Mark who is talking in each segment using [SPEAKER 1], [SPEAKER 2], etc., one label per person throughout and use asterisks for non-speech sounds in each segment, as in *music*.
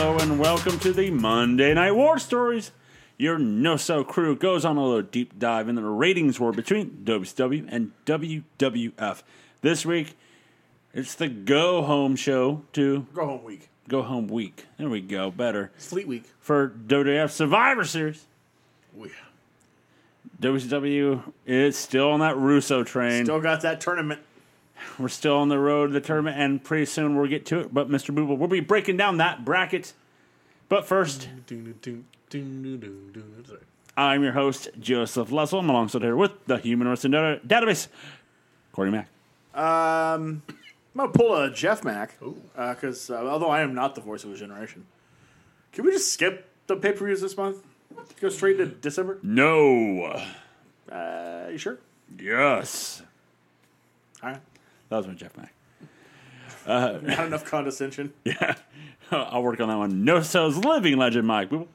[SPEAKER 1] welcome to the Monday Night War Stories. Your no so crew goes on a little deep dive into the ratings war between WCW and WWF. This week, it's the go home show to
[SPEAKER 2] Go home week.
[SPEAKER 1] go home week. There we go, better
[SPEAKER 2] Sleep week.
[SPEAKER 1] for WWF Survivor Series.
[SPEAKER 2] We
[SPEAKER 1] WCW E is still on that Russo train.
[SPEAKER 2] still got that tournament.
[SPEAKER 1] We're still on the road to the tournament, and pretty soon we'll get to it. But Mr. Booble, we'll be breaking down that bracket. But first,
[SPEAKER 2] Sorry.
[SPEAKER 1] I'm your host, Joseph Lessel. I'm alongside here with the Human Wrestling Data- Database, Corey Mack.
[SPEAKER 2] Um, I'm gonna pull a Jeff Mack because uh, although I am not the voice of a generation, can we just skip the pay per views this month? Go straight to December.
[SPEAKER 1] Mm. No.
[SPEAKER 2] Uh, you sure?
[SPEAKER 1] Yes.
[SPEAKER 2] All *laughs* right.
[SPEAKER 1] That was my Jeff Mack. *laughs*
[SPEAKER 2] Not enough condescension.
[SPEAKER 1] Yeah. I'll work on that one. No So's Living Legend, Mike. Booble.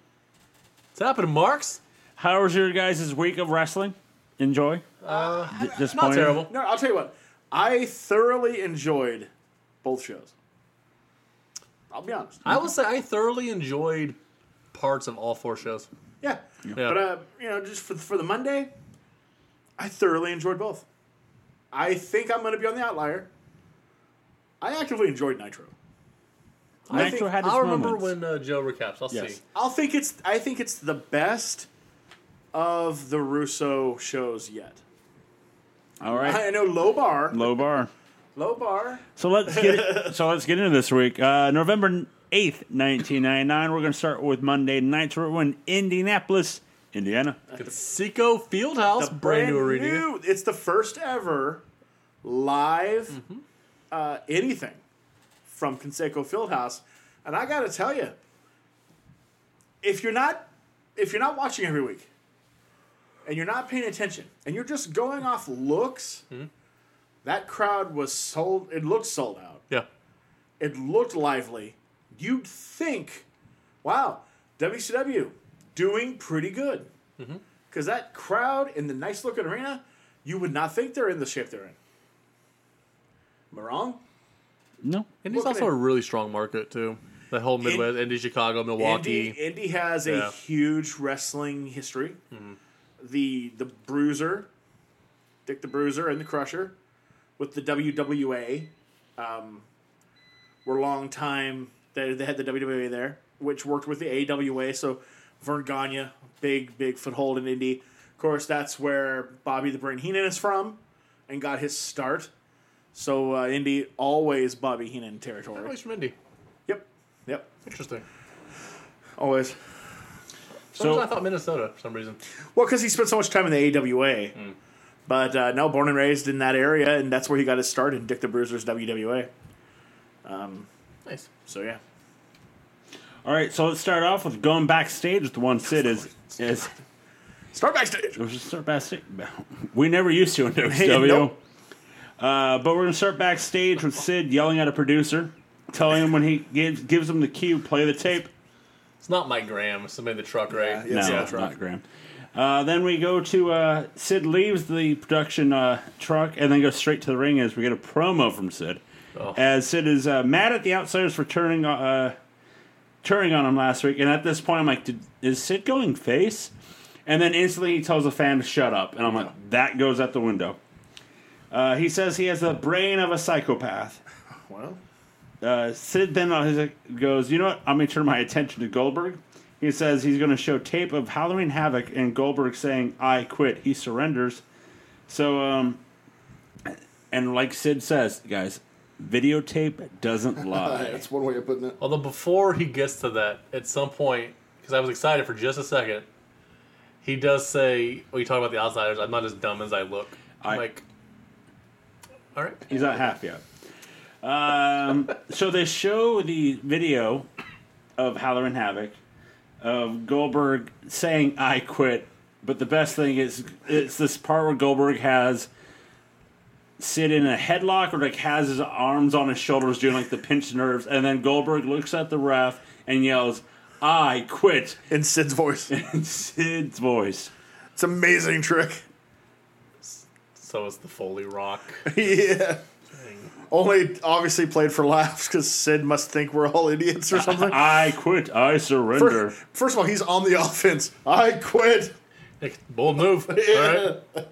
[SPEAKER 3] What's happening, Marks?
[SPEAKER 1] How was your guys' week of wrestling? Enjoy? Uh,
[SPEAKER 3] Not terrible.
[SPEAKER 2] No, I'll tell you what. I thoroughly enjoyed both shows. I'll be honest.
[SPEAKER 3] I will say I thoroughly enjoyed parts of all four shows.
[SPEAKER 2] Yeah.
[SPEAKER 3] Yeah.
[SPEAKER 2] But uh, you know, just for for the Monday, I thoroughly enjoyed both. I think I'm going to be on the outlier. I actively enjoyed Nitro.
[SPEAKER 3] I
[SPEAKER 1] Nitro had its
[SPEAKER 3] I'll remember
[SPEAKER 1] moments.
[SPEAKER 3] when uh, Joe recaps. I'll
[SPEAKER 1] Yes.
[SPEAKER 3] see.
[SPEAKER 2] I'll think it's I think it's the best of the Russo shows yet.
[SPEAKER 1] All right.
[SPEAKER 2] I know low bar,
[SPEAKER 1] *laughs* Low bar.
[SPEAKER 2] low bar.
[SPEAKER 1] So let's get
[SPEAKER 3] *laughs*
[SPEAKER 1] so let's get into this week. Uh, November eighth, nineteen ninety nine. We're going to start with Monday nights. We're in Indianapolis, Indiana.
[SPEAKER 3] Seco Fieldhouse, brand new arena.
[SPEAKER 2] It's the first ever live
[SPEAKER 3] Mm-hmm.
[SPEAKER 2] uh, anything from Conseco Fieldhouse, and I gotta tell you, if you're not if you're not watching every week, and you're not paying attention, and you're just going off looks,
[SPEAKER 3] Mm-hmm.
[SPEAKER 2] that crowd was sold. It looked sold out.
[SPEAKER 3] Yeah,
[SPEAKER 2] It looked lively. You'd think, wow, WCW doing pretty good. Because that crowd in the nice looking arena, you would not think they're in the shape they're in. Am I wrong?
[SPEAKER 1] No,
[SPEAKER 3] and he's
[SPEAKER 2] Look at
[SPEAKER 3] also
[SPEAKER 2] it.
[SPEAKER 3] a really strong market too. The whole Midwest, Indy, Chicago, Milwaukee.
[SPEAKER 2] Indy, Indy has a
[SPEAKER 3] Yeah.
[SPEAKER 2] huge wrestling history. The the Bruiser, Dick the Bruiser, and the Crusher, with the WWA, um, were long time they, they had the WWA there, which worked with the AWA. So Vern Gagne, big big foothold in Indy. Of course, that's where Bobby the Brain Heenan is from, and got his start. So uh, Indy always Bobby Heenan
[SPEAKER 3] Oh,
[SPEAKER 2] territory.
[SPEAKER 3] he's from Indy.
[SPEAKER 2] Yep, yep,
[SPEAKER 3] Interesting.
[SPEAKER 2] always.
[SPEAKER 3] Sometimes
[SPEAKER 1] So-
[SPEAKER 3] I thought Minnesota for some reason.
[SPEAKER 2] Well, because he spent so much time in the AWA.
[SPEAKER 3] Hmm.
[SPEAKER 2] But uh, no, born and raised in that area, and that's where he got his start in Dick the Bruiser's WWA.
[SPEAKER 3] Nice.
[SPEAKER 2] So yeah,
[SPEAKER 1] All right, so let's start off with going backstage with one sit is is
[SPEAKER 2] start backstage.
[SPEAKER 1] let's just start backstage. We never used to in WCW.
[SPEAKER 2] nope.
[SPEAKER 1] uh, but we're gonna start backstage with Sid yelling at a producer, telling him when he gives gives him the cue, play the tape.
[SPEAKER 3] It's not Mike Graham. It's somebody in the truck, right?
[SPEAKER 2] yeah.
[SPEAKER 1] No,
[SPEAKER 2] It's not
[SPEAKER 1] not Graham. Uh, then we go to uh, Sid leaves the production uh, truck and then goes straight to the ring as we get a promo from Sid.
[SPEAKER 3] Oh.
[SPEAKER 1] As Sid is uh, mad at the outsiders for turning uh, turning on him last week, and at this point I'm like, Did, is Sid going face? And then instantly he tells the fan to shut up, and I'm like, that goes out the window. Uh, he says he has the brain of a psychopath.
[SPEAKER 2] Well,
[SPEAKER 1] Uh, Sid then on his, goes, you know what? I'm going to turn my attention to Goldberg. He says he's going to show tape of Halloween Havoc and Goldberg saying, I quit. He surrenders. So, um, and like Sid says, guys, videotape doesn't lie.
[SPEAKER 4] That's one way of putting it.
[SPEAKER 3] Although before he gets to that, at some point, because I was excited for just a second, he does say, "Well, you talk about the outsiders. I'm not as dumb as I look." I'm
[SPEAKER 1] I-
[SPEAKER 3] like, all *laughs* right,
[SPEAKER 1] he's not half yet. Um, *laughs* so they show the video of Halloween Havoc of Goldberg saying, I quit. But the best thing is, it's this part where Goldberg has Sid in a headlock or like has his arms on his shoulders doing like the pinched nerves. And then Goldberg looks at the ref and yells, I quit *laughs*
[SPEAKER 2] in Sid's
[SPEAKER 3] *laughs*
[SPEAKER 2] voice,
[SPEAKER 1] in Sid's voice.
[SPEAKER 2] it's
[SPEAKER 5] *laughs*
[SPEAKER 2] an amazing trick.
[SPEAKER 3] so is the Foley Rock.
[SPEAKER 2] yeah,
[SPEAKER 5] Only obviously played for laughs because Sid must think we're all idiots or
[SPEAKER 3] *laughs*
[SPEAKER 5] something.
[SPEAKER 1] I quit. I surrender.
[SPEAKER 5] First, first of all, he's on the *laughs* offense. I quit.
[SPEAKER 3] Nick, bold *laughs* move. All right.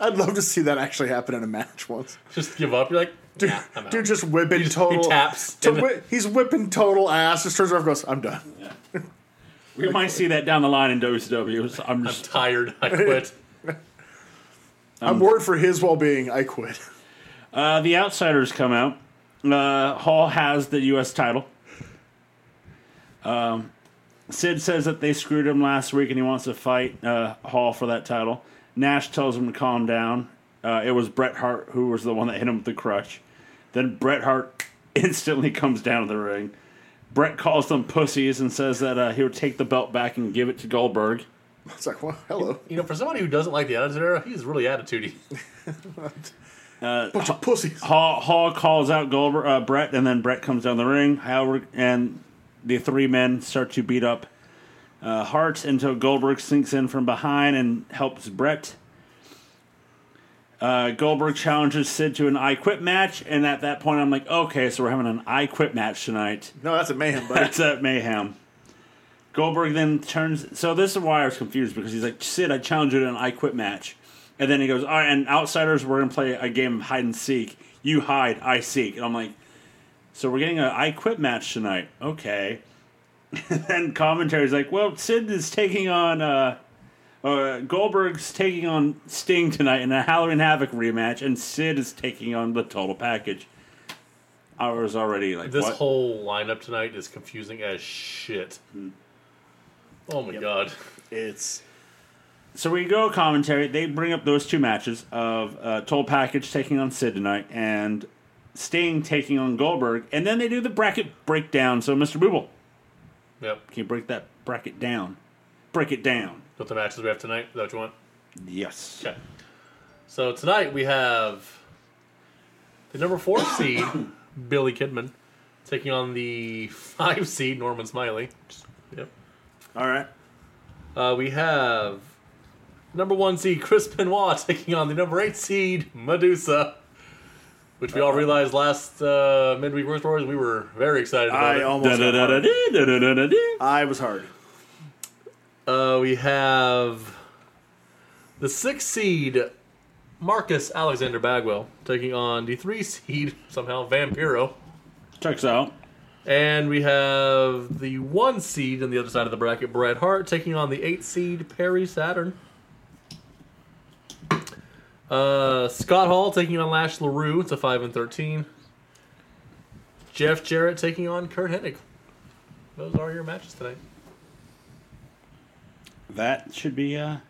[SPEAKER 5] I'd love to see that actually happen in a match once.
[SPEAKER 3] Just give up. You're like,
[SPEAKER 5] Dude,
[SPEAKER 3] *laughs* nah, I'm out.
[SPEAKER 5] dude just whipping total.
[SPEAKER 3] taps
[SPEAKER 5] to
[SPEAKER 3] and-
[SPEAKER 5] whi- he's whipping total ass. Just turns around and goes, I'm done.
[SPEAKER 1] we might see that down the line in WCW. I'm
[SPEAKER 3] I'm
[SPEAKER 1] just.
[SPEAKER 3] tired. *laughs* I quit.
[SPEAKER 5] I'm worried for his well being. I
[SPEAKER 2] *laughs*
[SPEAKER 5] quit.
[SPEAKER 1] Uh, the Outsiders come out. Uh, Hall has the U.S. title. Um, Sid says that they screwed him last week and he wants to fight uh, Hall for that title. Nash tells him to calm down. Uh, it was Bret Hart who was the one that hit him with the crutch. Then Bret Hart *laughs* instantly comes down to the ring. Bret calls them pussies and says that uh, he would take the belt back and give it to Goldberg.
[SPEAKER 5] It's like, well, hello.
[SPEAKER 3] You know, for somebody who doesn't like the Attitude Era, he's really attitudey.
[SPEAKER 5] Bunch of pussies.
[SPEAKER 1] Hall, Hall calls out Goldberg, uh, Brett, and then Brett comes down the ring. Howard and the three men start to beat up uh, Hart until Goldberg sinks in from behind and helps Brett. Uh, Goldberg challenges Sid to an I Quit match, and at that point, I'm like, okay, so we're having an I Quit match tonight.
[SPEAKER 5] No, that's a man, buddy.
[SPEAKER 1] That's at Mayhem. Goldberg then turns. So this is why I was confused because he's like, Sid, I challenge you to an I Quit match. And then he goes, All right, and outsiders, we're going to play a game of hide and seek. You hide, I seek. And I'm like, So we're getting an I Quit match tonight. Okay. *laughs* and then commentary's like, Well, Sid is taking on. Uh, uh, Goldberg's taking on Sting tonight in a Halloween Havoc rematch, and Sid is taking on the total package. I was already like,
[SPEAKER 3] This
[SPEAKER 1] what?
[SPEAKER 3] whole lineup tonight is confusing as shit. Oh my god.
[SPEAKER 5] It's
[SPEAKER 1] So we go commentary. They bring up those two matches of uh, Toll Package taking on Sid tonight and Sting taking on Goldberg, and then they do the bracket breakdown. So Mr. Booble,
[SPEAKER 3] Yep.
[SPEAKER 1] can you break that bracket down? Break it down.
[SPEAKER 3] What the matches we have tonight? Is that what you want?
[SPEAKER 1] Yes.
[SPEAKER 3] Okay. So tonight we have the number four *coughs* seed, Billy Kidman, taking on the *laughs* five seed, Norman Smiley. Yep.
[SPEAKER 5] all right.
[SPEAKER 3] Uh, we have number one seed, Chris Benoit, *laughs* taking on the number eight seed, Medusa. Which we all realized last uh, midweek War Stories, we were very excited about.
[SPEAKER 5] I
[SPEAKER 3] it.
[SPEAKER 5] almost. got hard.
[SPEAKER 1] Da-da-da-da-da-da-da-da.
[SPEAKER 5] I was hard.
[SPEAKER 3] Uh, we have the six seed Marcus Alexander Bagwell taking on the three seed somehow Vampiro,
[SPEAKER 1] Checks out.
[SPEAKER 3] and we have the one seed on the other side of the bracket Bret Hart taking on the eight seed Perry Saturn. Uh, Scott Hall taking on Lash LaRue. It's a five and thirteen. Jeff Jarrett taking on Kurt Hennig. Those are your matches tonight.
[SPEAKER 1] That should be uh um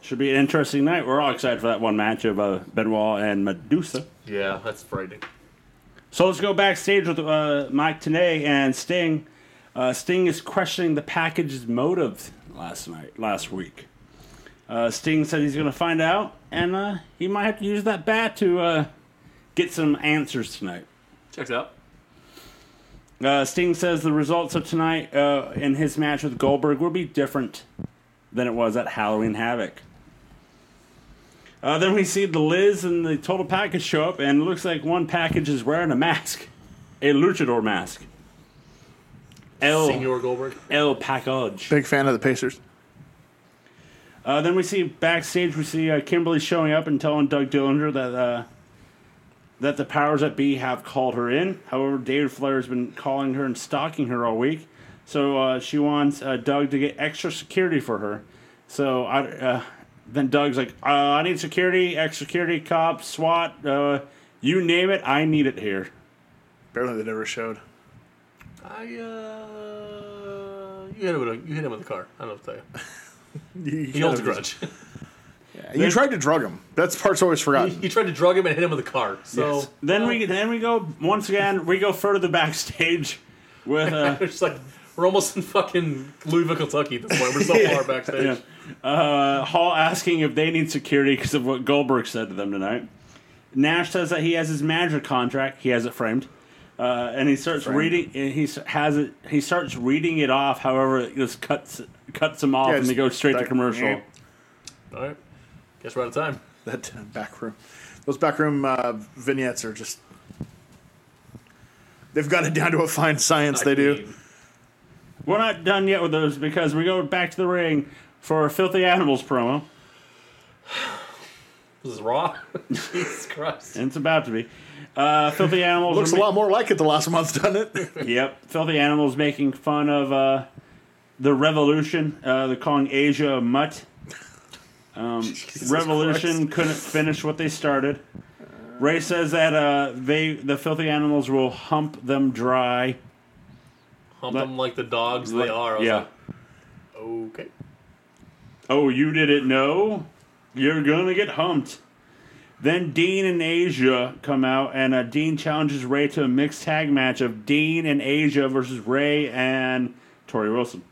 [SPEAKER 1] should be an interesting night. We're all excited for that one match of uh, Benoit and Medusa.
[SPEAKER 3] Yeah, that's frightening.
[SPEAKER 1] So let's go backstage with uh, Mike Tanay and Sting. Uh, Sting is questioning the package's motives last night, last week. Uh, Sting said he's going to find out, and uh, he might have to use that bat to uh, get some answers tonight.
[SPEAKER 3] Checks out.
[SPEAKER 1] Uh, Sting says the results of tonight uh, in his match with Goldberg will be different than it was at Halloween Havoc. Uh, then we see the Liz and the Total Package show up, and it looks like one package is wearing a mask, a luchador mask. El,
[SPEAKER 3] Senor Goldberg.
[SPEAKER 1] El Package.
[SPEAKER 5] Big fan of the Pacers.
[SPEAKER 1] Uh, then we see backstage, we see uh, Kimberly showing up and telling Doug Dillinger that uh, that the powers that be have called her in. However, David Flair has been calling her and stalking her all week, so uh, she wants uh, Doug to get extra security for her. So I, uh, then Doug's like, uh, "I need security, extra security, cops, SWAT, uh, you name it, I need it here."
[SPEAKER 5] Apparently, they never showed.
[SPEAKER 3] I uh, you hit him with a, you hit him with a car. I don't know what to
[SPEAKER 1] *laughs*
[SPEAKER 3] tell you.
[SPEAKER 5] You,
[SPEAKER 3] He holds a grudge.
[SPEAKER 5] You tried to drug him. That's part's always
[SPEAKER 3] *laughs*
[SPEAKER 5] forgotten.
[SPEAKER 3] you tried to drug him and hit him with a car. So oh.
[SPEAKER 1] Then we then we go once again. We go further backstage with.
[SPEAKER 3] *laughs*
[SPEAKER 1] Uh,
[SPEAKER 3] it's like we're almost in fucking Louisville, Kentucky at this point.
[SPEAKER 1] *laughs*
[SPEAKER 3] We're so far backstage.
[SPEAKER 1] Yeah. Uh, Hall asking if they need security because of what Goldberg said to them tonight. Nash says that he has his manager contract. He has it framed, uh, and he starts
[SPEAKER 5] Framed.
[SPEAKER 1] reading. and He s- has it. He starts reading it off. However, it just cuts cuts him off,
[SPEAKER 5] Yeah,
[SPEAKER 1] and they
[SPEAKER 5] just
[SPEAKER 1] go straight to
[SPEAKER 5] like,
[SPEAKER 1] commercial.
[SPEAKER 5] eh.
[SPEAKER 3] All right. Guess we're out of time.
[SPEAKER 2] That uh, back room, those back room uh, vignettes are just. They've got it down to a fine science. they do.
[SPEAKER 1] We're not done yet with those because we go back to the ring for a Filthy Animals promo.
[SPEAKER 3] This is raw. *laughs* Jesus Christ.
[SPEAKER 1] And it's about to be. Uh, Filthy Animals.
[SPEAKER 2] Looks
[SPEAKER 1] are
[SPEAKER 2] a
[SPEAKER 1] ma-
[SPEAKER 2] lot more like it the last month, doesn't it?
[SPEAKER 3] *laughs*
[SPEAKER 1] Yep. Filthy Animals making fun of uh, the Revolution. Uh, they're calling Asia a mutt. Um, Revolution couldn't finish what they started. Ray says that uh, they the Filthy Animals will hump them dry.
[SPEAKER 3] Hump them like the dogs they are. I was
[SPEAKER 1] yeah.
[SPEAKER 3] like, okay.
[SPEAKER 1] Oh, you didn't know? You're gonna get humped. Then Dean and Asia come out, and uh, Dean challenges Ray to a mixed tag match of Dean and Asia versus Ray and Tori Wilson.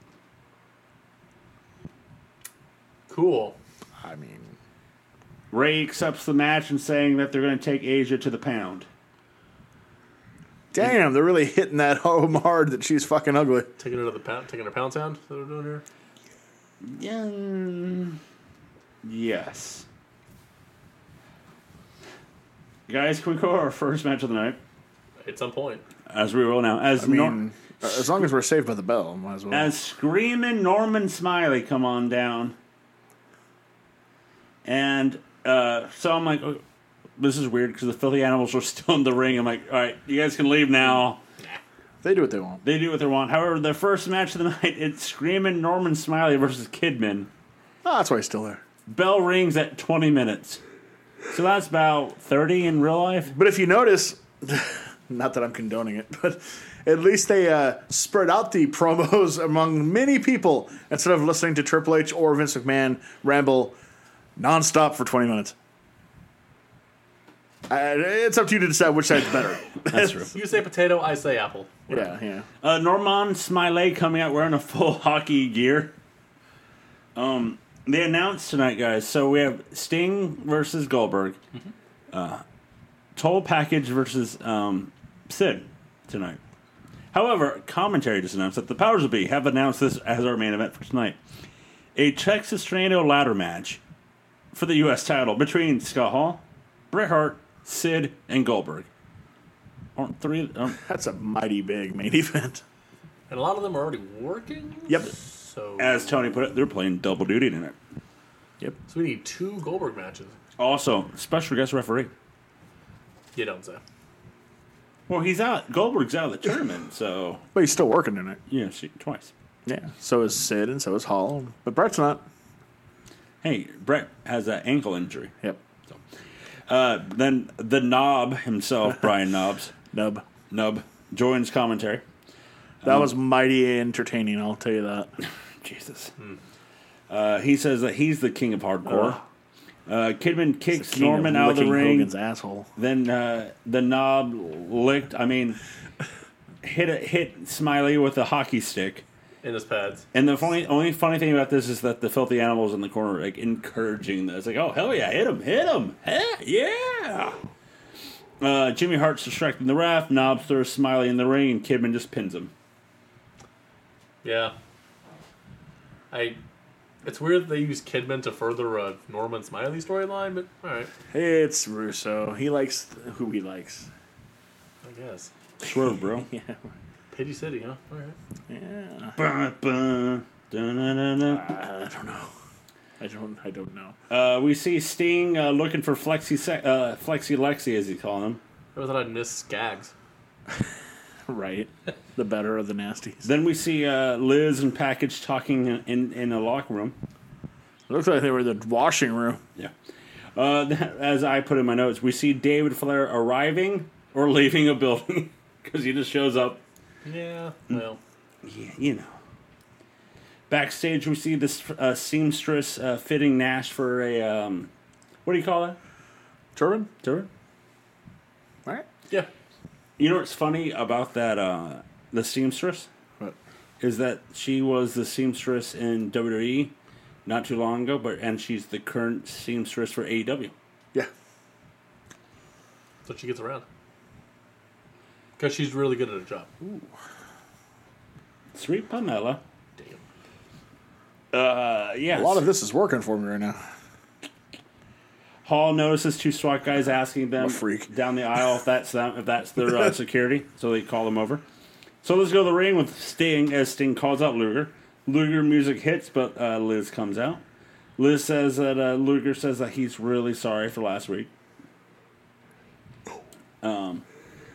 [SPEAKER 3] Cool.
[SPEAKER 2] I mean,
[SPEAKER 1] Ray accepts the match and saying that they're gonna take Asia to the pound.
[SPEAKER 2] damn, they're really hitting that home hard that she's fucking ugly.
[SPEAKER 3] Taking it to the pound, taking a pound sound that we're doing here.
[SPEAKER 1] Yeah. mm, Yes. Guys, can we call our first match of the night?
[SPEAKER 3] At some point.
[SPEAKER 1] As we will now. As
[SPEAKER 2] I mean,
[SPEAKER 1] Nor-
[SPEAKER 2] uh, as long as we're saved by the bell, might as well.
[SPEAKER 1] As screaming Norman Smiley come on down. And uh, so I'm like, oh, this is weird because the Philly Animals were *laughs* still in the ring. I'm like, all right, you guys can leave now.
[SPEAKER 2] they do what they want.
[SPEAKER 1] They do what they want. However, their first match of the *laughs* night, it's screaming Norman Smiley versus Kidman.
[SPEAKER 2] Ah, that's why he's still there.
[SPEAKER 1] Bell rings at 20 minutes. So that's about 30 in real life.
[SPEAKER 2] But if you notice, *laughs* not that I'm condoning it, but at least they uh, spread out the *laughs* promos among many people instead of listening to Triple H or Vince McMahon ramble nonstop for 20 minutes. I, it's up to you to decide which side's *laughs* better.
[SPEAKER 1] That's true.
[SPEAKER 3] You say potato, I say apple.
[SPEAKER 2] yeah, yeah.
[SPEAKER 1] Uh, Norman Smiley coming out wearing a full *laughs* hockey gear. Um, they announced tonight, guys. So we have Sting versus Goldberg, uh, Toll Package versus um, Sid tonight. However, commentary just announced that the powers that be have announced this as our main event for tonight: a Texas Tornado ladder match for the U.S. title between Scott Hall, Bret Hart, Sid, and Goldberg. Aren't three? Aren't
[SPEAKER 2] That's a mighty big main event.
[SPEAKER 3] And a lot of them are already working.
[SPEAKER 2] Yep.
[SPEAKER 3] So,
[SPEAKER 1] as Tony put it, they're playing double duty tonight.
[SPEAKER 2] Yep.
[SPEAKER 3] so we need two Goldberg matches.
[SPEAKER 1] Also, special guest referee.
[SPEAKER 3] You don't say.
[SPEAKER 1] Well, he's out. Goldberg's out of the tournament, so
[SPEAKER 2] But he's still working in it.
[SPEAKER 1] yeah, she, twice.
[SPEAKER 2] Yeah. So is Sid and so is Hall. But Brett's not.
[SPEAKER 1] Hey, Brett has an ankle injury.
[SPEAKER 2] Yep.
[SPEAKER 1] Uh, then the Knob himself,
[SPEAKER 2] *laughs*
[SPEAKER 1] Brian Knobs,
[SPEAKER 2] Nub.
[SPEAKER 1] Nub joins commentary.
[SPEAKER 2] That was mighty entertaining, I'll tell you that.
[SPEAKER 1] Jesus. Uh, he says that he's the king of hardcore. Uh, Kidman kicks
[SPEAKER 2] King of
[SPEAKER 1] Norman out of the
[SPEAKER 2] licking
[SPEAKER 1] ring.
[SPEAKER 2] Hogan's asshole.
[SPEAKER 1] Then uh, the knob licked. I mean, hit a, hit Smiley with a hockey stick.
[SPEAKER 3] In his pads.
[SPEAKER 1] And the funny, only funny thing about this is that the filthy animals in the corner like encouraging this, like, "Oh hell yeah, hit him, hit him, Heck yeah!" Uh, Jimmy Hart's distracting the ref. Knobs throws Smiley in the ring, and Kidman just pins him.
[SPEAKER 3] Yeah. I. It's weird they use Kidman to further a Norman Smiley storyline, but alright.
[SPEAKER 2] It's Russo. He likes who he likes. *laughs*
[SPEAKER 3] I guess.
[SPEAKER 1] Swerve, bro.
[SPEAKER 2] Yeah.
[SPEAKER 3] Pity City, huh? Alright.
[SPEAKER 2] Yeah.
[SPEAKER 1] Bah, bah, dun-dun-dun-dun.
[SPEAKER 2] I don't know. I don't. I don't know.
[SPEAKER 1] Uh, we see Sting uh, looking for Flexi, Sec- uh, Flexi Lexi, as he calling him.
[SPEAKER 3] I thought I'd miss Skaggs.
[SPEAKER 2] Right. The better of the nasties.
[SPEAKER 1] Then we see uh, Liz and Package talking in, in, in a locker room.
[SPEAKER 2] *laughs* Looks like they were in the washing room.
[SPEAKER 1] Yeah. Uh, *laughs* as I put in my notes, we see David Flair arriving or leaving a building *laughs* because he just shows up.
[SPEAKER 3] Yeah.
[SPEAKER 2] Hmm.
[SPEAKER 3] Well.
[SPEAKER 1] Yeah, you know. Backstage, we see this uh, seamstress uh, fitting Nash for a um, what do you call that?
[SPEAKER 2] Turban.
[SPEAKER 1] Turban.
[SPEAKER 2] Right.
[SPEAKER 3] Yeah.
[SPEAKER 1] You know what's funny about that? Uh, the seamstress
[SPEAKER 2] But
[SPEAKER 1] is that she was the seamstress in WWE not too long ago, but and she's the current seamstress for E AEW.
[SPEAKER 2] yeah.
[SPEAKER 3] So she gets around. Because she's really good at her job.
[SPEAKER 1] Sweet Pamela.
[SPEAKER 3] Damn.
[SPEAKER 1] Uh, yeah.
[SPEAKER 2] A lot of this is working for me right now.
[SPEAKER 1] Hall notices two SWAT guys asking them
[SPEAKER 6] a freak.
[SPEAKER 1] down the aisle if that's them, if that's
[SPEAKER 6] *laughs*
[SPEAKER 1] their uh, security, so they call them over. So let's go to the ring with Sting as Sting calls out Luger. Luger music hits, but uh, Liz comes out. Liz says that uh, Luger says that he's really sorry for last week. Um,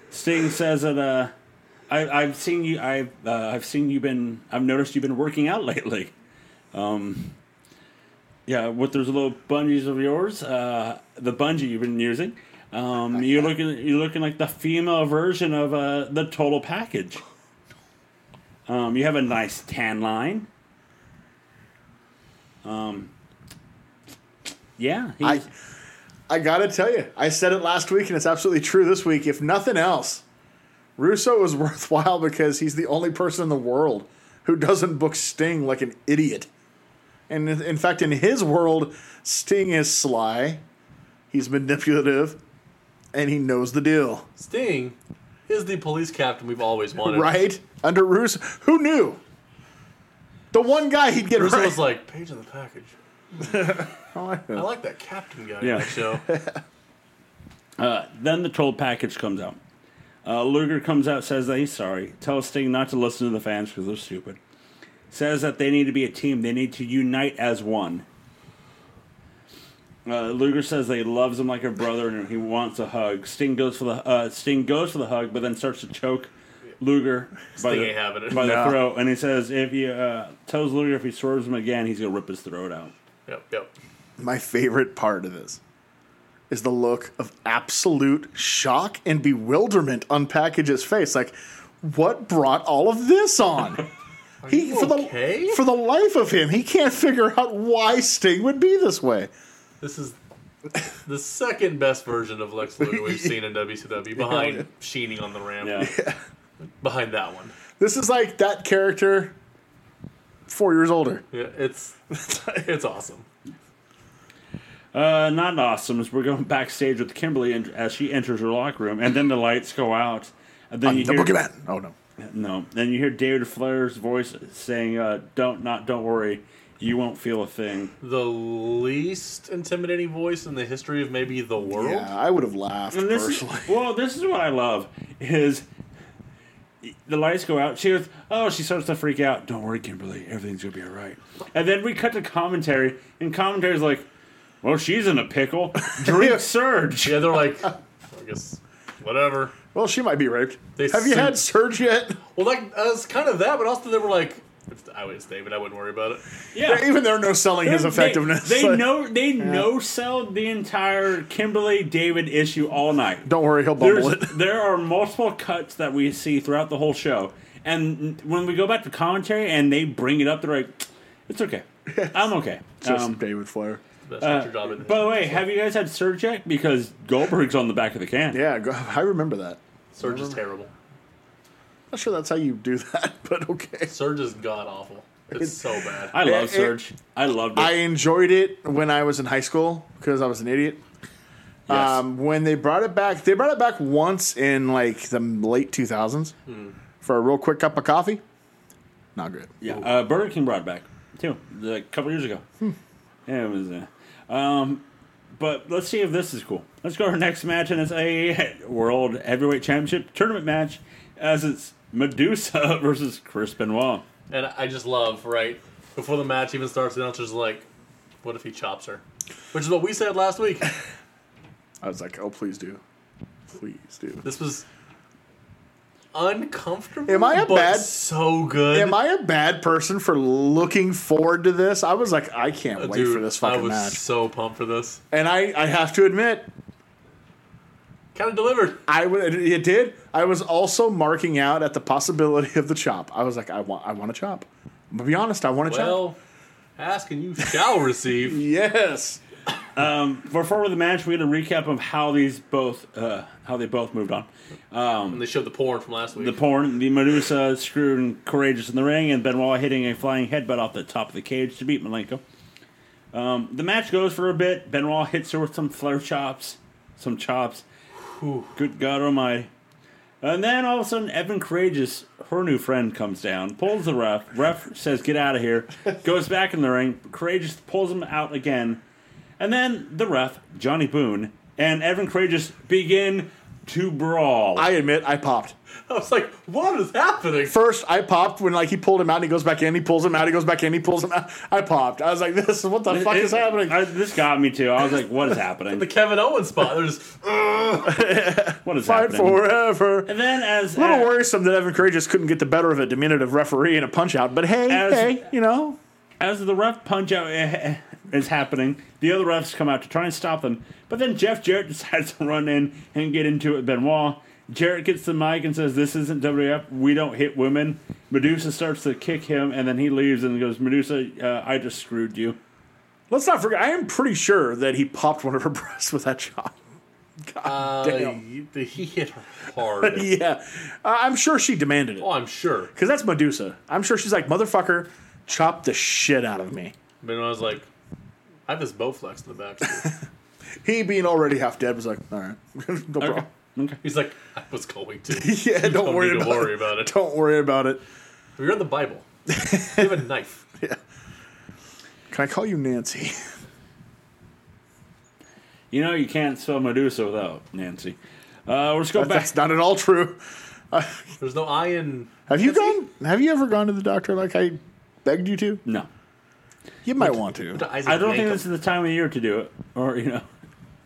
[SPEAKER 1] Sting says that uh, I, I've seen you. I've uh, I've seen you been. I've noticed you've been working out *laughs* lately. Um, Yeah, with those little bungees of yours, uh, the bungee you've been using, um, you're looking you're looking like the female version of uh, the total package. Um, you have a nice tan line. Um, yeah, he-
[SPEAKER 2] I, *laughs* I gotta tell you, I said it last week, and it's absolutely true this week. If nothing else, Russo is *laughs* worthwhile because he's the only person in the world who doesn't book Sting like an idiot. And in in fact, in his world, Sting is sly, he's manipulative, and he knows the deal.
[SPEAKER 3] Sting is the police captain
[SPEAKER 2] *laughs*
[SPEAKER 3] we've always wanted.
[SPEAKER 2] Right? Under Russo, who knew? The one guy he'd get
[SPEAKER 3] Russo
[SPEAKER 2] right.
[SPEAKER 3] was like, page in the package.
[SPEAKER 2] *laughs* Oh, I
[SPEAKER 3] I
[SPEAKER 2] know.
[SPEAKER 3] like that captain guy
[SPEAKER 1] Yeah.
[SPEAKER 3] in that
[SPEAKER 2] *laughs*
[SPEAKER 3] show.
[SPEAKER 1] then the total package comes out. Uh, Luger comes out, says that he's sorry. Tells Sting not to listen to the fans because they're stupid. Says that they need to be a team. They need to unite as one. Uh, Luger says that he loves him like a brother and he wants a hug. Sting goes for the uh, Sting goes for the hug, but then starts to choke Luger by
[SPEAKER 3] Sting
[SPEAKER 1] the,
[SPEAKER 3] ain't having it.
[SPEAKER 1] by
[SPEAKER 2] No.
[SPEAKER 1] the throat, and he says if he uh, tells Luger if he swerves him again, he's gonna rip his throat out.
[SPEAKER 3] Yep, yep.
[SPEAKER 2] My favorite part of this is the look of absolute shock and bewilderment on Package's face. Like, what brought all of
[SPEAKER 1] *laughs*
[SPEAKER 2] this on? he
[SPEAKER 3] you
[SPEAKER 2] for
[SPEAKER 3] okay?
[SPEAKER 2] the for the life of him, he can't figure out why Sting would be this way.
[SPEAKER 3] This is the second best version of Lex
[SPEAKER 1] *laughs*
[SPEAKER 3] Luger we've seen in WCW, behind Sheening on the ramp, *laughs*
[SPEAKER 1] Yeah,
[SPEAKER 3] behind that one.
[SPEAKER 2] This is like that character four years older.
[SPEAKER 3] Yeah,
[SPEAKER 1] *laughs*
[SPEAKER 3] it's it's awesome.
[SPEAKER 1] Uh, not awesome. As we're going backstage with Kimberly and as she enters her locker room, and then the lights go out. And then
[SPEAKER 2] The
[SPEAKER 1] you hear
[SPEAKER 2] boogeyman. Oh no.
[SPEAKER 1] no. Then you hear David Flair's voice saying, uh, "Don't not don't worry, you won't feel a thing."
[SPEAKER 3] The least intimidating voice in the history of maybe the world.
[SPEAKER 2] Yeah, I would have laughed
[SPEAKER 1] And *laughs* this is,
[SPEAKER 2] personally.
[SPEAKER 1] *laughs* well, this is what I love is the lights go out. She goes, "Oh," she starts to freak out. Don't worry, Kimberly, everything's gonna be all right. And then we cut to commentary, and commentary's like, "Well, she's in a *laughs* pickle. Drink surge."
[SPEAKER 3] Yeah, they're like, I guess, whatever.
[SPEAKER 2] Well, she might be raped.
[SPEAKER 3] They
[SPEAKER 2] have you
[SPEAKER 3] sent-
[SPEAKER 2] had surge yet?
[SPEAKER 3] Well, like, that was kind of that, but also they were like, if I was David, I wouldn't worry about it.
[SPEAKER 1] Yeah.
[SPEAKER 2] *laughs* Even they're no selling his
[SPEAKER 1] They-
[SPEAKER 2] effectiveness.
[SPEAKER 1] They,
[SPEAKER 2] *laughs* Like,
[SPEAKER 1] know they no sell the entire Kimberly David issue all night.
[SPEAKER 2] Don't worry, he'll bumble
[SPEAKER 1] *laughs*
[SPEAKER 2] it. *laughs*
[SPEAKER 1] There's, there are multiple cuts that we see throughout the whole show, and when we go back to commentary and they bring it up, they're like, "It's
[SPEAKER 2] *laughs*
[SPEAKER 1] okay, I'm okay."
[SPEAKER 2] Just
[SPEAKER 1] Um,
[SPEAKER 2] David Flair.
[SPEAKER 3] That's not your job in
[SPEAKER 1] by the way, have you guys had Surge yet? Because Goldberg's on the back of the can.
[SPEAKER 2] Yeah, go, *laughs* I remember that.
[SPEAKER 3] Surge is terrible.
[SPEAKER 2] Not sure that's how you do *laughs* that, but okay.
[SPEAKER 3] Surge is god awful. It's so bad.
[SPEAKER 1] I
[SPEAKER 2] It-
[SPEAKER 1] love
[SPEAKER 2] it-
[SPEAKER 1] Surge. I loved it.
[SPEAKER 2] I enjoyed it when I was in high school because I was an idiot.
[SPEAKER 1] Yes.
[SPEAKER 2] Um, when they brought it back, they brought it back once in like the late 2000s
[SPEAKER 3] Hmm.
[SPEAKER 2] for a real quick cup of coffee. Not good.
[SPEAKER 1] Yeah, uh, Burger King brought it back too a couple years ago. Yeah, it was. Uh, um, but let's see if this is cool. Let's go to our next match, and it's a World Heavyweight Championship tournament match, as it's Medusa *laughs* versus Chris Benoit.
[SPEAKER 3] And I just love, right? Before the match even starts, the announcer's like, what if he chops her? Which is what we said last week.
[SPEAKER 2] I was like, oh, please do. Please do.
[SPEAKER 3] This was uncomfortable.
[SPEAKER 2] Am I a
[SPEAKER 3] but
[SPEAKER 2] bad-
[SPEAKER 3] So good.
[SPEAKER 2] Am I a bad person for looking forward to this? I was like, I can't wait
[SPEAKER 3] Uh, Dude,
[SPEAKER 2] for this
[SPEAKER 3] I
[SPEAKER 2] fucking
[SPEAKER 3] was
[SPEAKER 2] match.
[SPEAKER 3] so pumped for this.
[SPEAKER 2] And I, I have to admit,
[SPEAKER 3] Kind of delivered.
[SPEAKER 2] I w- it did. I was also marking out at the possibility of the chop. I was like, I want, I want a chop. I'm gonna be honest, I want a chop.
[SPEAKER 3] Well, ask and you
[SPEAKER 2] *laughs*
[SPEAKER 3] shall receive.
[SPEAKER 2] Yes.
[SPEAKER 1] Before the match, we had a recap of how these both uh, how they both moved on.
[SPEAKER 3] And they showed the porn from last week.
[SPEAKER 1] The porn, the Medusa screwed and courageous in the ring, and Benoit hitting a flying headbutt off the top of the cage to beat Malenko. Um, the match goes for a bit. Benoit hits her with some flare chops, some chops. Good God Almighty! And then all of a sudden, Evan Courageous, her new friend, comes down, pulls the ref. Ref says, "Get out of here." Goes back in the ring. Courageous pulls him out again, And then the ref, Johnny Boone, and Evan Courageous begin to brawl.
[SPEAKER 2] I admit, I popped.
[SPEAKER 3] *laughs* I was like, what is happening?
[SPEAKER 2] First, I popped when like he pulled him out and he goes back in. He pulls him out. He goes back in. He pulls him out. I popped. I was like, "This what the fuck
[SPEAKER 1] It-
[SPEAKER 2] is happening?"
[SPEAKER 1] I- this got me too. I was like, what is happening?
[SPEAKER 3] The Kevin Owens
[SPEAKER 2] *laughs*
[SPEAKER 3] spot. There's
[SPEAKER 1] What is
[SPEAKER 2] Fight
[SPEAKER 1] happening?
[SPEAKER 2] forever.
[SPEAKER 1] And then as uh,
[SPEAKER 2] A little
[SPEAKER 1] as-
[SPEAKER 2] worrisome that Evan Courageous couldn't get the better of a diminutive referee in a punch out, but hey,
[SPEAKER 1] As-
[SPEAKER 2] hey, you know,
[SPEAKER 1] as the ref punch out eh, is happening, the other refs come out to try and stop them. But then Jeff Jarrett *laughs* decides to run in and get into it with Benoit. Jarrett gets the mic and says, This isn't WF. We don't hit women. Medusa starts to kick him, and then he leaves and goes, Medusa, uh, I just screwed you.
[SPEAKER 2] let's not forget. I am pretty sure that he popped one of her breasts with that shot.
[SPEAKER 3] uh,
[SPEAKER 2] Damn.
[SPEAKER 3] *laughs* he he hit her
[SPEAKER 2] *laughs*
[SPEAKER 3] hard.
[SPEAKER 2] Yeah, I- I'm sure she demanded it
[SPEAKER 3] Oh, I'm sure.
[SPEAKER 2] because that's Medusa. I'm sure she's like, "Motherfucker, chop the shit out of me."
[SPEAKER 3] But I was like, I have this Bowflex in the back.
[SPEAKER 2] He being already half dead was like, "All right, *laughs* no problem."
[SPEAKER 1] Okay.
[SPEAKER 3] He's like, I was going to.
[SPEAKER 2] Yeah, don't,
[SPEAKER 3] Don't
[SPEAKER 2] worry
[SPEAKER 3] need to
[SPEAKER 2] about
[SPEAKER 3] worry
[SPEAKER 2] it.
[SPEAKER 3] about it.
[SPEAKER 2] Don't worry about it.
[SPEAKER 3] We read the Bible. We have a knife.
[SPEAKER 2] Can I call you Nancy? *laughs*
[SPEAKER 1] You know, you can't spell Medusa without Nancy. Uh, let's go back.
[SPEAKER 2] That's not at all true.
[SPEAKER 3] There's no I in.
[SPEAKER 2] Have you gone? Have you ever gone to the doctor like I begged you to?
[SPEAKER 1] No.
[SPEAKER 2] You might want to.
[SPEAKER 3] Went to Isaac
[SPEAKER 1] I don't think
[SPEAKER 3] Yankem.
[SPEAKER 1] this is the time of year to do it. Or, you know.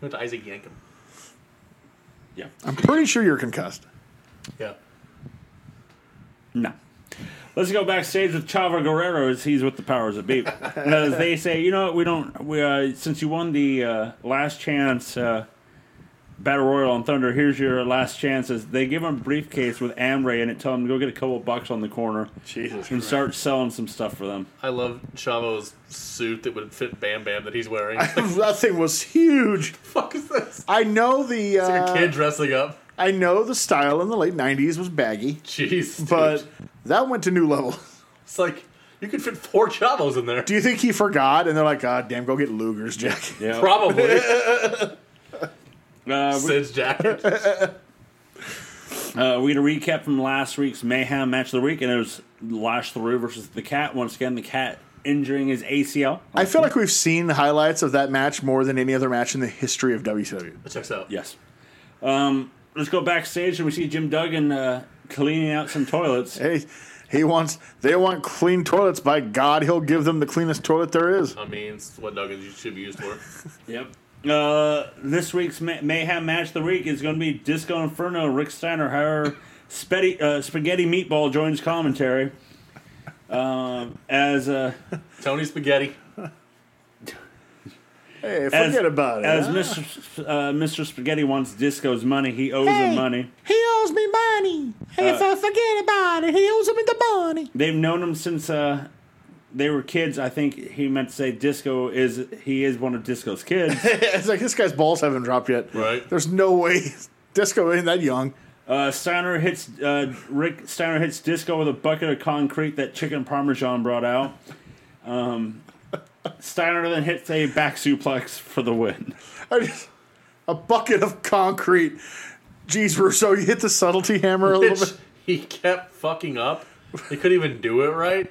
[SPEAKER 3] Went to Isaac Yankem.
[SPEAKER 1] Yeah.
[SPEAKER 2] I'm pretty sure you're concussed. *laughs*
[SPEAKER 3] Yeah.
[SPEAKER 1] No. Let's go backstage with Chava Guerrero as he's with the powers of beep. as they say, you know what, we don't, we, uh, since you won the uh, last chance uh, Battle Royal on Thunder, here's your last chance. As they give him a briefcase with Amray in it, tell him to go get a couple bucks on the corner
[SPEAKER 2] Jesus.
[SPEAKER 1] and start selling some stuff for them.
[SPEAKER 3] I love Chavo's suit that would fit Bam Bam that he's wearing.
[SPEAKER 2] that thing was huge.
[SPEAKER 3] fuck is this?
[SPEAKER 2] I know the. Uh,
[SPEAKER 3] A kid dressing up.
[SPEAKER 2] I know the style in the late '90s was baggy,
[SPEAKER 3] Jeez. dude.
[SPEAKER 2] but that went to new levels.
[SPEAKER 3] it's like you could fit four Chavos in there.
[SPEAKER 2] Do you think he forgot? And they're like, "God damn, go get Luger's jacket."
[SPEAKER 1] Yeah.
[SPEAKER 3] Probably.
[SPEAKER 1] Uh, we-
[SPEAKER 3] Sid's jacket.
[SPEAKER 1] Uh, we had a recap from last week's Mayhem match of the week, and it was Lash Theroux versus the Cat. Once again, the Cat injuring his ACL.
[SPEAKER 2] I feel like we've seen the highlights of that match more than any other match in the history of E. WCW.
[SPEAKER 3] That checks out.
[SPEAKER 1] Yes. Um, let's go backstage, and we see Jim Duggan uh, cleaning out some toilets.
[SPEAKER 2] Hey, he wants. They want clean toilets. By God, he'll give them the cleanest toilet there is.
[SPEAKER 3] I mean, it's what Nuggets you should be used for.
[SPEAKER 1] Yep. Uh, this week's ma- Mayhem match of the week is going to be Disco Inferno, Rick Steiner, her spaghetti, uh, spaghetti Meatball joins commentary. Um, as uh,
[SPEAKER 3] Tony Spaghetti.
[SPEAKER 2] Hey, forget
[SPEAKER 1] as,
[SPEAKER 2] about it.
[SPEAKER 1] as
[SPEAKER 2] huh?
[SPEAKER 1] *laughs* Mr. S- Uh, Mr. Spaghetti wants Disco's money, he owes him
[SPEAKER 2] Hey.
[SPEAKER 1] money.
[SPEAKER 2] He owes me money. If I forget about it, he owes me the money.
[SPEAKER 1] They've known him since uh, they were kids. I think he meant to say Disco is he is one of Disco's kids.
[SPEAKER 2] it's like this guy's balls haven't dropped yet.
[SPEAKER 3] Right.
[SPEAKER 2] There's no way Disco ain't that young.
[SPEAKER 1] Uh, Steiner hits uh, Rick Steiner hits Disco with a bucket of concrete that chicken parmesan brought out. Um, Steiner then hits a back suplex for the win.
[SPEAKER 2] I just, a bucket of concrete. Jeez, Russo, you hit the subtlety hammer a little
[SPEAKER 3] Bitch,
[SPEAKER 2] bit.
[SPEAKER 3] he kept fucking up. He couldn't even do it right.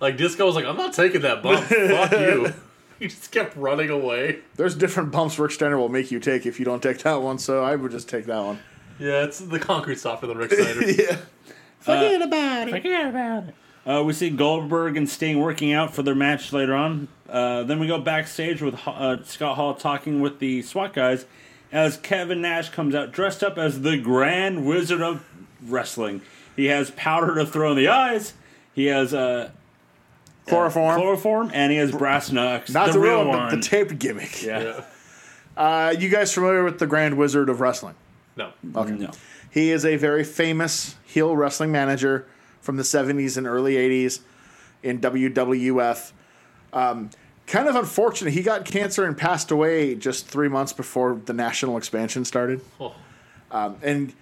[SPEAKER 3] Like Disco was like, "I'm not taking that bump.
[SPEAKER 2] *laughs*
[SPEAKER 3] Fuck you." He just kept running away.
[SPEAKER 2] There's different bumps Rick Steiner will make you take if you don't take that one, so I would just take that one.
[SPEAKER 3] Yeah, it's the concrete softer than Rick Snyder.
[SPEAKER 2] *laughs* Yeah. Forget about it.
[SPEAKER 1] Forget about it. Uh, we see Goldberg and Sting working out for their match later on. Uh, then we go backstage with uh, Scott Hall talking with the SWAT guys as Kevin Nash comes out dressed up as the Grand Wizard of Wrestling. He has powder to throw in the eyes. He has uh,
[SPEAKER 2] Chloroform.
[SPEAKER 1] chloroform and he has brass knucks.
[SPEAKER 2] Not the, real one,
[SPEAKER 1] one.
[SPEAKER 2] but the taped gimmick.
[SPEAKER 1] yeah.
[SPEAKER 3] Yeah.
[SPEAKER 2] Uh, you guys familiar with the Grand Wizard of Wrestling?
[SPEAKER 3] *laughs*
[SPEAKER 2] Uh,
[SPEAKER 3] No.
[SPEAKER 1] No.
[SPEAKER 2] He is a very famous heel wrestling manager from the 70s and early 80s in WWF. Um, kind of unfortunate. He got cancer and passed away just three months before the national expansion started.
[SPEAKER 3] Oh.
[SPEAKER 2] Um, and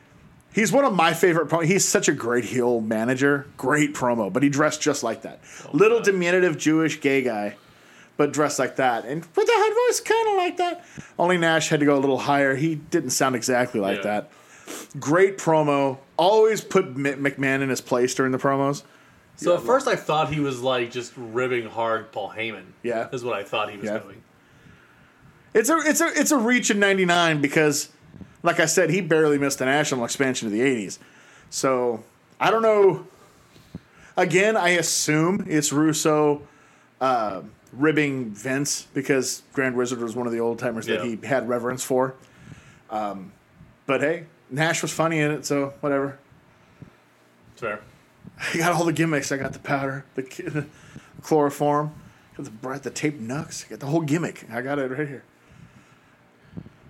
[SPEAKER 2] he's one of my favorite. Pro- he's such a great heel manager. Great promo, but he dressed just like that. Little diminutive Jewish gay guy, but dressed like that. And with the head voice kind of like that. Only Nash had to go a little higher. He didn't sound exactly like
[SPEAKER 3] Yeah.
[SPEAKER 2] that. Great promo. Always put M- McMahon in his place during the promos.
[SPEAKER 3] So at first I thought he was like just ribbing hard Paul Heyman.
[SPEAKER 2] Yeah.
[SPEAKER 3] Is what I thought he was
[SPEAKER 2] Yeah.
[SPEAKER 3] doing.
[SPEAKER 2] It's a it's a it's a reach in '99 because, like I said, he barely missed the national expansion of the '80s. So I don't know. Again, I assume it's Russo uh, ribbing Vince because Grand Wizard was one of the old timers that
[SPEAKER 3] Yeah.
[SPEAKER 2] he had reverence for. Um, but hey, Nash was funny in it, so whatever.
[SPEAKER 3] It's fair.
[SPEAKER 2] I got all the gimmicks. I got the powder, the ki- *laughs* chloroform, got the bright, the tape nux. I got the whole gimmick. I got it right here.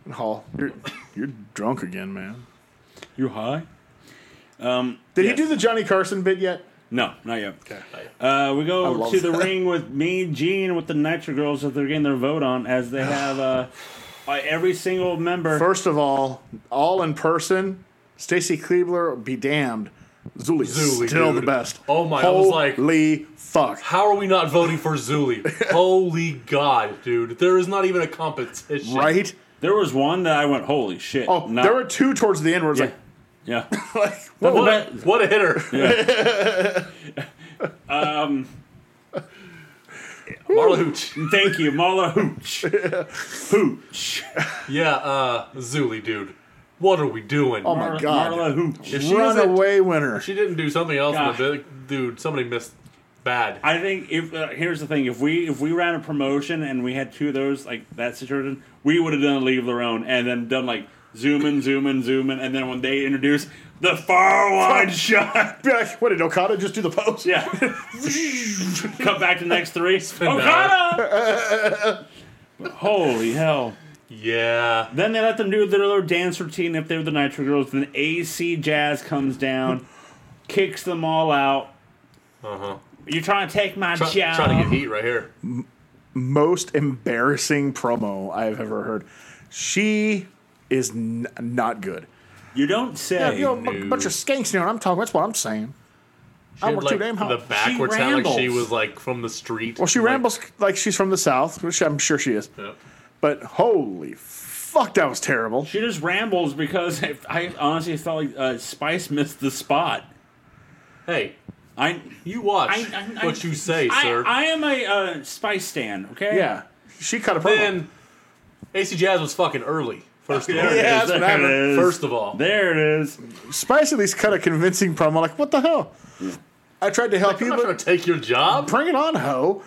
[SPEAKER 2] And Hall, you're you're drunk again, man.
[SPEAKER 1] You high?
[SPEAKER 2] Did
[SPEAKER 1] Yes.
[SPEAKER 2] he do the Johnny Carson bit yet?
[SPEAKER 1] No, not yet.
[SPEAKER 2] Okay.
[SPEAKER 1] Uh, we
[SPEAKER 2] I
[SPEAKER 1] go
[SPEAKER 2] love
[SPEAKER 1] to the
[SPEAKER 2] that.
[SPEAKER 1] ring with me, Gene, with the Nitro Girls that they're getting their vote on, as
[SPEAKER 2] *sighs*
[SPEAKER 1] they have uh, uh, every single member.
[SPEAKER 2] First of all, all in person. Stacy Kleebler, be damned. Zuli's
[SPEAKER 3] Zuli,
[SPEAKER 2] still
[SPEAKER 3] dude.
[SPEAKER 2] the best.
[SPEAKER 3] Oh my, I
[SPEAKER 2] Holy
[SPEAKER 3] was like-
[SPEAKER 2] holy fuck.
[SPEAKER 3] How are we not voting
[SPEAKER 2] *laughs*
[SPEAKER 3] for Zuli? Holy God, dude! There is not even a competition.
[SPEAKER 2] Right?
[SPEAKER 1] there was one that I went, holy shit!
[SPEAKER 2] Oh,
[SPEAKER 1] not-
[SPEAKER 2] there were two towards the end where it's
[SPEAKER 1] yeah, yeah. *laughs*
[SPEAKER 2] like, *laughs* like
[SPEAKER 1] Well,
[SPEAKER 2] oh
[SPEAKER 3] What?
[SPEAKER 1] that-
[SPEAKER 3] A, what a hitter! *laughs* um, Marla Hooch.
[SPEAKER 1] Thank you, Mala
[SPEAKER 2] *laughs*
[SPEAKER 1] Hooch. Hooch.
[SPEAKER 3] Yeah, uh, Zuli, dude. What are we doing?
[SPEAKER 2] oh my
[SPEAKER 1] Marla,
[SPEAKER 2] god.
[SPEAKER 1] Marla Hooch.
[SPEAKER 3] If she doesn't-
[SPEAKER 2] Runaway winner.
[SPEAKER 3] She didn't do something else, in the
[SPEAKER 1] Gosh.
[SPEAKER 3] bit- dude. Somebody missed bad.
[SPEAKER 1] I think if uh, here's the thing, if we if we ran a promotion and we had two of those like that situation, we would have done Leave Larone and then done like zoom in, zoom in, zoom in, and then when they introduce the far wide *laughs* shot,
[SPEAKER 2] Be like, what did Okada just do the post?
[SPEAKER 1] yeah, *laughs* come back to next three,
[SPEAKER 3] out.
[SPEAKER 1] Okada. *laughs* Holy hell!
[SPEAKER 3] Yeah,
[SPEAKER 1] Then they let them do their little dance routine if they were the Nitro Girls. Then AC Jazz comes down, kicks them all out.
[SPEAKER 3] uh huh.
[SPEAKER 1] You're trying to take my
[SPEAKER 3] Try,
[SPEAKER 1] job.
[SPEAKER 3] trying to get heat right here.
[SPEAKER 2] most embarrassing promo I've ever heard. She is n- not good.
[SPEAKER 1] you don't say.
[SPEAKER 2] you know, a bunch of skanks you know what I'm talking. That's what I'm saying. I work
[SPEAKER 3] Like,
[SPEAKER 2] too damn hard.
[SPEAKER 3] The backwards
[SPEAKER 1] She
[SPEAKER 3] sound like she
[SPEAKER 1] rambles.
[SPEAKER 3] was like from the street.
[SPEAKER 2] well, she
[SPEAKER 3] like,
[SPEAKER 2] rambles like she's from the south, which I'm sure she is.
[SPEAKER 3] yeah.
[SPEAKER 2] But holy fuck, that was terrible.
[SPEAKER 1] She just rambles because *laughs* I, I honestly felt like uh, Spice missed the spot.
[SPEAKER 3] Hey,
[SPEAKER 1] I,
[SPEAKER 3] you watch
[SPEAKER 1] I, I, I-
[SPEAKER 3] what you say,
[SPEAKER 1] I-
[SPEAKER 3] sir.
[SPEAKER 1] I am a uh, Spice stan. Okay.
[SPEAKER 2] Yeah, she cut a promo.
[SPEAKER 3] then AC Jazz was fucking early. First of all,
[SPEAKER 1] There it is.
[SPEAKER 2] Yeah, that's what
[SPEAKER 1] there
[SPEAKER 2] happened.
[SPEAKER 1] it is.
[SPEAKER 3] First of all.
[SPEAKER 1] there it is.
[SPEAKER 2] Spice at least cut a convincing promo. Like, what the hell? I tried to help
[SPEAKER 3] I'm
[SPEAKER 2] you,
[SPEAKER 3] not
[SPEAKER 2] but
[SPEAKER 3] trying to take your job.
[SPEAKER 2] bring it on, ho.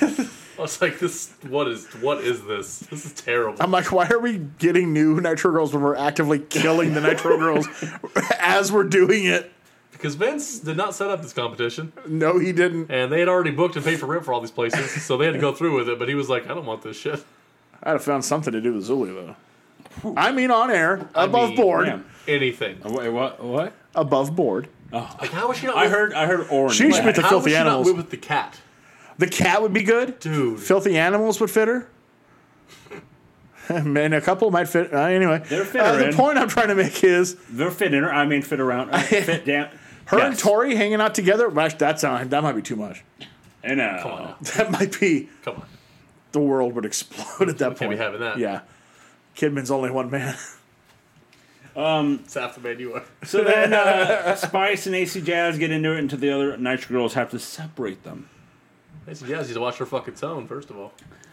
[SPEAKER 3] I was like, this. What is? What is this? This is terrible.
[SPEAKER 2] I'm like, why are we getting new Nitro Girls when we're actively killing the Nitro Girls *laughs* as we're doing it?
[SPEAKER 3] Because Vince did not set up this competition,
[SPEAKER 2] No, he didn't.
[SPEAKER 3] and they had already booked and paid for rent for all these places, so they had to go through with it. But he was like, I don't want this shit.
[SPEAKER 2] I'd have found something to do with Zulu though. I mean, on air, above
[SPEAKER 3] mean,
[SPEAKER 2] board,
[SPEAKER 1] yeah.
[SPEAKER 3] Anything.
[SPEAKER 1] Wait, what? What?
[SPEAKER 2] above board.
[SPEAKER 3] Like, how was she not?
[SPEAKER 1] I
[SPEAKER 3] with-
[SPEAKER 1] heard. I heard orange.
[SPEAKER 2] She should be
[SPEAKER 3] Like,
[SPEAKER 2] the
[SPEAKER 3] how was
[SPEAKER 2] filthy
[SPEAKER 3] she
[SPEAKER 2] animals.
[SPEAKER 3] not with the cat,
[SPEAKER 2] The cat would be good.
[SPEAKER 3] dude?
[SPEAKER 2] Filthy animals would fit her. *laughs* Man, a couple might fit. Uh, anyway,
[SPEAKER 1] They're fit
[SPEAKER 2] Uh,
[SPEAKER 1] her
[SPEAKER 2] the
[SPEAKER 1] in.
[SPEAKER 2] point I'm trying to make is
[SPEAKER 1] They're fit in her. I mean, fit
[SPEAKER 2] *laughs*
[SPEAKER 1] around. Uh, fit down.
[SPEAKER 2] her and
[SPEAKER 1] Yes.
[SPEAKER 2] Tori hanging out together. well, Actually, that sound that might be too much. *laughs*
[SPEAKER 1] And uh,
[SPEAKER 3] Come on, now.
[SPEAKER 2] That might be
[SPEAKER 3] Oh, come on.
[SPEAKER 2] the world would *laughs* explode at that
[SPEAKER 3] Can't
[SPEAKER 2] point.
[SPEAKER 3] be having that.
[SPEAKER 2] Yeah, Kidman's only one man. *laughs*
[SPEAKER 3] It's half the man you are.
[SPEAKER 1] So then uh, Spice and AC Jazz get into it until the other Nitro Girls have to separate them.
[SPEAKER 3] AC Jazz needs to watch her fucking tone. First of all,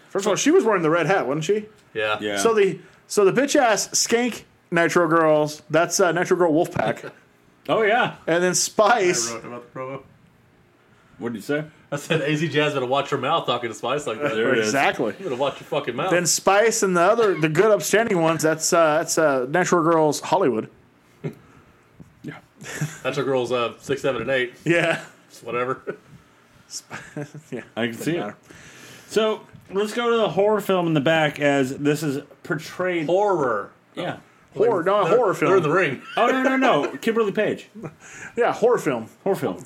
[SPEAKER 2] First of all, she was wearing the red hat, wasn't she?
[SPEAKER 3] yeah,
[SPEAKER 1] Yeah.
[SPEAKER 2] So the so the bitch ass skank Nitro girls. That's uh, Nitro Girl Wolfpack.
[SPEAKER 1] Oh yeah.
[SPEAKER 2] And then
[SPEAKER 3] I
[SPEAKER 2] Spice.
[SPEAKER 3] wrote about the promo.
[SPEAKER 1] What did you say?
[SPEAKER 3] I said AZ Jazz better watch her mouth talking to Spice like
[SPEAKER 2] *laughs*
[SPEAKER 3] that.
[SPEAKER 1] There it is.
[SPEAKER 2] Exactly.
[SPEAKER 3] You better watch your fucking mouth.
[SPEAKER 2] Then Spice and the other, the good upstanding ones. That's uh, that's uh, Natural Girls Hollywood.
[SPEAKER 3] That's our girls uh, six, seven, and eight.
[SPEAKER 2] Yeah.
[SPEAKER 3] Whatever.
[SPEAKER 1] I can see it. So let's go to the horror film in the back as this is portrayed.
[SPEAKER 3] Horror.
[SPEAKER 1] Yeah.
[SPEAKER 2] Horror, no,
[SPEAKER 3] They're-
[SPEAKER 2] horror
[SPEAKER 3] They're in
[SPEAKER 2] film.
[SPEAKER 3] the ring.
[SPEAKER 1] Oh no no no! *laughs* Kimberly Page,
[SPEAKER 2] yeah, horror film.
[SPEAKER 1] horror film.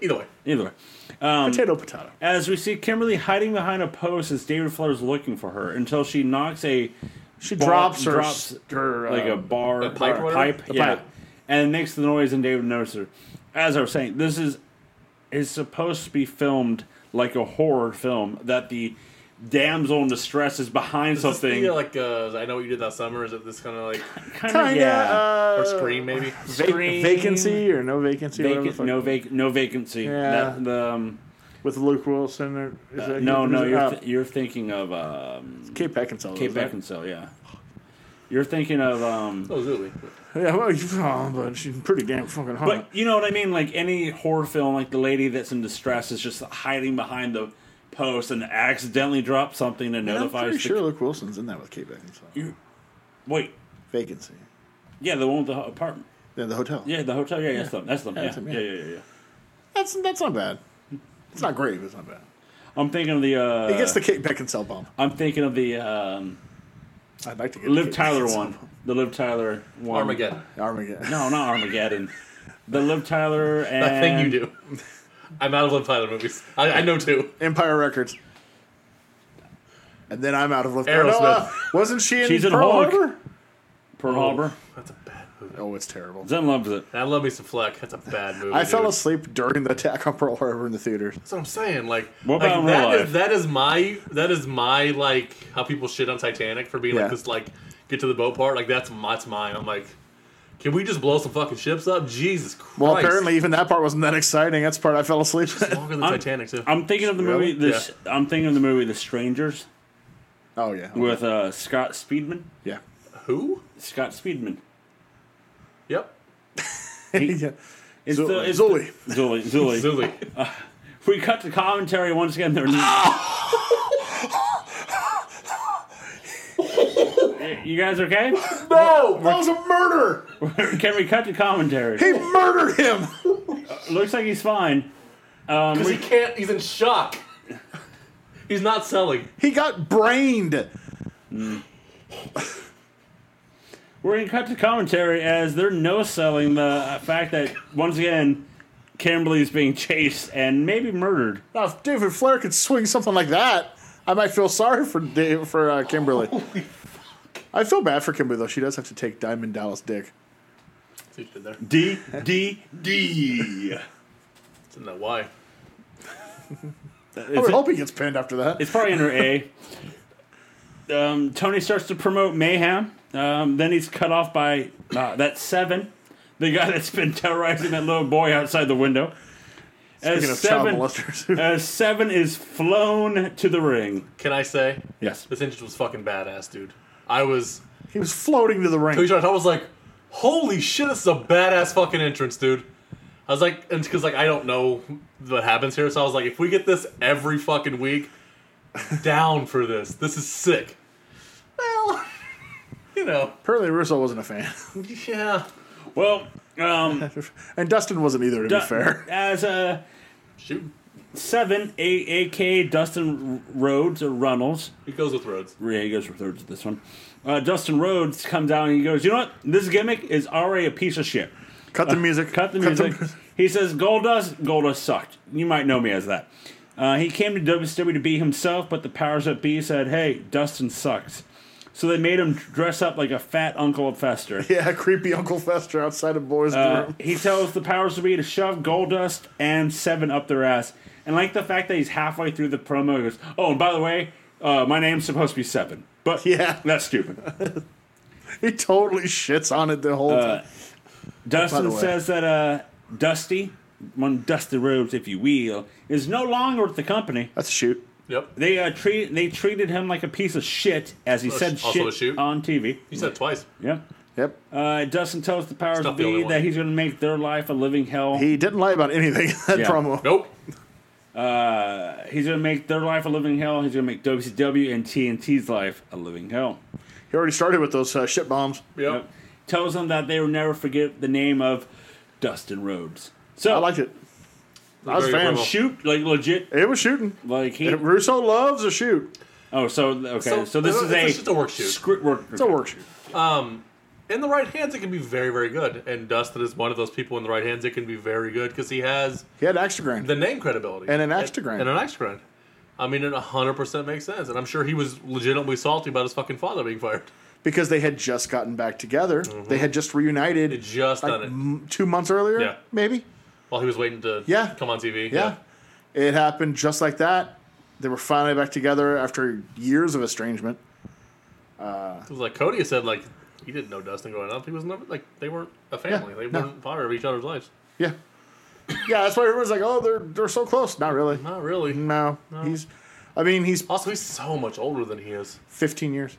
[SPEAKER 3] Either way.
[SPEAKER 1] Either way, Um,
[SPEAKER 2] Potato, potato.
[SPEAKER 1] as we see Kimberly hiding behind a post as David Flutter's looking for her until she knocks a
[SPEAKER 2] She
[SPEAKER 1] ball-
[SPEAKER 2] drops her,
[SPEAKER 1] drops
[SPEAKER 2] her
[SPEAKER 1] like
[SPEAKER 2] uh,
[SPEAKER 1] a bar
[SPEAKER 3] a pipe or
[SPEAKER 1] bar-
[SPEAKER 3] whatever?
[SPEAKER 1] pipe,
[SPEAKER 2] A
[SPEAKER 1] yeah,
[SPEAKER 2] pipe.
[SPEAKER 1] and makes the noise, and David notices her. As I was saying, this is is supposed to be filmed like a horror film that the damsel in distress is behind
[SPEAKER 3] Is this the,
[SPEAKER 1] something.
[SPEAKER 3] uh, like, uh, I know what you did that summer. Is it this kind of like,
[SPEAKER 2] *laughs*
[SPEAKER 1] kind
[SPEAKER 2] kinda,
[SPEAKER 3] or
[SPEAKER 2] uh,
[SPEAKER 3] Scream maybe?
[SPEAKER 2] vac-
[SPEAKER 1] Scream.
[SPEAKER 2] vacancy or no vacancy. whatever the
[SPEAKER 1] Vacant,
[SPEAKER 2] fuck.
[SPEAKER 1] no vac- no vacancy.
[SPEAKER 2] Yeah.
[SPEAKER 1] That, the, um,
[SPEAKER 2] with Luke Wilson. Or, is that
[SPEAKER 1] No, no,
[SPEAKER 2] is it-
[SPEAKER 1] you're
[SPEAKER 2] uh,
[SPEAKER 1] th- you're thinking of um,
[SPEAKER 2] Kate Beckinsale.
[SPEAKER 1] Kate
[SPEAKER 2] is that-
[SPEAKER 1] Beckinsale, yeah. You're thinking of um,
[SPEAKER 3] Oh, Zuli.
[SPEAKER 2] Yeah, well, *laughs* you, oh, but she's pretty damn fucking hot.
[SPEAKER 1] But you know what I mean? Like any horror film, like the lady that's in distress is just hiding behind the post and accidentally drops something and
[SPEAKER 2] And I'm
[SPEAKER 1] notifies
[SPEAKER 2] pretty
[SPEAKER 1] the
[SPEAKER 2] sure Luke Wilson's in that with Kate Beckinsale.
[SPEAKER 1] You- wait.
[SPEAKER 2] Vacancy.
[SPEAKER 1] Yeah, the one with the ho- apartment.
[SPEAKER 2] Yeah, the hotel.
[SPEAKER 1] Yeah, the hotel. Yeah, yeah, that's them. That's them. Yeah,
[SPEAKER 2] that's them,
[SPEAKER 1] yeah,
[SPEAKER 2] yeah.
[SPEAKER 1] yeah, yeah. yeah.
[SPEAKER 2] That's that's not bad. It's not great, but it's not bad.
[SPEAKER 1] I'm thinking of the. Uh,
[SPEAKER 2] It gets the Kate Beckinsale bump.
[SPEAKER 1] I'm thinking of the um,
[SPEAKER 2] I'd like to get the
[SPEAKER 1] Liv
[SPEAKER 2] Kate
[SPEAKER 1] Tyler
[SPEAKER 2] Beckinsale
[SPEAKER 1] one.
[SPEAKER 2] bump.
[SPEAKER 1] The Liv Tyler one.
[SPEAKER 3] Armageddon.
[SPEAKER 2] Armageddon.
[SPEAKER 1] No, not Armageddon. the Liv Tyler and
[SPEAKER 3] That thing you do. *laughs* I'm out of Liv Tyler movies. I, I know two.
[SPEAKER 2] Empire Records. And then I'm out of Liv
[SPEAKER 3] Aerosmith.
[SPEAKER 2] No, uh, wasn't she in
[SPEAKER 1] She's in
[SPEAKER 2] Pearl
[SPEAKER 1] Hulk.
[SPEAKER 2] Harbor?
[SPEAKER 1] Pearl Harbor.
[SPEAKER 3] That's a bad movie.
[SPEAKER 2] Oh, it's terrible.
[SPEAKER 1] Zen loves it.
[SPEAKER 3] I love me some Fleck. That's a bad movie.
[SPEAKER 2] I fell
[SPEAKER 3] dude.
[SPEAKER 2] asleep during the attack on Pearl Harbor in the theater.
[SPEAKER 3] That's what I'm saying. Like,
[SPEAKER 1] What
[SPEAKER 3] like,
[SPEAKER 1] about in
[SPEAKER 3] that
[SPEAKER 1] real
[SPEAKER 3] is-
[SPEAKER 1] life?
[SPEAKER 3] that is my that is my like how people shit on Titanic for being
[SPEAKER 2] Yeah.
[SPEAKER 3] like this like get to the boat part. Like that's my- that's mine. I'm like, can we just blow some fucking ships up? Jesus Christ!
[SPEAKER 2] Well, apparently even that part wasn't that exciting. That's the part I fell asleep.
[SPEAKER 3] longer than
[SPEAKER 1] I'm-
[SPEAKER 3] Titanic too.
[SPEAKER 1] I'm thinking of the
[SPEAKER 2] Really?
[SPEAKER 1] movie. This. I'm thinking of the movie The Strangers
[SPEAKER 2] *laughs* oh yeah.
[SPEAKER 1] with uh, Scott Speedman.
[SPEAKER 2] yeah.
[SPEAKER 3] Who?
[SPEAKER 1] Scott Speedman.
[SPEAKER 3] Yep.
[SPEAKER 2] *laughs* yeah.
[SPEAKER 1] It's
[SPEAKER 2] Zul-
[SPEAKER 1] the, it's
[SPEAKER 2] Zully.
[SPEAKER 1] The, Zully. Zully.
[SPEAKER 3] Zuli.
[SPEAKER 1] We cut to commentary once again. They're you guys okay?
[SPEAKER 2] No, that was a murder.
[SPEAKER 1] Can we cut to commentary?
[SPEAKER 2] He murdered him. *laughs*
[SPEAKER 1] Looks like he's fine.
[SPEAKER 3] Because he can't. He's in shock. *laughs* He's not selling.
[SPEAKER 2] He got brained.
[SPEAKER 1] We're gonna cut to commentary as they're no selling the uh, fact that once again Kimberly's being chased and maybe murdered.
[SPEAKER 2] Now, if David Flair could swing something like that, I might feel sorry for Dave, for uh, Kimberly. I feel bad for Kimberly though. She does have to take Diamond Dallas Dick.
[SPEAKER 3] See what you did there.
[SPEAKER 1] D D D.
[SPEAKER 3] It's in that Y.
[SPEAKER 2] I would hope he gets pinned after that.
[SPEAKER 1] It's probably under A. Um, Tony starts to promote Mayhem. Um, then he's cut off by uh, that seven, the guy that's been terrorizing that little boy outside the window. As
[SPEAKER 2] Speaking of
[SPEAKER 1] seven,
[SPEAKER 2] child molesters, *laughs*
[SPEAKER 1] as seven is flown to the ring.
[SPEAKER 3] Can I say
[SPEAKER 2] yes,
[SPEAKER 3] this entrance was fucking badass, dude? I was.
[SPEAKER 2] he was floating to the ring.
[SPEAKER 3] Who shot? I was like, holy shit, this is a badass fucking entrance, dude. I was like, and because like I don't know what happens here, so I was like, if we get this every fucking week, down for this. This is sick. Well, *laughs* you know,
[SPEAKER 2] Apparently, Russo wasn't a fan, *laughs*
[SPEAKER 3] yeah,
[SPEAKER 1] Well, um,
[SPEAKER 2] and Dustin wasn't either. To be *laughs* fair,
[SPEAKER 1] as a
[SPEAKER 3] shoot,
[SPEAKER 1] seven, a aka Dustin Rhodes or Runnels.
[SPEAKER 3] it goes with Rhodes.
[SPEAKER 1] Yeah, he goes for thirds with this one. Uh, Dustin Rhodes comes out and he goes, "You know what? This gimmick is already a piece of shit."
[SPEAKER 2] cut the music.
[SPEAKER 1] Uh, Cut the music. he says Goldust. Goldust sucked. You might know me as that. Uh, he came to WWE himself, but the powers that be said, "Hey, Dustin sucks." So they made him dress up like a fat uncle of Fester.
[SPEAKER 2] *laughs* *laughs* yeah, creepy Uncle Fester outside of Boy's
[SPEAKER 1] Uh,
[SPEAKER 2] room.
[SPEAKER 1] he tells the powers that be to shove Goldust and Seven up their ass, and like the fact that he's halfway through the promo, he goes, "Oh, and by the way, uh, my name's supposed to be Seven, but
[SPEAKER 2] *laughs* Yeah.
[SPEAKER 1] that's stupid."
[SPEAKER 2] He totally shits on it the whole
[SPEAKER 1] uh,
[SPEAKER 2] time. By
[SPEAKER 1] Dustin
[SPEAKER 2] the way.
[SPEAKER 1] says that uh, Dusty, one Dusty Rhodes, if you will, is no longer with the company.
[SPEAKER 2] That's a shoot.
[SPEAKER 3] Yep,
[SPEAKER 1] They uh, treat they treated him like a piece of shit, as he
[SPEAKER 3] Also-
[SPEAKER 1] said
[SPEAKER 3] also a
[SPEAKER 1] shit
[SPEAKER 3] shoot?
[SPEAKER 1] on TV.
[SPEAKER 3] you said it twice.
[SPEAKER 1] Yeah.
[SPEAKER 2] Yep.
[SPEAKER 1] Uh, Dustin tells the powers
[SPEAKER 3] It's not
[SPEAKER 1] that
[SPEAKER 3] the only
[SPEAKER 1] be
[SPEAKER 3] one.
[SPEAKER 1] that he's going to make their life a living hell.
[SPEAKER 2] He didn't lie about anything in that
[SPEAKER 1] Yeah.
[SPEAKER 2] promo.
[SPEAKER 3] Nope.
[SPEAKER 1] he's going to make their life a living hell. He's going to make WCW and TNT's life a living hell.
[SPEAKER 2] He already started with those uh, shit bombs.
[SPEAKER 3] Yep.
[SPEAKER 1] Yep. Tells them that they will never forget the name of Dustin Rhodes. So
[SPEAKER 2] I liked it. I was a
[SPEAKER 3] Very
[SPEAKER 2] fan.
[SPEAKER 3] memorable.
[SPEAKER 1] shoot like legit
[SPEAKER 2] It was shooting.
[SPEAKER 1] like he
[SPEAKER 2] And Russo loves a shoot.
[SPEAKER 1] Oh, so okay, so,
[SPEAKER 3] So-
[SPEAKER 1] this
[SPEAKER 3] it's
[SPEAKER 1] is
[SPEAKER 3] a-
[SPEAKER 1] a
[SPEAKER 3] it's just a work shoot.
[SPEAKER 1] Script work.
[SPEAKER 2] It's a work shoot.
[SPEAKER 3] in the right hands, it can be very, very good. And Dustin is one of those people in the right hands. It can be very good because he has
[SPEAKER 2] He had extra grind.
[SPEAKER 3] the name credibility
[SPEAKER 2] And an extra grind.
[SPEAKER 3] And an extra grind. I mean, it 100% makes sense. And I'm sure he was legitimately salty about his fucking father being fired. *laughs*
[SPEAKER 2] because they had just gotten back together. They had just reunited
[SPEAKER 3] He Mm-hmm. just
[SPEAKER 2] like,
[SPEAKER 3] done it
[SPEAKER 2] m- two months earlier,
[SPEAKER 3] Yeah.
[SPEAKER 2] maybe.
[SPEAKER 3] while he was waiting to
[SPEAKER 2] Yeah.
[SPEAKER 3] come on TV.
[SPEAKER 2] Yeah. It happened just like that. They were finally back together after years of estrangement.
[SPEAKER 3] It was like Cody said, like, he didn't know Dustin growing up. He was never, like, they weren't a family.
[SPEAKER 2] Yeah,
[SPEAKER 3] They
[SPEAKER 2] no.
[SPEAKER 3] weren't part of each other's lives.
[SPEAKER 2] Yeah. yeah, that's why everyone's like, oh, they're they're so close. Not really.
[SPEAKER 3] Not really.
[SPEAKER 2] No, he's. I mean, he's
[SPEAKER 3] Also, he's so much older than he is.
[SPEAKER 2] 15 years.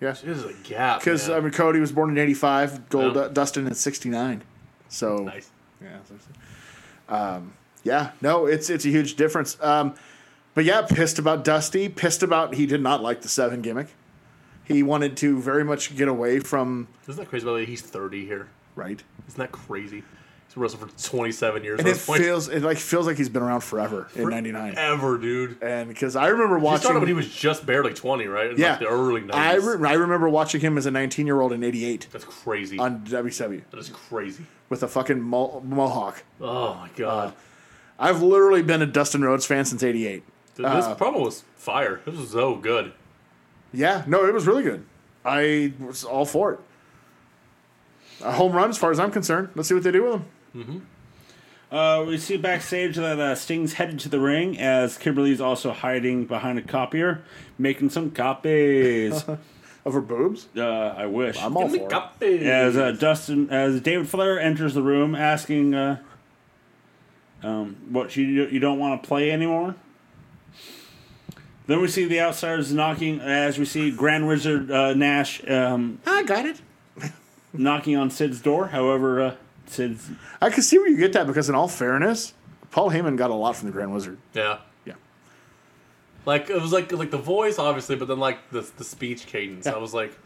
[SPEAKER 2] Yes.
[SPEAKER 3] It is a gap.
[SPEAKER 2] Because
[SPEAKER 3] man.
[SPEAKER 2] I mean, Cody was born in '85. Gold
[SPEAKER 3] Yeah.
[SPEAKER 2] uh, Dustin in '69. So
[SPEAKER 3] nice.
[SPEAKER 2] yeah, so- so- um, yeah. No, it's it's a huge difference. Um, but yeah, pissed about Dusty. Pissed about he did not like the seven gimmick. He wanted to very much get away from
[SPEAKER 3] Isn't that crazy? By the way, he's 30 here.
[SPEAKER 2] right,
[SPEAKER 3] Isn't that crazy? He's wrestled for 27 years.
[SPEAKER 2] and
[SPEAKER 3] at
[SPEAKER 2] it
[SPEAKER 3] this point.
[SPEAKER 2] feels it like feels like he's been around forever in '99.
[SPEAKER 3] Ever, dude.
[SPEAKER 2] And because I remember
[SPEAKER 3] He
[SPEAKER 2] watching,
[SPEAKER 3] started when he was just barely 20, right? In
[SPEAKER 2] yeah,
[SPEAKER 3] Like the early 90s.
[SPEAKER 2] I, re- I remember watching him as a 19 year old in '88
[SPEAKER 3] That's crazy.
[SPEAKER 2] on WCW
[SPEAKER 3] that is crazy.
[SPEAKER 2] with a fucking mo- mohawk.
[SPEAKER 3] Oh, my God.
[SPEAKER 2] I've literally been a Dustin Rhodes fan since '88.
[SPEAKER 3] Th-
[SPEAKER 2] Uh,
[SPEAKER 3] this promo was fire. This was so good.
[SPEAKER 2] Yeah, no, it was really good. I was all for it. A home run, as far as I'm concerned. Let's see what they do with him.
[SPEAKER 1] Uh, we see backstage that uh, Sting's headed to the ring as Kimberly's also hiding behind a copier, making some
[SPEAKER 2] *laughs*
[SPEAKER 1] copies. uh,
[SPEAKER 2] Of her boobs,
[SPEAKER 1] I wish.
[SPEAKER 2] I'm all
[SPEAKER 3] Give me
[SPEAKER 2] for it.
[SPEAKER 3] copies.
[SPEAKER 1] as uh, Dustin, as David Flair enters the room, asking, uh, um, "What you you don't want to play anymore?" Then we see the outsiders knocking. As we see Grand Wizard uh, Nash um,
[SPEAKER 2] I got it.
[SPEAKER 1] knocking on Sid's door. However, uh, Sid's
[SPEAKER 2] I can see where you get that because, in all fairness, Paul Heyman got a lot from the Grand Wizard.
[SPEAKER 3] Yeah.
[SPEAKER 2] Yeah,
[SPEAKER 3] Like it was like like the voice obviously, but then like the the speech cadence. I was like,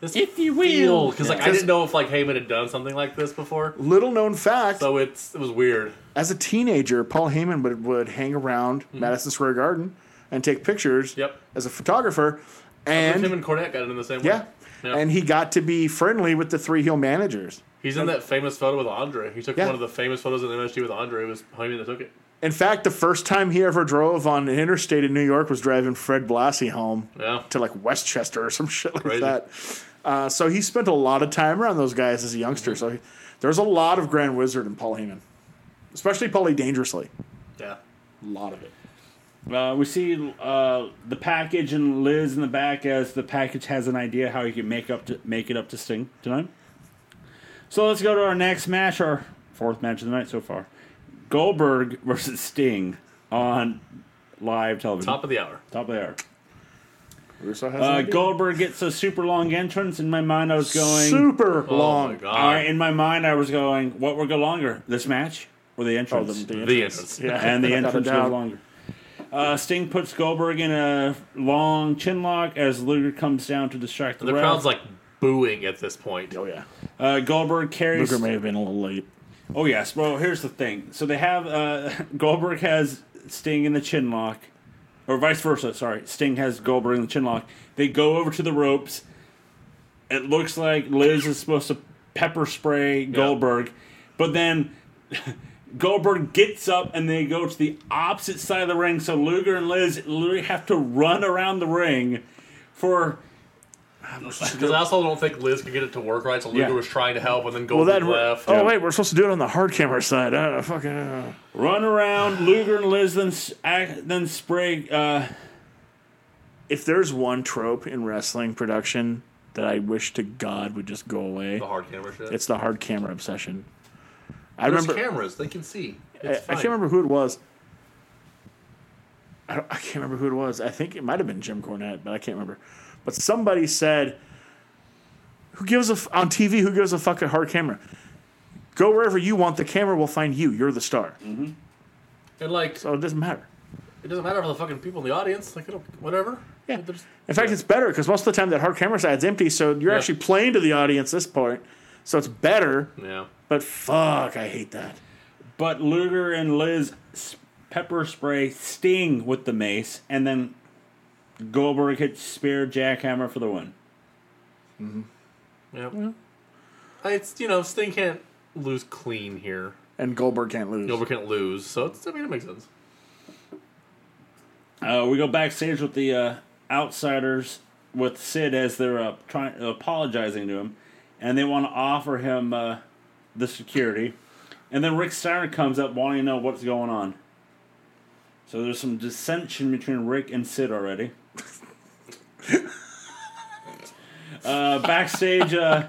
[SPEAKER 3] this
[SPEAKER 1] If you will.
[SPEAKER 3] because like
[SPEAKER 2] Yeah.
[SPEAKER 3] I didn't know if like Heyman had done something like this before,
[SPEAKER 2] little known fact:
[SPEAKER 3] so it's it was weird.
[SPEAKER 2] as a teenager, Paul Heyman would, would hang around Madison Square Garden and take pictures.
[SPEAKER 3] Yep.
[SPEAKER 2] as a photographer,
[SPEAKER 3] And him
[SPEAKER 2] and
[SPEAKER 3] and Cornette got it in the same
[SPEAKER 2] yeah,
[SPEAKER 3] way.
[SPEAKER 2] and he got to be friendly with the three heel managers.
[SPEAKER 3] he's in that famous photo with Andre. He took
[SPEAKER 2] Yeah.
[SPEAKER 3] one of the famous photos in MSG with Andre. It was Heyman that took it.
[SPEAKER 2] In fact, the first time he ever drove on an interstate in New York was driving Fred Blassie home
[SPEAKER 3] Yeah,
[SPEAKER 2] to like Westchester or some *laughs* shit like
[SPEAKER 3] Crazy.
[SPEAKER 2] that. Uh, so he spent a lot of time around those guys as a youngster. So he, there's a lot of Grand Wizard and Paul Heyman, especially Paulie Dangerously.
[SPEAKER 3] yeah.
[SPEAKER 2] A lot of it.
[SPEAKER 1] Uh, we see uh, the package and Liz in the back as the package has an idea how he can make up to make it up to Sting tonight. So let's go to our next match, our fourth match of the night so far: Goldberg *laughs* versus Sting on live television.
[SPEAKER 3] Top of the hour.
[SPEAKER 1] Top of the hour.
[SPEAKER 2] Russo has an
[SPEAKER 1] Uh,
[SPEAKER 2] idea.
[SPEAKER 1] Goldberg gets a super long entrance. In my mind, I was going.
[SPEAKER 2] super
[SPEAKER 3] Oh
[SPEAKER 2] long.
[SPEAKER 3] my god.
[SPEAKER 1] I- in my mind, I was going. What will go longer? This match or the
[SPEAKER 2] Oh,
[SPEAKER 1] entrance?
[SPEAKER 2] the, the
[SPEAKER 3] the
[SPEAKER 2] entrance. *laughs*
[SPEAKER 3] entrance.
[SPEAKER 1] *laughs*
[SPEAKER 2] Yeah,
[SPEAKER 1] and the
[SPEAKER 2] without a
[SPEAKER 1] entrance
[SPEAKER 2] doubt.
[SPEAKER 1] goes longer. Uh, Sting puts Goldberg in a long chin lock as Luger comes down to distract the,
[SPEAKER 3] The
[SPEAKER 1] ref.
[SPEAKER 3] crowd's like booing at this point. *laughs*
[SPEAKER 2] Oh yeah,
[SPEAKER 1] uh, Goldberg carries.
[SPEAKER 2] Luger may have been a little late.
[SPEAKER 1] Oh yes, well here's the thing. So they have uh, *laughs* Goldberg has Sting in the chin lock, or vice versa. Sorry, Sting has Goldberg in the chin lock. They go over to the ropes. It looks like Liz is supposed to pepper spray Goldberg, but then *laughs* Goldberg gets up and they go to the opposite side of the ring. So Luger and Liz literally have to run around the ring for
[SPEAKER 3] Because I also don't think Liz could get it to work right, so Luger
[SPEAKER 1] Yeah.
[SPEAKER 3] was trying to help, and then
[SPEAKER 2] Well,
[SPEAKER 3] Goldberg
[SPEAKER 2] that
[SPEAKER 3] left.
[SPEAKER 2] oh wait, we're supposed to do it on the hard camera side. Uh, fucking. uh.
[SPEAKER 1] run around Luger and Liz then s- ac- then spray. Uh,
[SPEAKER 2] if there's one trope in wrestling production that I wish to God would just go away,
[SPEAKER 3] The hard camera shit.
[SPEAKER 2] it's the hard camera obsession. I
[SPEAKER 3] There's
[SPEAKER 2] remember.
[SPEAKER 3] cameras; they can see.
[SPEAKER 2] I,
[SPEAKER 3] It's
[SPEAKER 2] I can't
[SPEAKER 3] fine.
[SPEAKER 2] remember who it was. I, don't, I can't remember who it was. I think it might have been Jim Cornette, but I can't remember. But somebody said, "Who gives a f- on TV? Who gives a fuck a hard camera? Go wherever you want. The camera will find you. You're the star.
[SPEAKER 3] And like,
[SPEAKER 2] So it doesn't matter."
[SPEAKER 3] it doesn't matter for the fucking people in the audience. Like, it'll, whatever.
[SPEAKER 2] Yeah.
[SPEAKER 3] There's-
[SPEAKER 2] In fact, it's better because most of the time that hard camera side's empty, so you're
[SPEAKER 3] Yeah.
[SPEAKER 2] actually playing to the audience this point. So it's better,
[SPEAKER 3] yeah.
[SPEAKER 2] but fuck, I hate that.
[SPEAKER 1] But Luger and Liz s- pepper spray Sting with the mace, and then Goldberg hits spear jackhammer for the win.
[SPEAKER 3] Yeah. I- It's you know Sting can't lose clean here.
[SPEAKER 2] And Goldberg can't lose.
[SPEAKER 3] Goldberg can't lose, so it's, I mean it makes sense. *laughs*
[SPEAKER 1] Uh, we go backstage with the uh, outsiders with Sid as they're uh, trying apologizing to him, and they want to offer him uh, the security. And then Rick Steiner comes up wanting to know what's going on. So there's some dissension between Rick and Sid already. *laughs* uh, backstage, uh,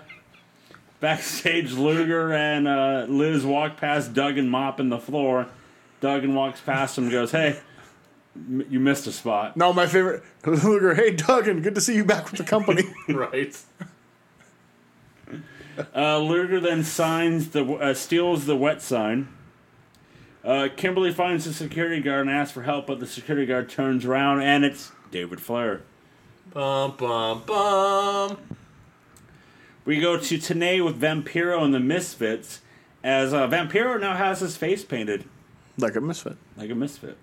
[SPEAKER 1] Backstage, Luger and uh, Liz walk past Doug and Mop in the floor. Doug and walks past him and goes, Hey, m- you missed a spot.
[SPEAKER 2] No, my favorite *laughs* Luger. Hey, Duggan, good to see you back with the *laughs* company.
[SPEAKER 3] right.
[SPEAKER 1] Uh, Luger then signs the uh, steals the wet sign. Uh, Kimberly finds the security guard and asks for help, but the security guard turns around and it's David Flair.
[SPEAKER 3] Bum bum bum.
[SPEAKER 1] We go to Tanay with Vampiro and the Misfits, as uh, Vampiro now has his face painted
[SPEAKER 2] like a misfit.
[SPEAKER 1] like a misfit.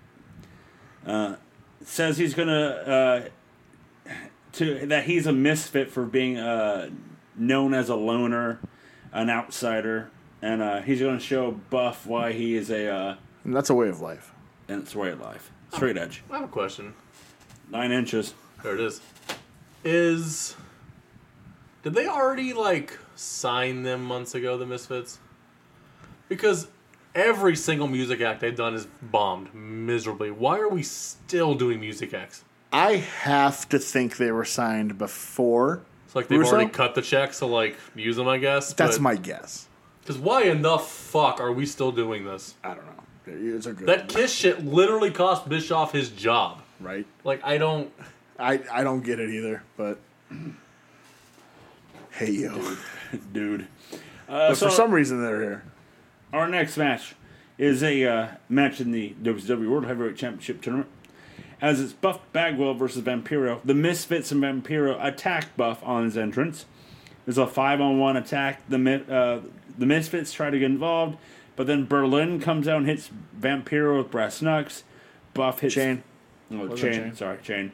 [SPEAKER 1] Uh, says he's gonna uh, to that he's a misfit for being uh, known as a loner, an outsider, and uh, he's gonna show Buff why he is a uh,
[SPEAKER 2] And that's a way of life.
[SPEAKER 1] and it's way of life,
[SPEAKER 2] Oh.
[SPEAKER 1] straight edge,
[SPEAKER 3] I have a question.
[SPEAKER 1] nine inches. *laughs*
[SPEAKER 3] There it is. Is did they already like sign them months ago, the Misfits? Because every single music act they've done is bombed miserably. Why are we still doing music acts?
[SPEAKER 2] I have to think they were signed before.
[SPEAKER 3] It's like they've
[SPEAKER 2] Russo?
[SPEAKER 3] already cut the check, so like use them, I guess.
[SPEAKER 2] That's my guess.
[SPEAKER 3] Because why in the fuck are we still doing this?
[SPEAKER 2] I don't know. It's a good
[SPEAKER 3] That Kiss shit literally cost Bischoff his job.
[SPEAKER 2] right.
[SPEAKER 3] Like I don't.
[SPEAKER 2] I I don't get it either, but *clears throat* hey yo.
[SPEAKER 1] dude. Uh,
[SPEAKER 2] But
[SPEAKER 1] so
[SPEAKER 2] for some reason they're here.
[SPEAKER 1] our next match is a uh, match in the WCW World Heavyweight Championship tournament. As it's Buff Bagwell versus Vampiro. The Misfits and Vampiro attack Buff on his entrance. There's a five on one attack. The Mi- uh, the Misfits try to get involved, but then Berlin comes out and hits Vampiro with brass knucks. Buff hits
[SPEAKER 2] Chain.
[SPEAKER 1] Oh, chain,
[SPEAKER 2] Wasn't Chain.
[SPEAKER 1] Sorry, chain.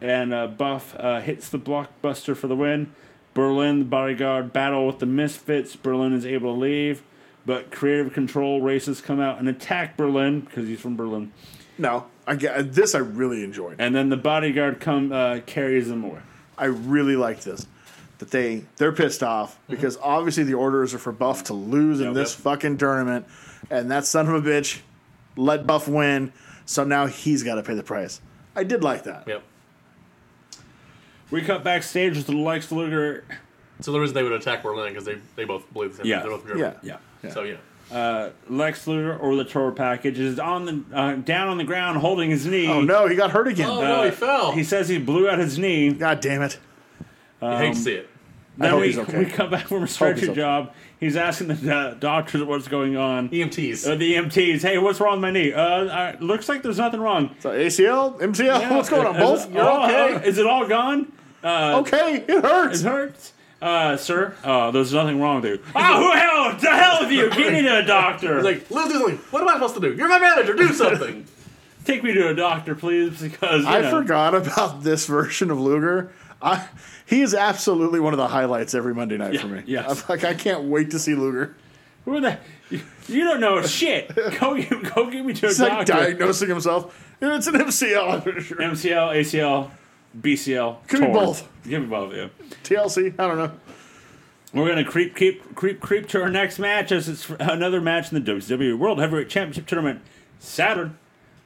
[SPEAKER 1] And uh, Buff uh, hits the blockbuster for the win. Berlin, the bodyguard, battle with the misfits. Berlin is able to leave, but creative control races come out and attack Berlin because he's from Berlin.
[SPEAKER 2] No, I get this. I really enjoyed.
[SPEAKER 1] And then the bodyguard come uh, carries them away.
[SPEAKER 2] I really liked this. That they they're pissed off because obviously the orders are for Buff to lose in
[SPEAKER 3] Yep.
[SPEAKER 2] this fucking tournament, and that son of a bitch let Buff win, so now he's got to pay the price. I did like that.
[SPEAKER 3] Yep.
[SPEAKER 1] We cut backstage with the Lex Luger.
[SPEAKER 3] So the reason they would attack Berlin because they they both believe the same. thing.
[SPEAKER 1] Yeah.
[SPEAKER 3] They're both German.
[SPEAKER 2] Yeah,
[SPEAKER 1] Yeah.
[SPEAKER 3] So yeah.
[SPEAKER 1] Lex Luger or the Toro package is on the uh, down on the ground holding his knee. Uh,
[SPEAKER 2] Oh no, he got hurt again.
[SPEAKER 3] Oh, no, he fell.
[SPEAKER 1] He says he blew out his knee.
[SPEAKER 2] God damn it!
[SPEAKER 3] you hate to see it.
[SPEAKER 1] Then
[SPEAKER 2] hope
[SPEAKER 1] we,
[SPEAKER 2] he's okay.
[SPEAKER 1] we come back from a stretcher
[SPEAKER 2] he's okay.
[SPEAKER 1] job. He's asking the do- doctors what's going on.
[SPEAKER 3] EMTs.
[SPEAKER 1] Uh, the EMTs, hey, what's wrong with my knee? Uh, I, looks like there's nothing wrong.
[SPEAKER 2] So ACL, MCL, what's going on?
[SPEAKER 1] Is-
[SPEAKER 2] Both?
[SPEAKER 1] is-
[SPEAKER 2] You're
[SPEAKER 1] oh,
[SPEAKER 2] okay.
[SPEAKER 1] oh, is it all gone?
[SPEAKER 2] okay, it
[SPEAKER 1] It
[SPEAKER 2] hurts.
[SPEAKER 1] hurts. Uh, sir, uh, there's nothing wrong with
[SPEAKER 2] Ah!
[SPEAKER 1] you. Oh, who hell? The hell with you? Get me to a doctor.
[SPEAKER 3] It's like, Liz Disney, what am I supposed to do? You're my manager. Do something.
[SPEAKER 1] Take me to a doctor, please, because you
[SPEAKER 2] I
[SPEAKER 1] know.
[SPEAKER 2] forgot about this version of Luger. I, he is absolutely one of the highlights every Monday night for me.
[SPEAKER 1] yes.
[SPEAKER 2] I'm like I can't wait to see Luger.
[SPEAKER 1] Who the? You, you don't know shit. Go, get- go get me to a
[SPEAKER 2] He's
[SPEAKER 1] doctor.
[SPEAKER 2] like diagnosing himself. Yeah, It's an *laughs* MCL.
[SPEAKER 1] MCL, ACL, BCL.
[SPEAKER 2] Give me
[SPEAKER 1] torn.
[SPEAKER 2] both.
[SPEAKER 1] Give me both. Yeah.
[SPEAKER 2] TLC. I don't know.
[SPEAKER 1] We're gonna creep, creep, creep, creep to our next match as it's another match in the WWE World Heavyweight Championship Tournament. Saturn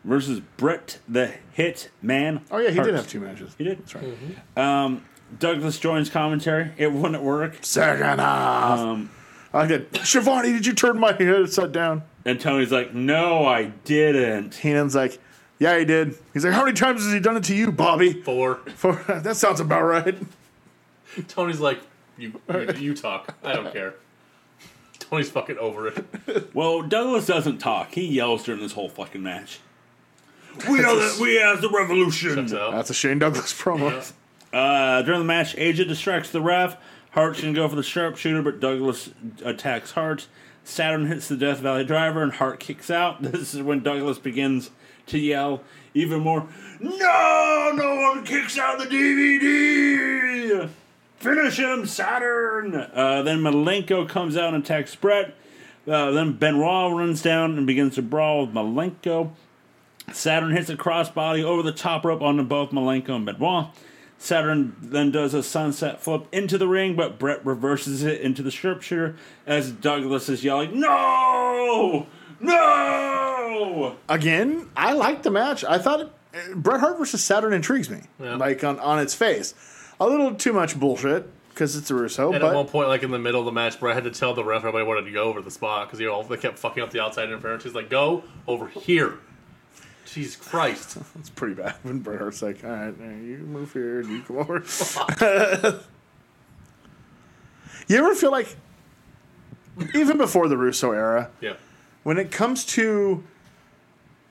[SPEAKER 1] versus Brett the Hit Man.
[SPEAKER 2] Oh yeah, he did have two matches.
[SPEAKER 1] He did.
[SPEAKER 2] That's right.
[SPEAKER 1] Douglas joins commentary. It wouldn't work.
[SPEAKER 2] Second half.
[SPEAKER 1] Um,
[SPEAKER 2] I did. Shivani, did you turn my head upside down?
[SPEAKER 1] And Tony's like, "No, I didn't."
[SPEAKER 2] Heenan's like, yeah, he did. He's like, how many times has he done it to you, Bobby? *laughs*
[SPEAKER 3] Four.
[SPEAKER 2] For, that sounds about right.
[SPEAKER 3] Tony's like, you, you, you talk. I don't care. Tony's fucking over it.
[SPEAKER 1] Well, Douglas doesn't talk. He yells during this whole fucking match. We are the, we are the revolution.
[SPEAKER 3] So
[SPEAKER 2] That's a Shane Douglas *laughs* promo.
[SPEAKER 1] Uh, during the match, Aja distracts the ref. Hart can go for the sharpshooter, but Douglas attacks Hart. Saturn hits the Death Valley driver, and Hart kicks out. *laughs* This is when Douglas begins to yell even more, No! No one kicks out the DVD! Finish him, Saturn! Uh, then Malenko comes out and attacks Brett. Uh, then Benoit runs down and begins to brawl with Malenko. Saturn hits a crossbody over the top rope onto both Malenko and Benoit. Saturn then does a sunset flip into the ring, but Brett reverses it into the sharpshooter as Douglas is yelling, No! No!
[SPEAKER 2] Again, I liked the match. I thought it, eh, Bret Hart versus Saturn intrigues me,
[SPEAKER 3] Yeah.
[SPEAKER 2] like on, on its face. A little too much bullshit. because it's a Russo.
[SPEAKER 3] And
[SPEAKER 2] but
[SPEAKER 3] at one point, like in the middle of the match, Brett had to tell the ref everybody wanted to go over the spot because you know they kept fucking up the outside interference. He's like, "Go over here." Jesus Christ!
[SPEAKER 2] it's pretty bad *laughs* when Bret Hart's like, all right, now you move here and you come
[SPEAKER 3] *laughs*
[SPEAKER 2] over. *laughs* you ever feel like, even before the Russo era,
[SPEAKER 3] Yeah,
[SPEAKER 2] when it comes to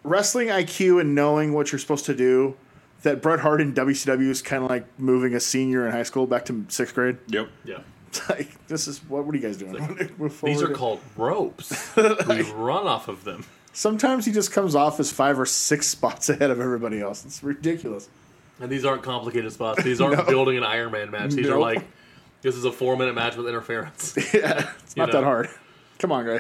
[SPEAKER 2] wrestling IQ and knowing what you're supposed to do, that Bret Hart in WCW is kind of like moving a senior in high school back to sixth grade?
[SPEAKER 1] Yep.
[SPEAKER 3] yeah.
[SPEAKER 2] It's *laughs* like, this is what, what are you guys doing? *laughs* Move
[SPEAKER 3] These are
[SPEAKER 2] forward.
[SPEAKER 3] called
[SPEAKER 2] *laughs*
[SPEAKER 3] ropes. we run off of them.
[SPEAKER 2] Sometimes he just comes off as five or six spots *laughs* ahead of everybody else. It's ridiculous. *laughs*
[SPEAKER 3] And these aren't complicated spots. These aren't building an Iron Man match. These are
[SPEAKER 2] Nope.
[SPEAKER 3] like, this is a four minute match with interference.
[SPEAKER 2] Yeah, it's not
[SPEAKER 3] know.
[SPEAKER 2] that hard. Come on, guy.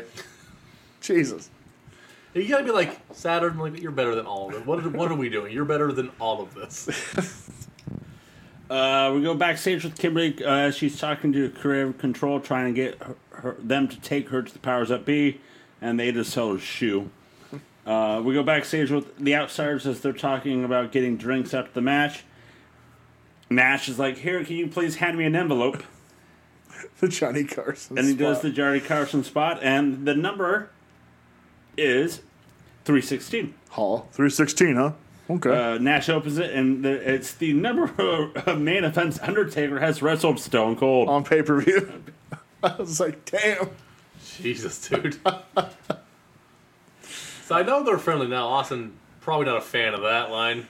[SPEAKER 2] Jesus. *laughs*
[SPEAKER 3] you gotta be like, Saturn, like, you're better than all of it. What, are- what are we doing? You're better than all of this. *laughs*
[SPEAKER 1] Uh, we go backstage with Kimberly. Uh, she's talking to Creative Control, trying to get her, her, them to take her to the powers that be, and they just sell her shoe. Uh, we go backstage with the Outsiders as they're talking about getting drinks after the match. Nash is like, "Here, can you please hand me an envelope?"
[SPEAKER 2] The Johnny Carson.
[SPEAKER 1] And he
[SPEAKER 2] spot.
[SPEAKER 1] does the Jerry Carson spot, and the number is three sixteen.
[SPEAKER 2] Hall. 316, huh? Okay.
[SPEAKER 1] Uh, Nash opens it, and the, it's the number *laughs* of, of main events Undertaker has wrestled Stone Cold.
[SPEAKER 3] Oh.
[SPEAKER 2] On pay per view. *laughs* I was like, damn.
[SPEAKER 3] Jesus, dude. *laughs* so I know they're friendly now. Austin, probably not a fan of that line.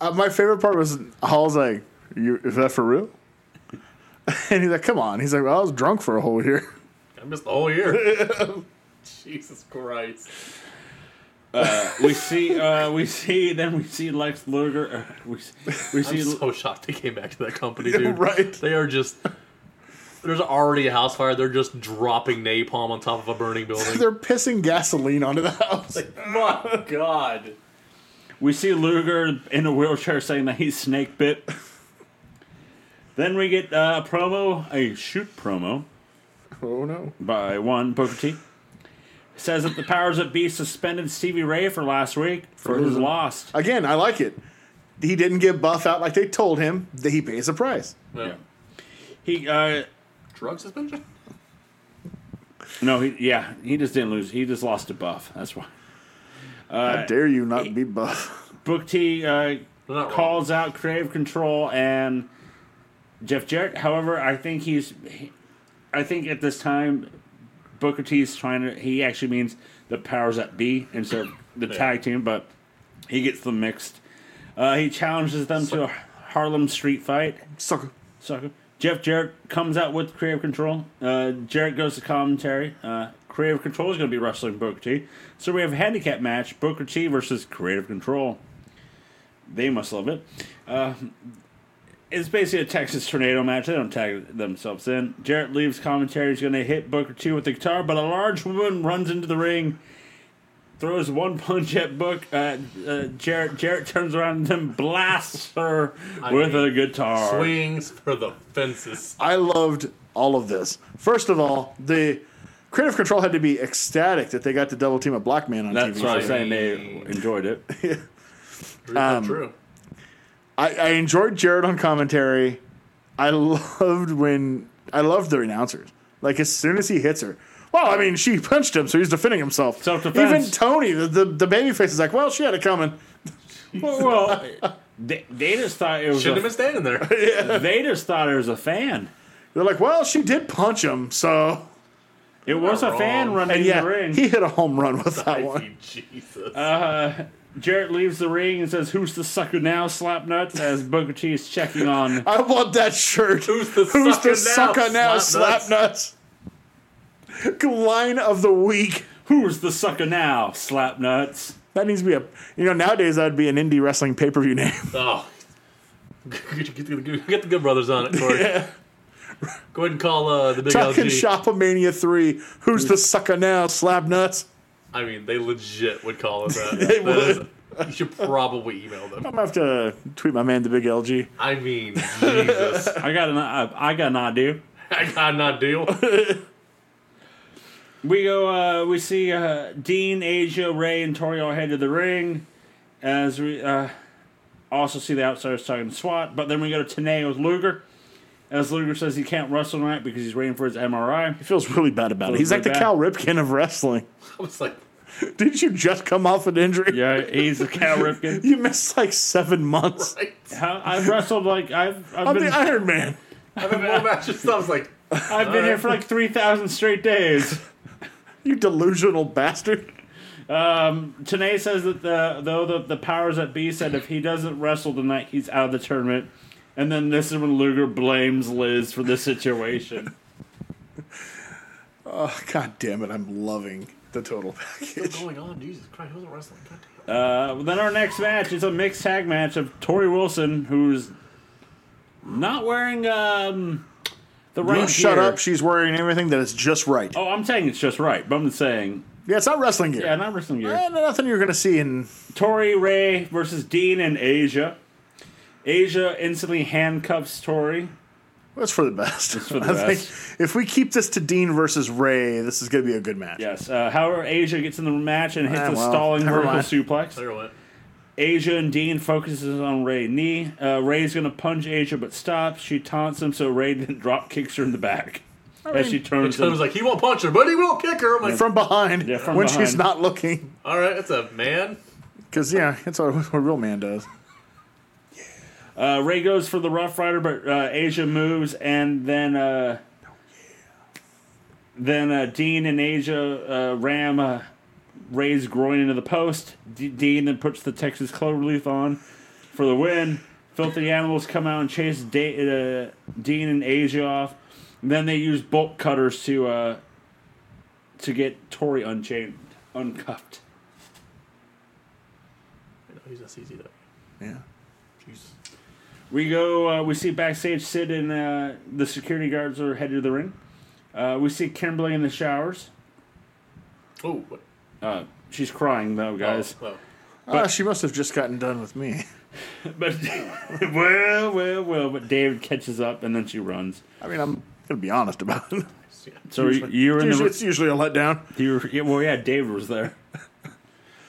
[SPEAKER 2] Uh, my favorite part was Hall's like, you, is that for real? *laughs* And he's like, come on. He's like, well, I was drunk for a whole year.
[SPEAKER 3] I missed the whole year. *laughs* Jesus Christ.
[SPEAKER 1] we see, uh, we see, then we see Lex Luger. Uh, we s- we
[SPEAKER 3] I'm
[SPEAKER 1] see
[SPEAKER 3] so shocked they came back to that *laughs* company, dude.
[SPEAKER 2] *laughs* right.
[SPEAKER 3] They are just. There's already a house fire. They're just dropping napalm on top of a burning building.
[SPEAKER 2] They're pissing gasoline onto the *laughs* house.
[SPEAKER 3] *laughs* My God.
[SPEAKER 1] we see Luger in a wheelchair saying that he's snake
[SPEAKER 3] *laughs*
[SPEAKER 1] bit. then we get uh, a promo, a shoot promo
[SPEAKER 2] oh, no.
[SPEAKER 1] by one Booker T. Says that the powers that be suspended Stevie Ray for last week for his
[SPEAKER 2] losing.
[SPEAKER 1] loss.
[SPEAKER 2] Again, I like it. He didn't give Buff out like they told him. That he pays a price.
[SPEAKER 3] Yeah.
[SPEAKER 1] He uh,
[SPEAKER 3] Drug suspension?
[SPEAKER 1] no, he yeah, he just didn't lose. He just lost a buff. That's why.
[SPEAKER 2] How dare you not be Buff? *laughs*
[SPEAKER 1] Book T uh,
[SPEAKER 3] They're not
[SPEAKER 1] calls out Creative Control and Jeff Jarrett. However, I think he's, he- I think at this time, Booker T is trying to. He actually means the powers that be instead of the tag team, but he gets them mixed. Uh, he challenges them to a Harlem street fight.
[SPEAKER 2] Sucker.
[SPEAKER 1] Sucker. Jeff Jarrett comes out with Creative Control. Uh, Jarrett goes to commentary. Uh, Creative Control is going to be wrestling Booker T. So we have a handicap match Booker T versus Creative Control. They must love it. Uh, it's basically a Texas tornado match. They don't tag themselves in. Jarrett leaves commentary. He's going to hit Booker T with the guitar, but a large woman runs into the ring. Throws one punch at Book. Uh, uh, Jarrett. Jarrett turns around and then blasts her with
[SPEAKER 3] mean,
[SPEAKER 1] a guitar.
[SPEAKER 3] Swings for the fences.
[SPEAKER 2] I loved all of this. First of all, the creative control had to be ecstatic that they got to double team a black man on
[SPEAKER 1] That's
[SPEAKER 2] TV.
[SPEAKER 1] what I
[SPEAKER 2] for
[SPEAKER 1] was
[SPEAKER 2] it.
[SPEAKER 1] saying. They enjoyed it.
[SPEAKER 3] True, not true.
[SPEAKER 2] I, I enjoyed Jared on commentary. I loved when I loved the announcers. Like as soon as he hits her. Well, I mean, she punched him, so he's defending himself.
[SPEAKER 1] Self-defense.
[SPEAKER 2] Even Tony, the, the the baby face, is like, "Well, she had it coming."
[SPEAKER 1] *laughs* Well, well they, they just thought it was.
[SPEAKER 3] Shouldn't have been
[SPEAKER 1] A,
[SPEAKER 3] standing there.
[SPEAKER 1] they just thought it was a fan.
[SPEAKER 2] They're like, "Well, she did punch him." So,
[SPEAKER 1] It was a
[SPEAKER 3] not
[SPEAKER 1] fan
[SPEAKER 3] wrong.
[SPEAKER 1] running
[SPEAKER 2] and
[SPEAKER 1] the
[SPEAKER 2] yeah,
[SPEAKER 1] ring.
[SPEAKER 2] he hit a home run with that
[SPEAKER 3] I
[SPEAKER 2] one. Uh,
[SPEAKER 3] see Jesus.
[SPEAKER 1] Jarrett leaves the ring and says, "Who's the sucker now, slap nuts?" As Booker T is checking on.
[SPEAKER 2] I want that shirt.
[SPEAKER 3] Who's
[SPEAKER 2] *laughs*
[SPEAKER 3] the
[SPEAKER 2] Who's
[SPEAKER 3] sucker
[SPEAKER 2] the sucker now?
[SPEAKER 3] Slap
[SPEAKER 2] Slap nuts. Line of the week.
[SPEAKER 1] Who's the sucker now, slap nuts?
[SPEAKER 2] That needs to be a. You know, nowadays that would be an indie wrestling pay per view *laughs* name.
[SPEAKER 3] Oh. *laughs* get, the, get the Good Brothers on
[SPEAKER 2] *laughs*
[SPEAKER 3] it, Corey. Go ahead and call uh, the Big
[SPEAKER 2] Talking
[SPEAKER 3] LG.
[SPEAKER 2] Shopomania three. Who's the sucker now? Slap nuts.
[SPEAKER 3] I mean, they legit would call it that.
[SPEAKER 2] *laughs* They
[SPEAKER 3] That is- you should probably email them.
[SPEAKER 2] I'm gonna have to tweet my man, the big LG.
[SPEAKER 3] I
[SPEAKER 2] *laughs*
[SPEAKER 3] mean, Jesus.
[SPEAKER 1] I got an. I, I got an idea.
[SPEAKER 3] I got not deal.
[SPEAKER 1] We go. Uh, we see uh, Dean, Asia, Ray, and Tori all head to the ring. As we uh, also see the outsiders talking to SWAT, but then we go to Tanay with Luger. As Luger says, he can't wrestle tonight because he's waiting for his MRI.
[SPEAKER 2] He feels really bad about
[SPEAKER 1] Feels
[SPEAKER 2] it. He's like
[SPEAKER 1] really bad.
[SPEAKER 2] the Cal Ripken of wrestling.
[SPEAKER 3] I was like,
[SPEAKER 2] Didn't you just come off an injury?
[SPEAKER 1] Yeah, he's a Cal
[SPEAKER 2] *laughs*
[SPEAKER 1] Ripken.
[SPEAKER 2] You missed like seven months.
[SPEAKER 3] right.
[SPEAKER 1] How- I've wrestled like I've I've
[SPEAKER 2] I'm
[SPEAKER 1] been
[SPEAKER 2] the Iron Man.
[SPEAKER 3] I've had more matches. I was like,
[SPEAKER 1] I've been here for like three thousand straight days.
[SPEAKER 2] You delusional bastard.
[SPEAKER 1] Tanay says that the though the, the powers that be said if he doesn't wrestle tonight, he's out of the tournament. And then this is when Luger blames Liz for the situation.
[SPEAKER 2] Oh, God damn it. I'm loving the total *laughs*
[SPEAKER 3] what's
[SPEAKER 2] package.
[SPEAKER 3] going on? "Oh Jesus Christ, who's wrestling? God damn.
[SPEAKER 1] Uh, then our next match is a mixed tag match of Tori Wilson, who's not wearing um, the right.
[SPEAKER 2] You shut
[SPEAKER 1] gear.
[SPEAKER 2] up. She's wearing everything that is just right.
[SPEAKER 1] Oh, I'm saying it's just right, but I'm saying
[SPEAKER 2] Yeah, it's not wrestling gear.
[SPEAKER 1] yeah, not wrestling gear.
[SPEAKER 2] Eh, nothing you're going to see in.
[SPEAKER 1] Tori Ray versus Dean and Asia. Asia instantly handcuffs Tori.
[SPEAKER 2] That's for the best. It's *laughs*
[SPEAKER 1] for the best.
[SPEAKER 2] if we keep this to Dean versus Ray, this is going to be a good match.
[SPEAKER 1] Yes. Uh, however, Asia gets in the match and hits
[SPEAKER 2] Ah,
[SPEAKER 1] a
[SPEAKER 2] well,
[SPEAKER 1] stalling
[SPEAKER 2] never
[SPEAKER 1] vertical
[SPEAKER 2] mind.
[SPEAKER 1] suplex.
[SPEAKER 3] There it went.
[SPEAKER 1] Asia and Dean focuses on Ray knee. Uh, Ray's gonna punch Asia but stops. She taunts him so Ray *laughs* then drop kicks her in the back as she turns
[SPEAKER 3] So I
[SPEAKER 1] him.
[SPEAKER 3] was like, he won't punch her, but he will kick her. I'm like,
[SPEAKER 2] From behind,
[SPEAKER 1] Yeah, from
[SPEAKER 2] when
[SPEAKER 1] behind.
[SPEAKER 2] she's not looking.
[SPEAKER 3] all right, that's a man.
[SPEAKER 2] Because, yeah, that's what, what a real man does.
[SPEAKER 1] Uh, Ray goes for the Rough Rider, but uh, Asia moves, and then uh, then uh, Dean and Asia uh, ram uh, Ray's groin into the post. D- Dean then puts the Texas Cloverleaf on for the win. Filthy animals come out and chase da- uh, Dean and Asia off. then they use bolt cutters to uh, to get Tori unchained, uncuffed.
[SPEAKER 3] I know he's not easy though.
[SPEAKER 2] Yeah.
[SPEAKER 3] Jeez.
[SPEAKER 1] We go. Uh, we see backstage. Sid and uh, the security guards are headed to the ring. Uh, we see Kimberly in the showers.
[SPEAKER 3] Oh, what?
[SPEAKER 1] Uh, she's crying though, guys.
[SPEAKER 3] Oh, well.
[SPEAKER 2] Ah, she must have just gotten done with me.
[SPEAKER 1] *laughs* But well, well, well. But David catches up and then she runs.
[SPEAKER 2] I mean, I'm going to be honest about it.
[SPEAKER 3] Yeah.
[SPEAKER 1] So you, are in
[SPEAKER 2] Usually-
[SPEAKER 1] the.
[SPEAKER 2] it's usually a letdown.
[SPEAKER 1] You were, yeah, well, yeah. David was there.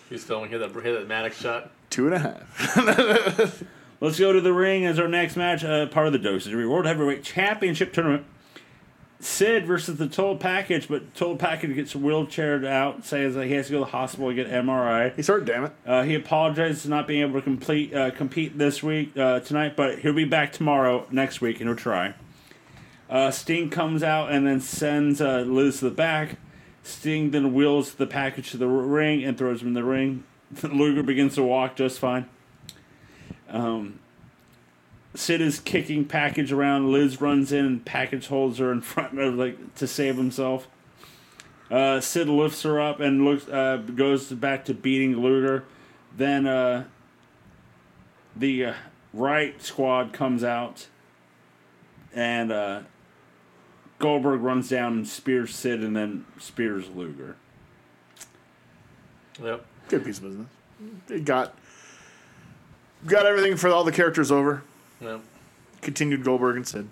[SPEAKER 3] He's filming. Hit that, hit that Maddox shot.
[SPEAKER 2] Two and a half.
[SPEAKER 1] Let's go to the ring as our next match. Uh, part of the Dosage World Heavyweight Championship tournament. Sid versus the Total Package, but Total Package gets wheelchaired out, says that he has to go to the hospital and get MRI.
[SPEAKER 2] He's hurt, damn it.
[SPEAKER 1] Uh, he apologized for not being able to complete uh, compete this week uh, tonight, but he'll be back tomorrow next week and he'll try. Uh, Sting comes out and then sends uh, Liz to the back. Sting then wheels the package to the ring and throws him in the ring. *laughs* Luger begins to walk just fine. Um, Sid is kicking package around. Liz runs in and package holds her in *laughs* front of like to save himself. Uh, Sid lifts her up and looks uh, goes back to beating Luger. Then uh, the uh, right squad comes out, and uh, Goldberg runs down and spears Sid, and then spears Luger.
[SPEAKER 3] Yep.
[SPEAKER 2] Good piece of business. It got got everything for all the characters over.
[SPEAKER 3] Yep.
[SPEAKER 2] Continued Goldberg and Sid.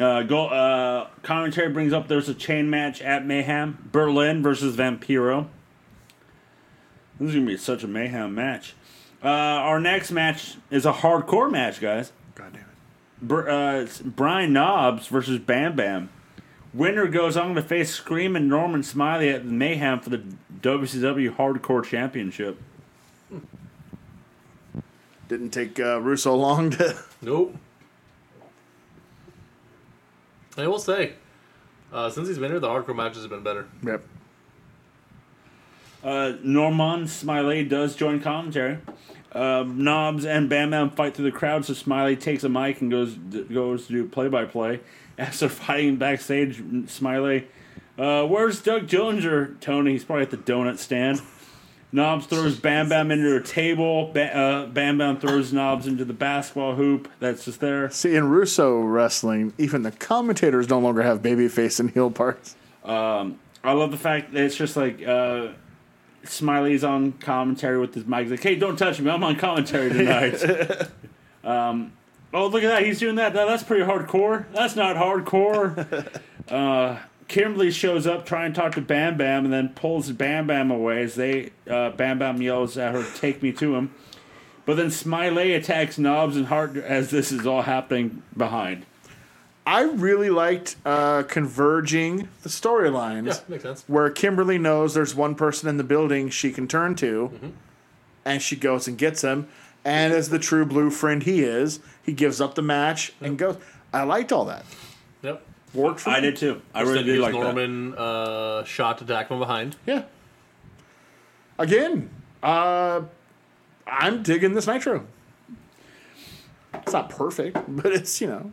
[SPEAKER 1] Uh, go, uh, commentary brings up there's a chain match at Mayhem. Berlin versus Vampiro. This is going to be such a Mayhem match. Uh, our next match is a hardcore match, guys.
[SPEAKER 2] God damn it.
[SPEAKER 1] Br- uh, it's Brian Knobs versus Bam Bam. Winner goes on to face Scream and Norman Smiley at Mayhem for the WCW Hardcore Championship.
[SPEAKER 2] Didn't take uh, Russo long to.
[SPEAKER 3] Nope. I will say, uh, since he's been here, the hardcore matches have been better.
[SPEAKER 2] Yep.
[SPEAKER 1] Uh, Norman Smiley does join commentary. Uh, Knobs and Bam Bam fight through the crowd, so Smiley takes a mic and goes d- goes to do play by *laughs* play. As they're fighting backstage, Smiley, uh, where's Doug Jones or Tony? He's probably at the donut stand. Knobs throws Bam Bam into a table. Ba- uh, Bam Bam throws Knobs into the basketball hoop that's just there.
[SPEAKER 2] See, in Russo wrestling, even the commentators no longer have babyface and heel parts.
[SPEAKER 1] I love the fact that it's just like uh, Smiley's on commentary with his mic. He's like, hey, don't touch me. I'm on commentary tonight. um, oh, look at that. He's doing that. That- That's pretty hardcore. That's not hardcore. uh, Kimberly shows up trying to talk to Bam Bam and then pulls Bam Bam away as they uh, Bam Bam yells at her, take me to him. But then Smiley attacks Knobs and Hart as this is all happening behind.
[SPEAKER 2] I really liked uh, converging the storylines
[SPEAKER 3] Yeah, makes sense.
[SPEAKER 2] where Kimberly knows there's one person in the building she can turn to, and she goes and gets him. And as the true blue friend he is, he gives up the match and goes. I liked all that.
[SPEAKER 3] Yep.
[SPEAKER 2] Worked for
[SPEAKER 1] I
[SPEAKER 2] me.
[SPEAKER 1] did too. I really
[SPEAKER 3] Instead,
[SPEAKER 1] did
[SPEAKER 3] gives
[SPEAKER 1] like that.
[SPEAKER 3] Norman uh, shot to attack from behind.
[SPEAKER 2] Yeah. Again, uh, I'm digging this Nitro. It's not perfect, *laughs* but it's you know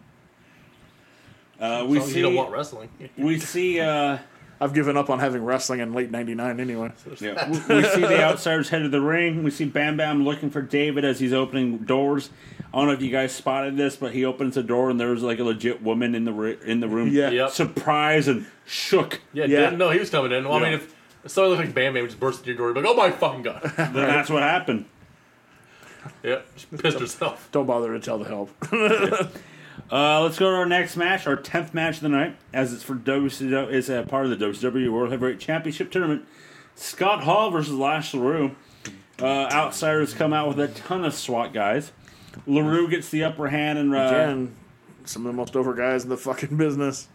[SPEAKER 1] Uh, we,
[SPEAKER 3] As long as you Oh, don't want
[SPEAKER 1] see,
[SPEAKER 3] wrestling.
[SPEAKER 1] we see uh,
[SPEAKER 2] I've given up on having wrestling in late '99 anyway.
[SPEAKER 1] yeah, we we see the outsiders head to the ring. We see Bam Bam looking for David as he's opening doors. I don't know if you guys spotted this, but he opens the door and there's like a legit woman in the ri- in the room.
[SPEAKER 2] Yeah.
[SPEAKER 3] Yep.
[SPEAKER 1] surprised and shook.
[SPEAKER 3] Yeah,
[SPEAKER 2] Yeah.
[SPEAKER 3] didn't know he was coming in. Well, I mean,
[SPEAKER 1] Yeah.
[SPEAKER 3] if if someone looked like Bam Bam just burst into your door, you'd be like, oh my fucking
[SPEAKER 1] *laughs*
[SPEAKER 3] god.
[SPEAKER 1] Then That's what happened.
[SPEAKER 3] yeah, she pissed herself.
[SPEAKER 2] Don't bother to tell the help.
[SPEAKER 1] Uh, let's go to our next match, our tenth match of the night, as it's for WCW. It's a part of the WCW World Heavyweight Championship tournament. Scott Hall versus Lash LaRue. Uh, outsiders come out with a ton of SWAT guys. LaRue gets the upper hand and uh,
[SPEAKER 2] Again, some of the most over guys in the fucking business.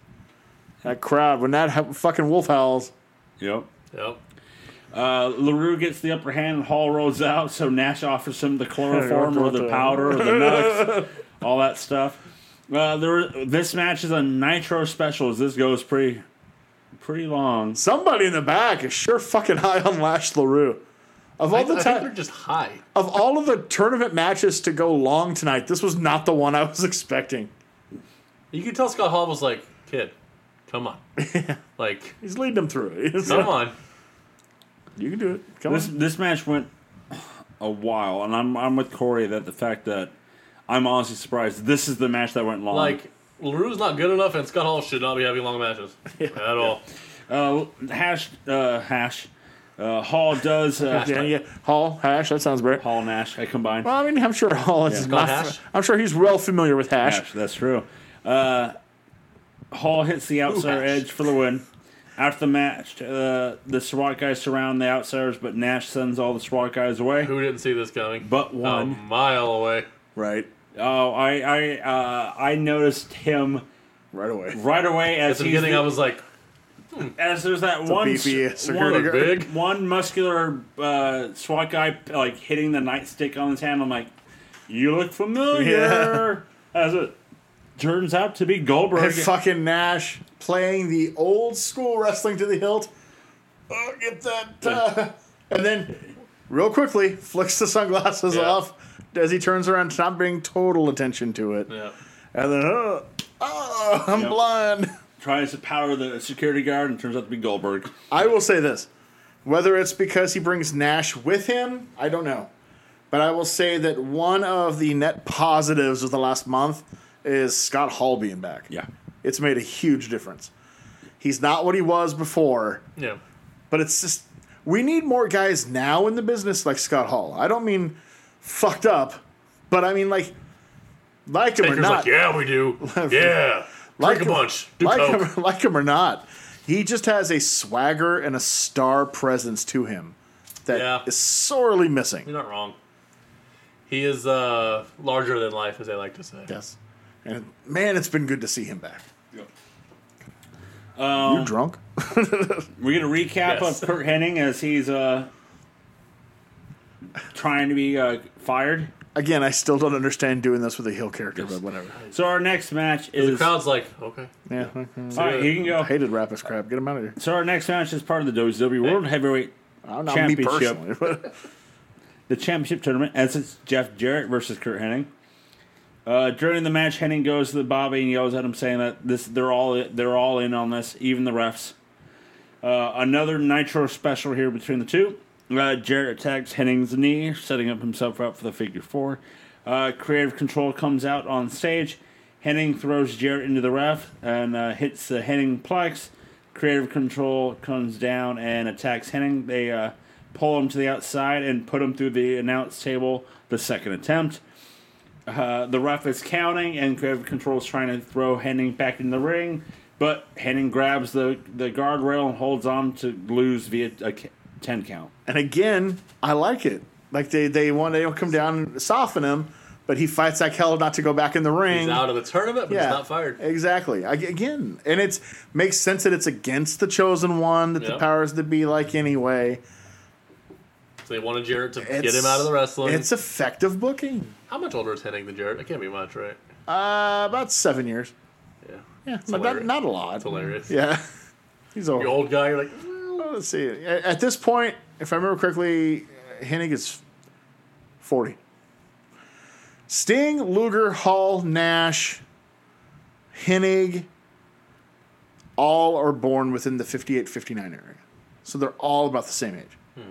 [SPEAKER 2] That crowd when that ha- fucking wolf howls.
[SPEAKER 1] yep.
[SPEAKER 3] Yep.
[SPEAKER 1] Uh, LaRue gets the upper hand and Hall rolls out, so Nash offers him the chloroform or
[SPEAKER 2] What
[SPEAKER 1] the
[SPEAKER 2] the-
[SPEAKER 1] powder or the nuts, all that stuff. Uh, there, this match is a Nitro special. As this goes pretty, pretty long.
[SPEAKER 2] Somebody in the back is sure fucking high on Lash Larue. Of all
[SPEAKER 3] I,
[SPEAKER 2] the
[SPEAKER 3] I
[SPEAKER 2] ti-
[SPEAKER 3] think they're just high.
[SPEAKER 2] of all of the tournament matches to go long tonight, this was not the one I was *laughs* expecting.
[SPEAKER 3] You could tell Scott Hall was like, kid, come
[SPEAKER 1] *laughs*
[SPEAKER 3] on. like,
[SPEAKER 2] He's leading them through. *laughs* it. He's
[SPEAKER 3] come
[SPEAKER 2] like,
[SPEAKER 3] on.
[SPEAKER 2] You can do it. Come
[SPEAKER 1] This
[SPEAKER 2] on.
[SPEAKER 1] this match went a while, and I'm I'm with Corey that the fact that I'm honestly surprised this is the match that went long.
[SPEAKER 3] Like, LaRue's not good enough, and Scott Hall should not be having long matches at all.
[SPEAKER 1] uh, hash uh, hash uh, Hall does
[SPEAKER 2] *laughs*
[SPEAKER 1] uh,
[SPEAKER 2] Yeah, yeah. Hall Hash. That sounds great.
[SPEAKER 1] Hall Nash. I combine.
[SPEAKER 2] Well, I mean, I'm sure Hall is
[SPEAKER 3] Called
[SPEAKER 2] not.
[SPEAKER 3] Hash?
[SPEAKER 2] I'm sure he's well familiar with Hash.
[SPEAKER 1] Hash, that's true. Uh, Hall hits the outsider
[SPEAKER 3] Hash.
[SPEAKER 1] edge for the win. After the match, uh, the SWAT guys surround the outsiders, but Nash sends all the SWAT guys away.
[SPEAKER 3] Who Oh. didn't see this coming?
[SPEAKER 1] But
[SPEAKER 3] a
[SPEAKER 1] one.
[SPEAKER 3] mile away.
[SPEAKER 2] Right.
[SPEAKER 1] Oh, I I uh, I noticed him
[SPEAKER 2] Right away.
[SPEAKER 1] right away as
[SPEAKER 3] At the
[SPEAKER 1] he's
[SPEAKER 3] beginning,
[SPEAKER 1] the-
[SPEAKER 3] I was like,
[SPEAKER 1] as there's that one s-
[SPEAKER 2] beefy
[SPEAKER 1] one,
[SPEAKER 2] security
[SPEAKER 3] look
[SPEAKER 2] Bigger.
[SPEAKER 3] big.
[SPEAKER 1] one muscular uh, SWAT guy like hitting the nightstick on his hand. I'm like, you look familiar. As it turns out to be Goldberg.
[SPEAKER 2] And fucking Nash playing the old school wrestling to the hilt. Oh, get that. uh, and then, real quickly, flicks the sunglasses
[SPEAKER 3] Yeah.
[SPEAKER 2] off as he turns around, not bringing total attention to it.
[SPEAKER 3] Yeah.
[SPEAKER 2] And then, oh, oh I'm
[SPEAKER 1] Yep.
[SPEAKER 2] blind. *laughs*
[SPEAKER 1] tries to power the security guard and turns out to be Goldberg.
[SPEAKER 2] I will say this whether it's because he brings Nash with him, I don't know. But I will say that one of the net positives of the last month is Scott Hall being back.
[SPEAKER 1] Yeah.
[SPEAKER 2] It's made a huge difference. He's not what he was before,
[SPEAKER 3] Yeah.
[SPEAKER 2] but it's just we need more guys now in the business like Scott Hall. I don't mean fucked up, but I mean like like him or
[SPEAKER 3] Baker's
[SPEAKER 2] not,
[SPEAKER 3] like, yeah, we do. yeah.
[SPEAKER 2] *laughs* Like
[SPEAKER 3] Drink a
[SPEAKER 2] him-
[SPEAKER 3] bunch. Do
[SPEAKER 2] like *laughs*
[SPEAKER 3] coke.
[SPEAKER 2] him like him or not. He just has a swagger and a star presence to him that is
[SPEAKER 3] Yeah.
[SPEAKER 2] sorely missing.
[SPEAKER 3] You're not wrong. He is uh, larger than life, as they like to say.
[SPEAKER 2] Yes, and man, it's been good to see him back.
[SPEAKER 3] Um,
[SPEAKER 2] you drunk?
[SPEAKER 1] We get a recap
[SPEAKER 3] Yes.
[SPEAKER 1] of Kurt Hennig as he's uh, trying to be uh, fired.
[SPEAKER 2] Again, I still don't understand doing this with a heel character, but whatever.
[SPEAKER 1] So our next match
[SPEAKER 3] The
[SPEAKER 1] is
[SPEAKER 3] crowd's like, okay.
[SPEAKER 2] Yeah, okay.
[SPEAKER 1] all right. You can
[SPEAKER 2] I
[SPEAKER 1] go.
[SPEAKER 2] hated Rapus crap. Get him out of here.
[SPEAKER 1] So our next match is part of the WCW World Heavyweight
[SPEAKER 2] Well, not
[SPEAKER 1] Championship.
[SPEAKER 2] me personally. but-
[SPEAKER 1] the championship tournament as it's Jeff Jarrett versus Kurt Hennig. Uh, during the match, Hennig goes to the Bobby and yells at him, saying that this they're all they're all in on this, even the refs. Uh, another Nitro special here between the two. Uh, Jarrett attacks Henning's knee, setting up himself up for the figure four. Uh, creative control comes out on stage. Henning throws Jarrett into the ref and uh, hits the Henning plex. Creative control comes down and attacks Henning. They uh, pull him to the outside and put him through the announce table. The second attempt. Uh, the ref is counting, and Creative Control is trying to throw Henning back in the ring, but Henning grabs the, the guardrail and holds on to lose via a ca- 10 count.
[SPEAKER 2] and again, I like it. Like they they want they don't come down and soften him, but but he fights like hell not to go back in the ring.
[SPEAKER 3] He's out of the tournament, but
[SPEAKER 2] Mm. Yeah,
[SPEAKER 3] he's not fired.
[SPEAKER 2] Exactly. I- Again, and it's makes sense that it's against the chosen one that the
[SPEAKER 3] Yeah.
[SPEAKER 2] powers to be like anyway.
[SPEAKER 3] So they wanted Jarrett to
[SPEAKER 2] It's,
[SPEAKER 3] get him out of the wrestling.
[SPEAKER 2] It's effective booking.
[SPEAKER 3] How much older is Hennig than Jarrett? It can't be much, right?
[SPEAKER 2] Uh, about seven years.
[SPEAKER 3] Yeah.
[SPEAKER 2] Yeah, but not,
[SPEAKER 3] hilarious.
[SPEAKER 2] not a lot. It's
[SPEAKER 3] hilarious.
[SPEAKER 2] Yeah, *laughs* he's old.
[SPEAKER 3] You old guy, you're like, "Mm,
[SPEAKER 2] Well, let's see. A- At this point, if I remember correctly, Hennig is 40. Sting, Luger, Hall, Nash, Hennig, all are born within the 58 59 area. So they're all about the same age.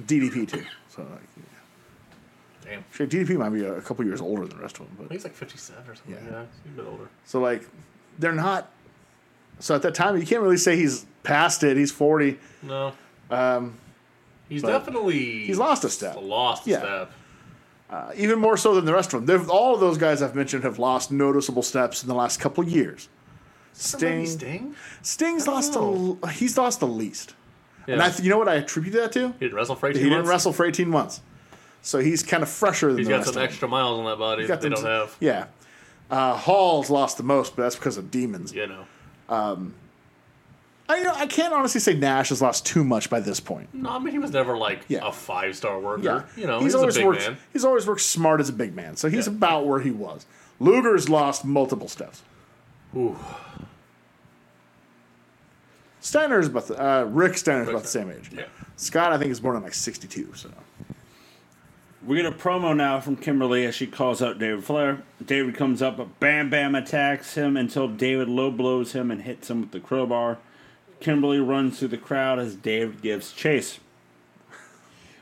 [SPEAKER 2] DDP, too. So, like, yeah.
[SPEAKER 3] damn.
[SPEAKER 2] Sure, DDP might be a, a couple years older than the rest of them.
[SPEAKER 3] I think
[SPEAKER 2] But,
[SPEAKER 3] he's like 57 or something.
[SPEAKER 2] Yeah.
[SPEAKER 3] Yeah, he's a bit older.
[SPEAKER 2] so, like, they're not. So at that time, you can't really say he's past it. He's 40.
[SPEAKER 3] No. Um, he's definitely
[SPEAKER 2] He's lost a step.
[SPEAKER 3] lost a
[SPEAKER 2] Yeah.
[SPEAKER 3] step.
[SPEAKER 2] even more so than the rest of them. They've, all of those guys I've mentioned have lost noticeable steps in the last couple of years. Sting,
[SPEAKER 3] Maybe Sting?
[SPEAKER 2] Sting's lost the l- he's lost the least,
[SPEAKER 3] Yeah.
[SPEAKER 2] and I th- you know what I attribute that to?
[SPEAKER 3] he didn't wrestle for 18
[SPEAKER 2] He didn't
[SPEAKER 3] months.
[SPEAKER 2] wrestle for eighteen months, so he's kind of fresher than
[SPEAKER 3] He's
[SPEAKER 2] the
[SPEAKER 3] got
[SPEAKER 2] rest.
[SPEAKER 3] some
[SPEAKER 2] of them.
[SPEAKER 3] extra miles on that body that they
[SPEAKER 2] them
[SPEAKER 3] don't
[SPEAKER 2] to-
[SPEAKER 3] have.
[SPEAKER 2] Yeah, uh, Hall's lost the most, but that's because of demons.
[SPEAKER 3] You know.
[SPEAKER 2] I you know, I can't honestly say Nash has lost too much by this point.
[SPEAKER 3] No, I mean, he was never like
[SPEAKER 2] Yeah.
[SPEAKER 3] a five star worker.
[SPEAKER 2] Yeah,
[SPEAKER 3] You know, he's, a big
[SPEAKER 2] worked.
[SPEAKER 3] man.
[SPEAKER 2] He's always worked smart as a big man, so he's
[SPEAKER 3] Yeah.
[SPEAKER 2] about where he was. Luger's lost multiple steps.
[SPEAKER 3] Ooh.
[SPEAKER 2] Steiner's about the, uh, Rick Steiner's about the same age.
[SPEAKER 3] Yeah.
[SPEAKER 2] Scott, I think, is born in like '62. So
[SPEAKER 1] We get a promo now from Kimberly as she calls out David Flair. David comes up, but Bam Bam attacks him until David low blows him and hits him with the crowbar. Kimberly runs through the crowd as David gives chase.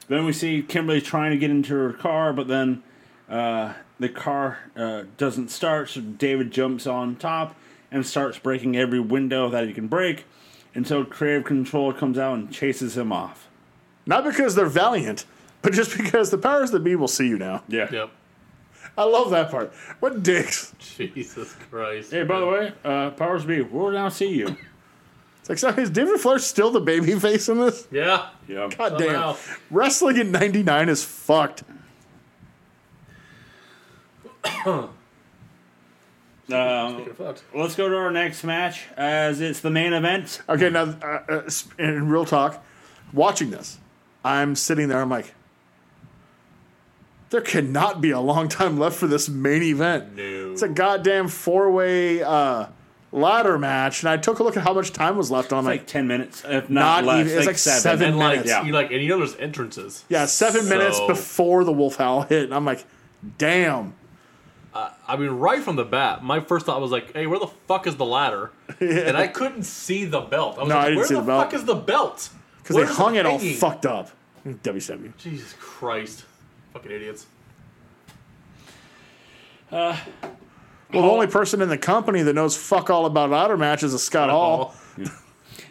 [SPEAKER 1] Then we see Kimberly trying to get into her car, but then uh, the car uh, doesn't start, so David jumps on top and starts breaking every window that he can break until Creative Control comes out and chases him off.
[SPEAKER 2] not because they're valiant, but just because the powers that be will see you now.
[SPEAKER 1] Yeah.
[SPEAKER 3] Yep.
[SPEAKER 2] I love that part. What dicks?
[SPEAKER 3] Jesus Christ.
[SPEAKER 1] Hey, by the way, uh, powers be, we'll now see you.
[SPEAKER 2] It's like, so is David Flair still the baby face in this?
[SPEAKER 3] Yeah.
[SPEAKER 1] Yeah.
[SPEAKER 2] God
[SPEAKER 3] Somehow.
[SPEAKER 2] damn, wrestling in '99 is fucked.
[SPEAKER 1] Uh,
[SPEAKER 3] You're fucked.
[SPEAKER 1] let's go to our next match, as it's the main event.
[SPEAKER 2] Okay, now uh, uh, s- in real talk, watching this, I'm sitting there. I'm like, there cannot be a long time left for this main event.
[SPEAKER 3] No.
[SPEAKER 2] It's a goddamn four way uh, ladder match, and I took a look at how much time was left on.
[SPEAKER 1] It's
[SPEAKER 2] Like,
[SPEAKER 1] like 10 minutes, if not,
[SPEAKER 2] Not
[SPEAKER 1] less.
[SPEAKER 2] even- it's like seven.
[SPEAKER 3] and like
[SPEAKER 2] minutes.
[SPEAKER 1] Yeah.
[SPEAKER 3] you like and you know there's entrances.
[SPEAKER 2] yeah, seven
[SPEAKER 3] So,
[SPEAKER 2] minutes before the wolf howl hit, and I'm like, damn,
[SPEAKER 3] I mean, right from the bat, my first thought was like, "Hey, where the fuck is
[SPEAKER 2] *laughs*
[SPEAKER 3] the ladder?" And I couldn't see the belt. I was
[SPEAKER 2] No,
[SPEAKER 3] like,
[SPEAKER 2] I didn't
[SPEAKER 3] "Where
[SPEAKER 2] see
[SPEAKER 3] the,
[SPEAKER 2] the belt.
[SPEAKER 3] fuck is the belt?"
[SPEAKER 2] because they
[SPEAKER 3] Where's the
[SPEAKER 2] hung it all
[SPEAKER 3] thingy?
[SPEAKER 2] fucked up. WCW.
[SPEAKER 3] Jesus Christ, fucking idiots.
[SPEAKER 2] Well, the only person in the company that knows fuck all about ladder matches is Scott Hall.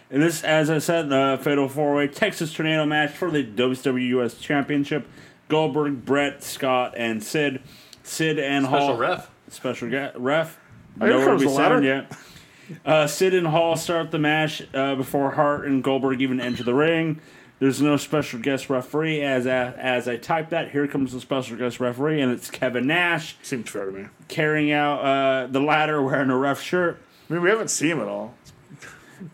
[SPEAKER 1] And this, as I said, the Fatal 4 Way Texas Tornado match for the WWS Championship. Goldberg, Brett, Scott, and Sid. Sid and
[SPEAKER 3] Special
[SPEAKER 1] Hall.
[SPEAKER 3] ref.
[SPEAKER 1] Special ga- ref.
[SPEAKER 2] here
[SPEAKER 1] Nowhere to
[SPEAKER 2] comes
[SPEAKER 1] be
[SPEAKER 2] the ladder.
[SPEAKER 1] sound yet. Uh, Sid and Hall start the match uh, before Hart and Goldberg even enter the ring. There's no special guest referee. As I, as I type that, here comes the special guest referee, and it's Kevin Nash
[SPEAKER 2] Seems fair to me.
[SPEAKER 1] carrying out uh, the ladder wearing a ref shirt.
[SPEAKER 2] I mean, we haven't seen him at all.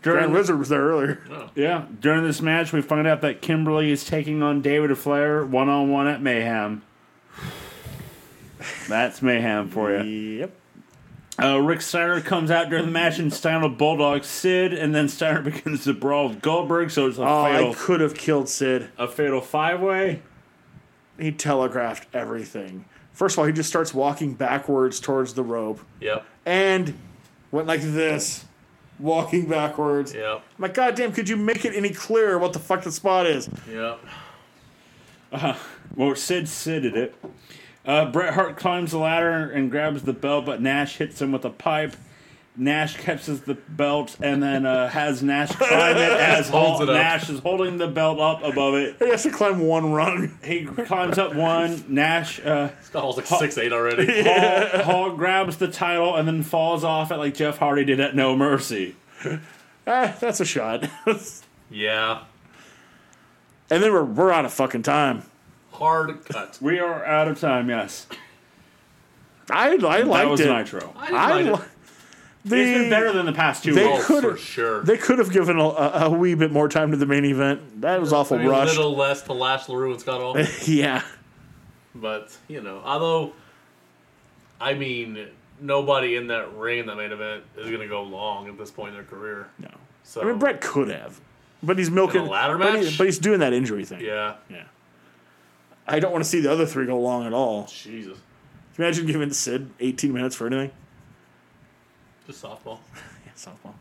[SPEAKER 2] Grand
[SPEAKER 1] During,
[SPEAKER 2] Wizard was there earlier.
[SPEAKER 1] yeah, during this match, we find out that Kimberly is taking on David Flair one on one at Mayhem. *sighs* That's Mayhem for you.
[SPEAKER 2] Yep.
[SPEAKER 1] Uh, Rick Steiner comes out during the match and Steiner bulldogs Sid, and then Steiner *laughs* begins to brawl with Goldberg, so it's a
[SPEAKER 2] Oh, I
[SPEAKER 1] fatal,
[SPEAKER 2] could have killed Sid.
[SPEAKER 1] a fatal five way.
[SPEAKER 2] He telegraphed everything. First of all, he just starts walking backwards towards the rope
[SPEAKER 3] Yep.
[SPEAKER 2] and went like this, walking backwards.
[SPEAKER 3] Yep.
[SPEAKER 2] My goddamn, could you make it any clearer what the fuck the spot is?
[SPEAKER 3] Yep.
[SPEAKER 1] Well, Sid Sidded it. Uh, Bret Hart climbs the ladder and grabs the belt, but Nash hits him with a pipe. Nash catches the belt and then uh, has Nash
[SPEAKER 3] *laughs*
[SPEAKER 1] climb it as
[SPEAKER 3] Holds
[SPEAKER 1] Hall-
[SPEAKER 3] it up.
[SPEAKER 1] Nash is holding the belt up above it.
[SPEAKER 2] He has to climb one rung. *laughs*
[SPEAKER 1] He climbs up one. Nash uh,
[SPEAKER 3] Scott Hall's like six
[SPEAKER 2] *laughs*
[SPEAKER 3] eight already.
[SPEAKER 1] Hall, Hall grabs the title and then falls off it like Jeff Hardy did at No Mercy.
[SPEAKER 2] Ah, that's a shot. *laughs* and
[SPEAKER 3] yeah.
[SPEAKER 2] then we're, we're out of fucking time.
[SPEAKER 3] hard cut.
[SPEAKER 1] We are out of time. Yes,
[SPEAKER 2] I, I
[SPEAKER 1] that
[SPEAKER 2] liked
[SPEAKER 1] was
[SPEAKER 2] it.
[SPEAKER 1] Nitro.
[SPEAKER 3] I,
[SPEAKER 2] I
[SPEAKER 3] didn't
[SPEAKER 2] li-
[SPEAKER 3] like it.
[SPEAKER 2] the,
[SPEAKER 1] It's been better than the past two.
[SPEAKER 2] *laughs* They
[SPEAKER 1] rolls.
[SPEAKER 3] Oh, for
[SPEAKER 2] could've-
[SPEAKER 3] sure.
[SPEAKER 2] They could have given a, a, a wee bit more time to the main event. That was awful
[SPEAKER 3] Maybe a
[SPEAKER 2] rushed.
[SPEAKER 3] little less to Lash LaRue and Scott Hall.
[SPEAKER 2] *laughs* yeah.
[SPEAKER 3] but, you know, although, I mean, nobody in that ring in that main event is going to go long at this point in their career.
[SPEAKER 2] No.
[SPEAKER 3] So,
[SPEAKER 2] I mean, Brett could have, but he's milking.
[SPEAKER 3] In a ladder
[SPEAKER 2] but, he-
[SPEAKER 3] match?
[SPEAKER 2] but he's doing that injury thing.
[SPEAKER 3] Yeah.
[SPEAKER 2] Yeah. I don't want to see the other three go long at all.
[SPEAKER 3] Jesus.
[SPEAKER 2] Can you imagine giving Sid 18 minutes for anything?
[SPEAKER 3] Just softball.
[SPEAKER 2] Yeah, softball.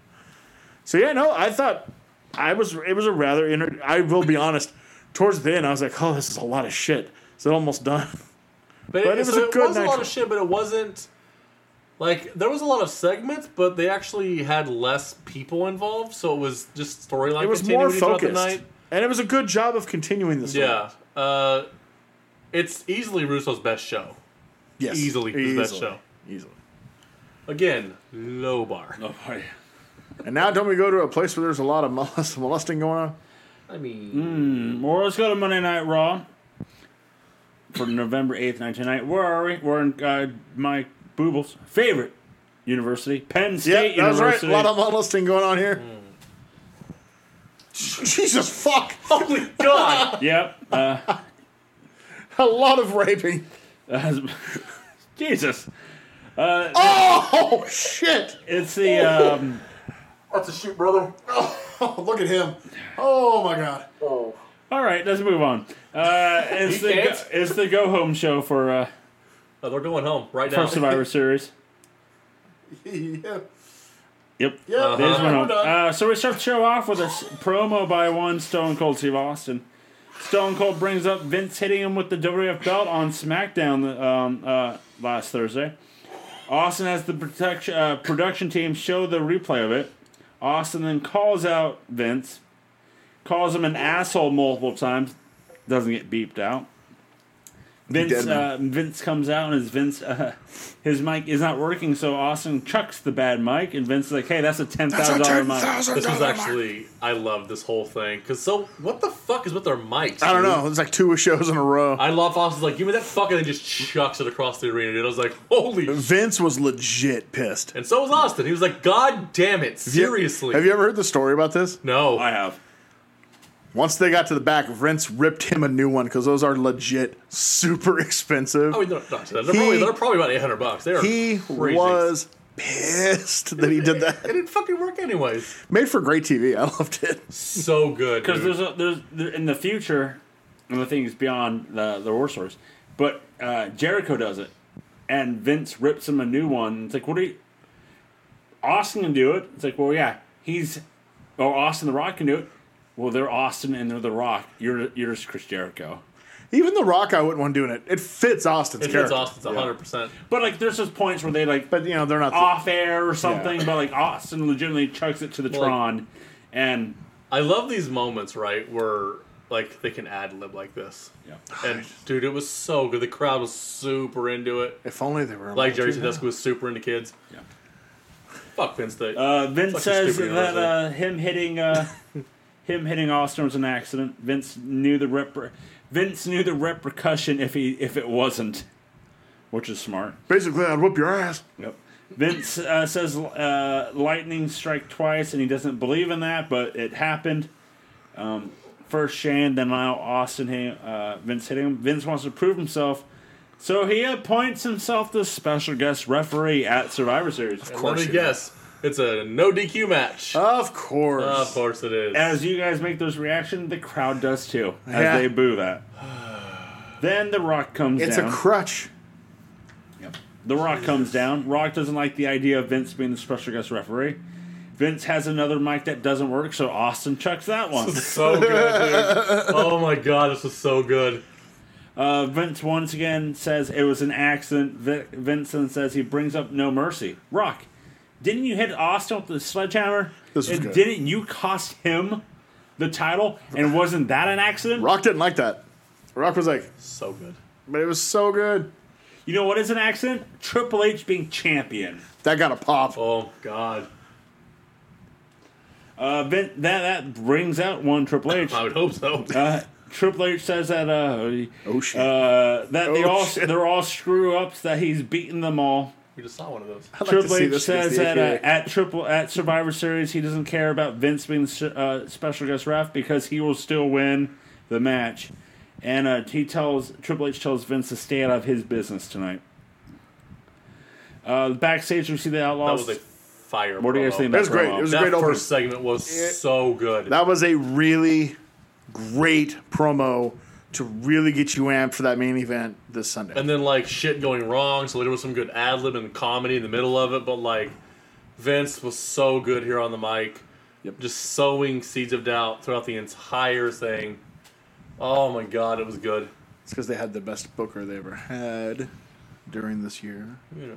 [SPEAKER 2] So yeah, no, I thought I was. It was a rather. Inter- I will be honest. Towards the end, I was like, "Oh, this is a lot of shit." Is it almost done?
[SPEAKER 3] But,
[SPEAKER 2] But
[SPEAKER 3] it,
[SPEAKER 2] it was a
[SPEAKER 3] so it
[SPEAKER 2] good
[SPEAKER 3] was a lot
[SPEAKER 2] Nitro.
[SPEAKER 3] of shit, but it wasn't like there was a lot of segments, but they actually had less people involved, so it was just storyline
[SPEAKER 2] It was more
[SPEAKER 3] continuity throughout the
[SPEAKER 2] focused,
[SPEAKER 3] night.
[SPEAKER 2] and it was a good job of continuing this.
[SPEAKER 3] Yeah. Uh, it's easily Russo's best show.
[SPEAKER 2] yes,
[SPEAKER 3] Easily his best show.
[SPEAKER 2] easily.
[SPEAKER 3] Again, low bar.
[SPEAKER 1] Oh boy.
[SPEAKER 2] And now, don't we go to a place where there's a lot of *laughs* molest- molesting going on?
[SPEAKER 3] I mean,
[SPEAKER 1] Well, let's go to Monday Night Raw for November 8th, 1990. Where are we? We're in uh, my booble's favorite university, Penn State
[SPEAKER 2] that was right. A
[SPEAKER 1] University.
[SPEAKER 2] lot of molesting going on here. *laughs* Jesus fuck! *laughs*
[SPEAKER 3] holy god!
[SPEAKER 1] yep. Uh,
[SPEAKER 2] A lot of raping.
[SPEAKER 1] *laughs* Jesus.
[SPEAKER 2] Oh shit!
[SPEAKER 1] It's the. Um,
[SPEAKER 2] That's a shoot, brother. Oh, *laughs* look at him. Oh my god.
[SPEAKER 1] all right, let's move on. Uh, it's,
[SPEAKER 3] You
[SPEAKER 1] the go,
[SPEAKER 3] can't.
[SPEAKER 1] it's the go home show for, uh,
[SPEAKER 3] Oh, they're going home right now.
[SPEAKER 1] for Survivor Series.
[SPEAKER 2] *laughs* yeah.
[SPEAKER 1] Yep.
[SPEAKER 2] Yeah.
[SPEAKER 1] They just went
[SPEAKER 3] We're
[SPEAKER 1] home.
[SPEAKER 3] done.
[SPEAKER 1] Uh, so we start the show off with a s- promo by one Stone Cold Steve Austin. Stone Cold brings up Vince hitting him with the WWF belt on SmackDown um, uh, last Thursday. Austin has the protection, uh, production team show the replay of it. Austin then calls out Vince, calls him an asshole multiple times, doesn't get beeped out. Vince
[SPEAKER 2] Dead man.
[SPEAKER 1] uh, Vince comes out and his Vince uh, *laughs* his mic is not working, so Austin chucks the bad mic, and Vince is like, "Hey, that's a ten thousand dollar mic."
[SPEAKER 3] This was actually, I love this whole thing. Because so, what the fuck is with their mics?
[SPEAKER 2] I don't
[SPEAKER 3] dude?
[SPEAKER 2] know. It's like two shows in a row.
[SPEAKER 3] I love Austin's like, give me that fucking, and just chucks it across the arena, dude. I was like, holy
[SPEAKER 2] Vince was legit pissed.
[SPEAKER 3] And so was Austin. He was like, God damn it, seriously.
[SPEAKER 2] Have you Oh, ever heard the story about this?
[SPEAKER 3] no.
[SPEAKER 1] I have.
[SPEAKER 2] Once they got to the back, Vince ripped him a new one because those are legit super *laughs* expensive.
[SPEAKER 3] I mean, they're, not- they're
[SPEAKER 2] Oh, He-
[SPEAKER 3] probably, they're probably about 800 bucks. They're
[SPEAKER 2] he
[SPEAKER 3] crazy.
[SPEAKER 2] was pissed that he did
[SPEAKER 3] It *laughs*
[SPEAKER 2] that.
[SPEAKER 3] didn't fucking work anyways.
[SPEAKER 2] Made for great TV. I loved it. *laughs*
[SPEAKER 3] So good.
[SPEAKER 1] Because
[SPEAKER 3] Dude.
[SPEAKER 1] there's a, there's there, in the future, and the things beyond the the war source, but uh, Jericho does it, and Vince rips him a new one. It's like, what are you? Austin can do it. It's like, well, yeah, he's, or Austin the Rock can do it. Well, they're Austin and they're the Rock. You're you're just Chris Jericho.
[SPEAKER 2] Even The Rock, I wouldn't want doing it. It fits Austin's
[SPEAKER 3] it hits
[SPEAKER 2] character.
[SPEAKER 3] Austin's 100%.
[SPEAKER 1] But like, there's just points where they like
[SPEAKER 2] But you know they're not.
[SPEAKER 3] Ah.
[SPEAKER 1] off air or something, but like Austin legitimately chucks it to the
[SPEAKER 3] like-
[SPEAKER 1] Tron, and
[SPEAKER 3] I love these moments, right, where like they can ad lib like this.
[SPEAKER 1] yeah.
[SPEAKER 3] And dude, it was so good. The crowd was super into it.
[SPEAKER 2] if only they were
[SPEAKER 3] Like Jerry
[SPEAKER 2] allowed to now.
[SPEAKER 3] Tedesco was super into kids.
[SPEAKER 1] Yeah.
[SPEAKER 3] Fuck Vince State.
[SPEAKER 1] Uh, Vince
[SPEAKER 3] Such a
[SPEAKER 1] says
[SPEAKER 3] stupid
[SPEAKER 1] that
[SPEAKER 3] university.
[SPEAKER 1] uh, him hitting uh, him hitting Austin was an accident. Vince knew the rep- Vince knew the repercussion if he if it wasn't, which is smart.
[SPEAKER 2] Basically, I'd whoop your ass.
[SPEAKER 1] Yep. Vince uh, says uh, lightning strike twice, and he doesn't believe in that, but it happened. Um, first Shane, then now Austin. Hitting, uh, Vince hitting him. Vince wants to prove himself, so he appoints himself the special guest referee at Survivor Series.
[SPEAKER 3] And let me guess. It's a no DQ match.
[SPEAKER 2] Of course.
[SPEAKER 3] of course it is.
[SPEAKER 1] As you guys make those reactions, the crowd does too as
[SPEAKER 2] Yeah.
[SPEAKER 1] they boo that. Then the Rock comes
[SPEAKER 2] it's
[SPEAKER 1] down.
[SPEAKER 2] a crutch.
[SPEAKER 1] The Rock comes down. Rock doesn't like the idea of Vince being the special guest referee. Vince has another mic that doesn't work, so Austin chucks that
[SPEAKER 2] *laughs*
[SPEAKER 1] one.
[SPEAKER 3] *laughs* so
[SPEAKER 1] *laughs*
[SPEAKER 3] good, dude. Oh my god, this was so good.
[SPEAKER 1] Uh, Vince once again says it was an accident. Vi- Vincent says he brings up no mercy. Rock, didn't you hit Austin with the sledgehammer?
[SPEAKER 2] This was
[SPEAKER 1] and
[SPEAKER 2] good.
[SPEAKER 1] didn't you cost him the title? And wasn't that an accident?
[SPEAKER 2] Rock didn't like that. Rock was like,
[SPEAKER 3] So good.
[SPEAKER 2] but it was so good.
[SPEAKER 1] You know what is an accident? Triple H being champion.
[SPEAKER 2] That got a pop.
[SPEAKER 3] Oh god.
[SPEAKER 1] Uh, Vin- that that brings out one Triple H.
[SPEAKER 3] Oh, I would hope so.
[SPEAKER 1] Uh, Triple H says that uh,
[SPEAKER 2] Oh shit!
[SPEAKER 1] uh, that they
[SPEAKER 2] Oh,
[SPEAKER 1] all
[SPEAKER 2] shit.
[SPEAKER 1] they're all screw ups that he's beaten them all.
[SPEAKER 3] We just saw one of those.
[SPEAKER 2] I'd like to
[SPEAKER 1] Triple
[SPEAKER 2] see
[SPEAKER 1] H
[SPEAKER 2] this against
[SPEAKER 1] says
[SPEAKER 2] the
[SPEAKER 1] that uh,
[SPEAKER 2] AKA.
[SPEAKER 1] at Triple at Survivor Series he doesn't care about Vince being the uh, special guest ref because he will still win the match, and uh, he tells Triple H tells Vince to stay out of his business tonight. Uh, backstage we see the
[SPEAKER 3] That
[SPEAKER 1] Outlaws.
[SPEAKER 3] was a fire.
[SPEAKER 1] What do you guys
[SPEAKER 3] promo.
[SPEAKER 1] think
[SPEAKER 2] that
[SPEAKER 1] about
[SPEAKER 2] was great.
[SPEAKER 1] promo?
[SPEAKER 2] It was a
[SPEAKER 3] That
[SPEAKER 2] great opener.
[SPEAKER 3] first segment was so good.
[SPEAKER 2] That was a really great promo to really get you amped for that main event this Sunday.
[SPEAKER 3] and then like shit going wrong. So there was some good ad lib and comedy in the middle of it, but like Vince was so good here on the mic,
[SPEAKER 2] Yep.
[SPEAKER 3] just sowing seeds of doubt throughout the entire thing. Oh my god, it was good.
[SPEAKER 2] it's because they had the best booker they ever had during this year.
[SPEAKER 3] You know,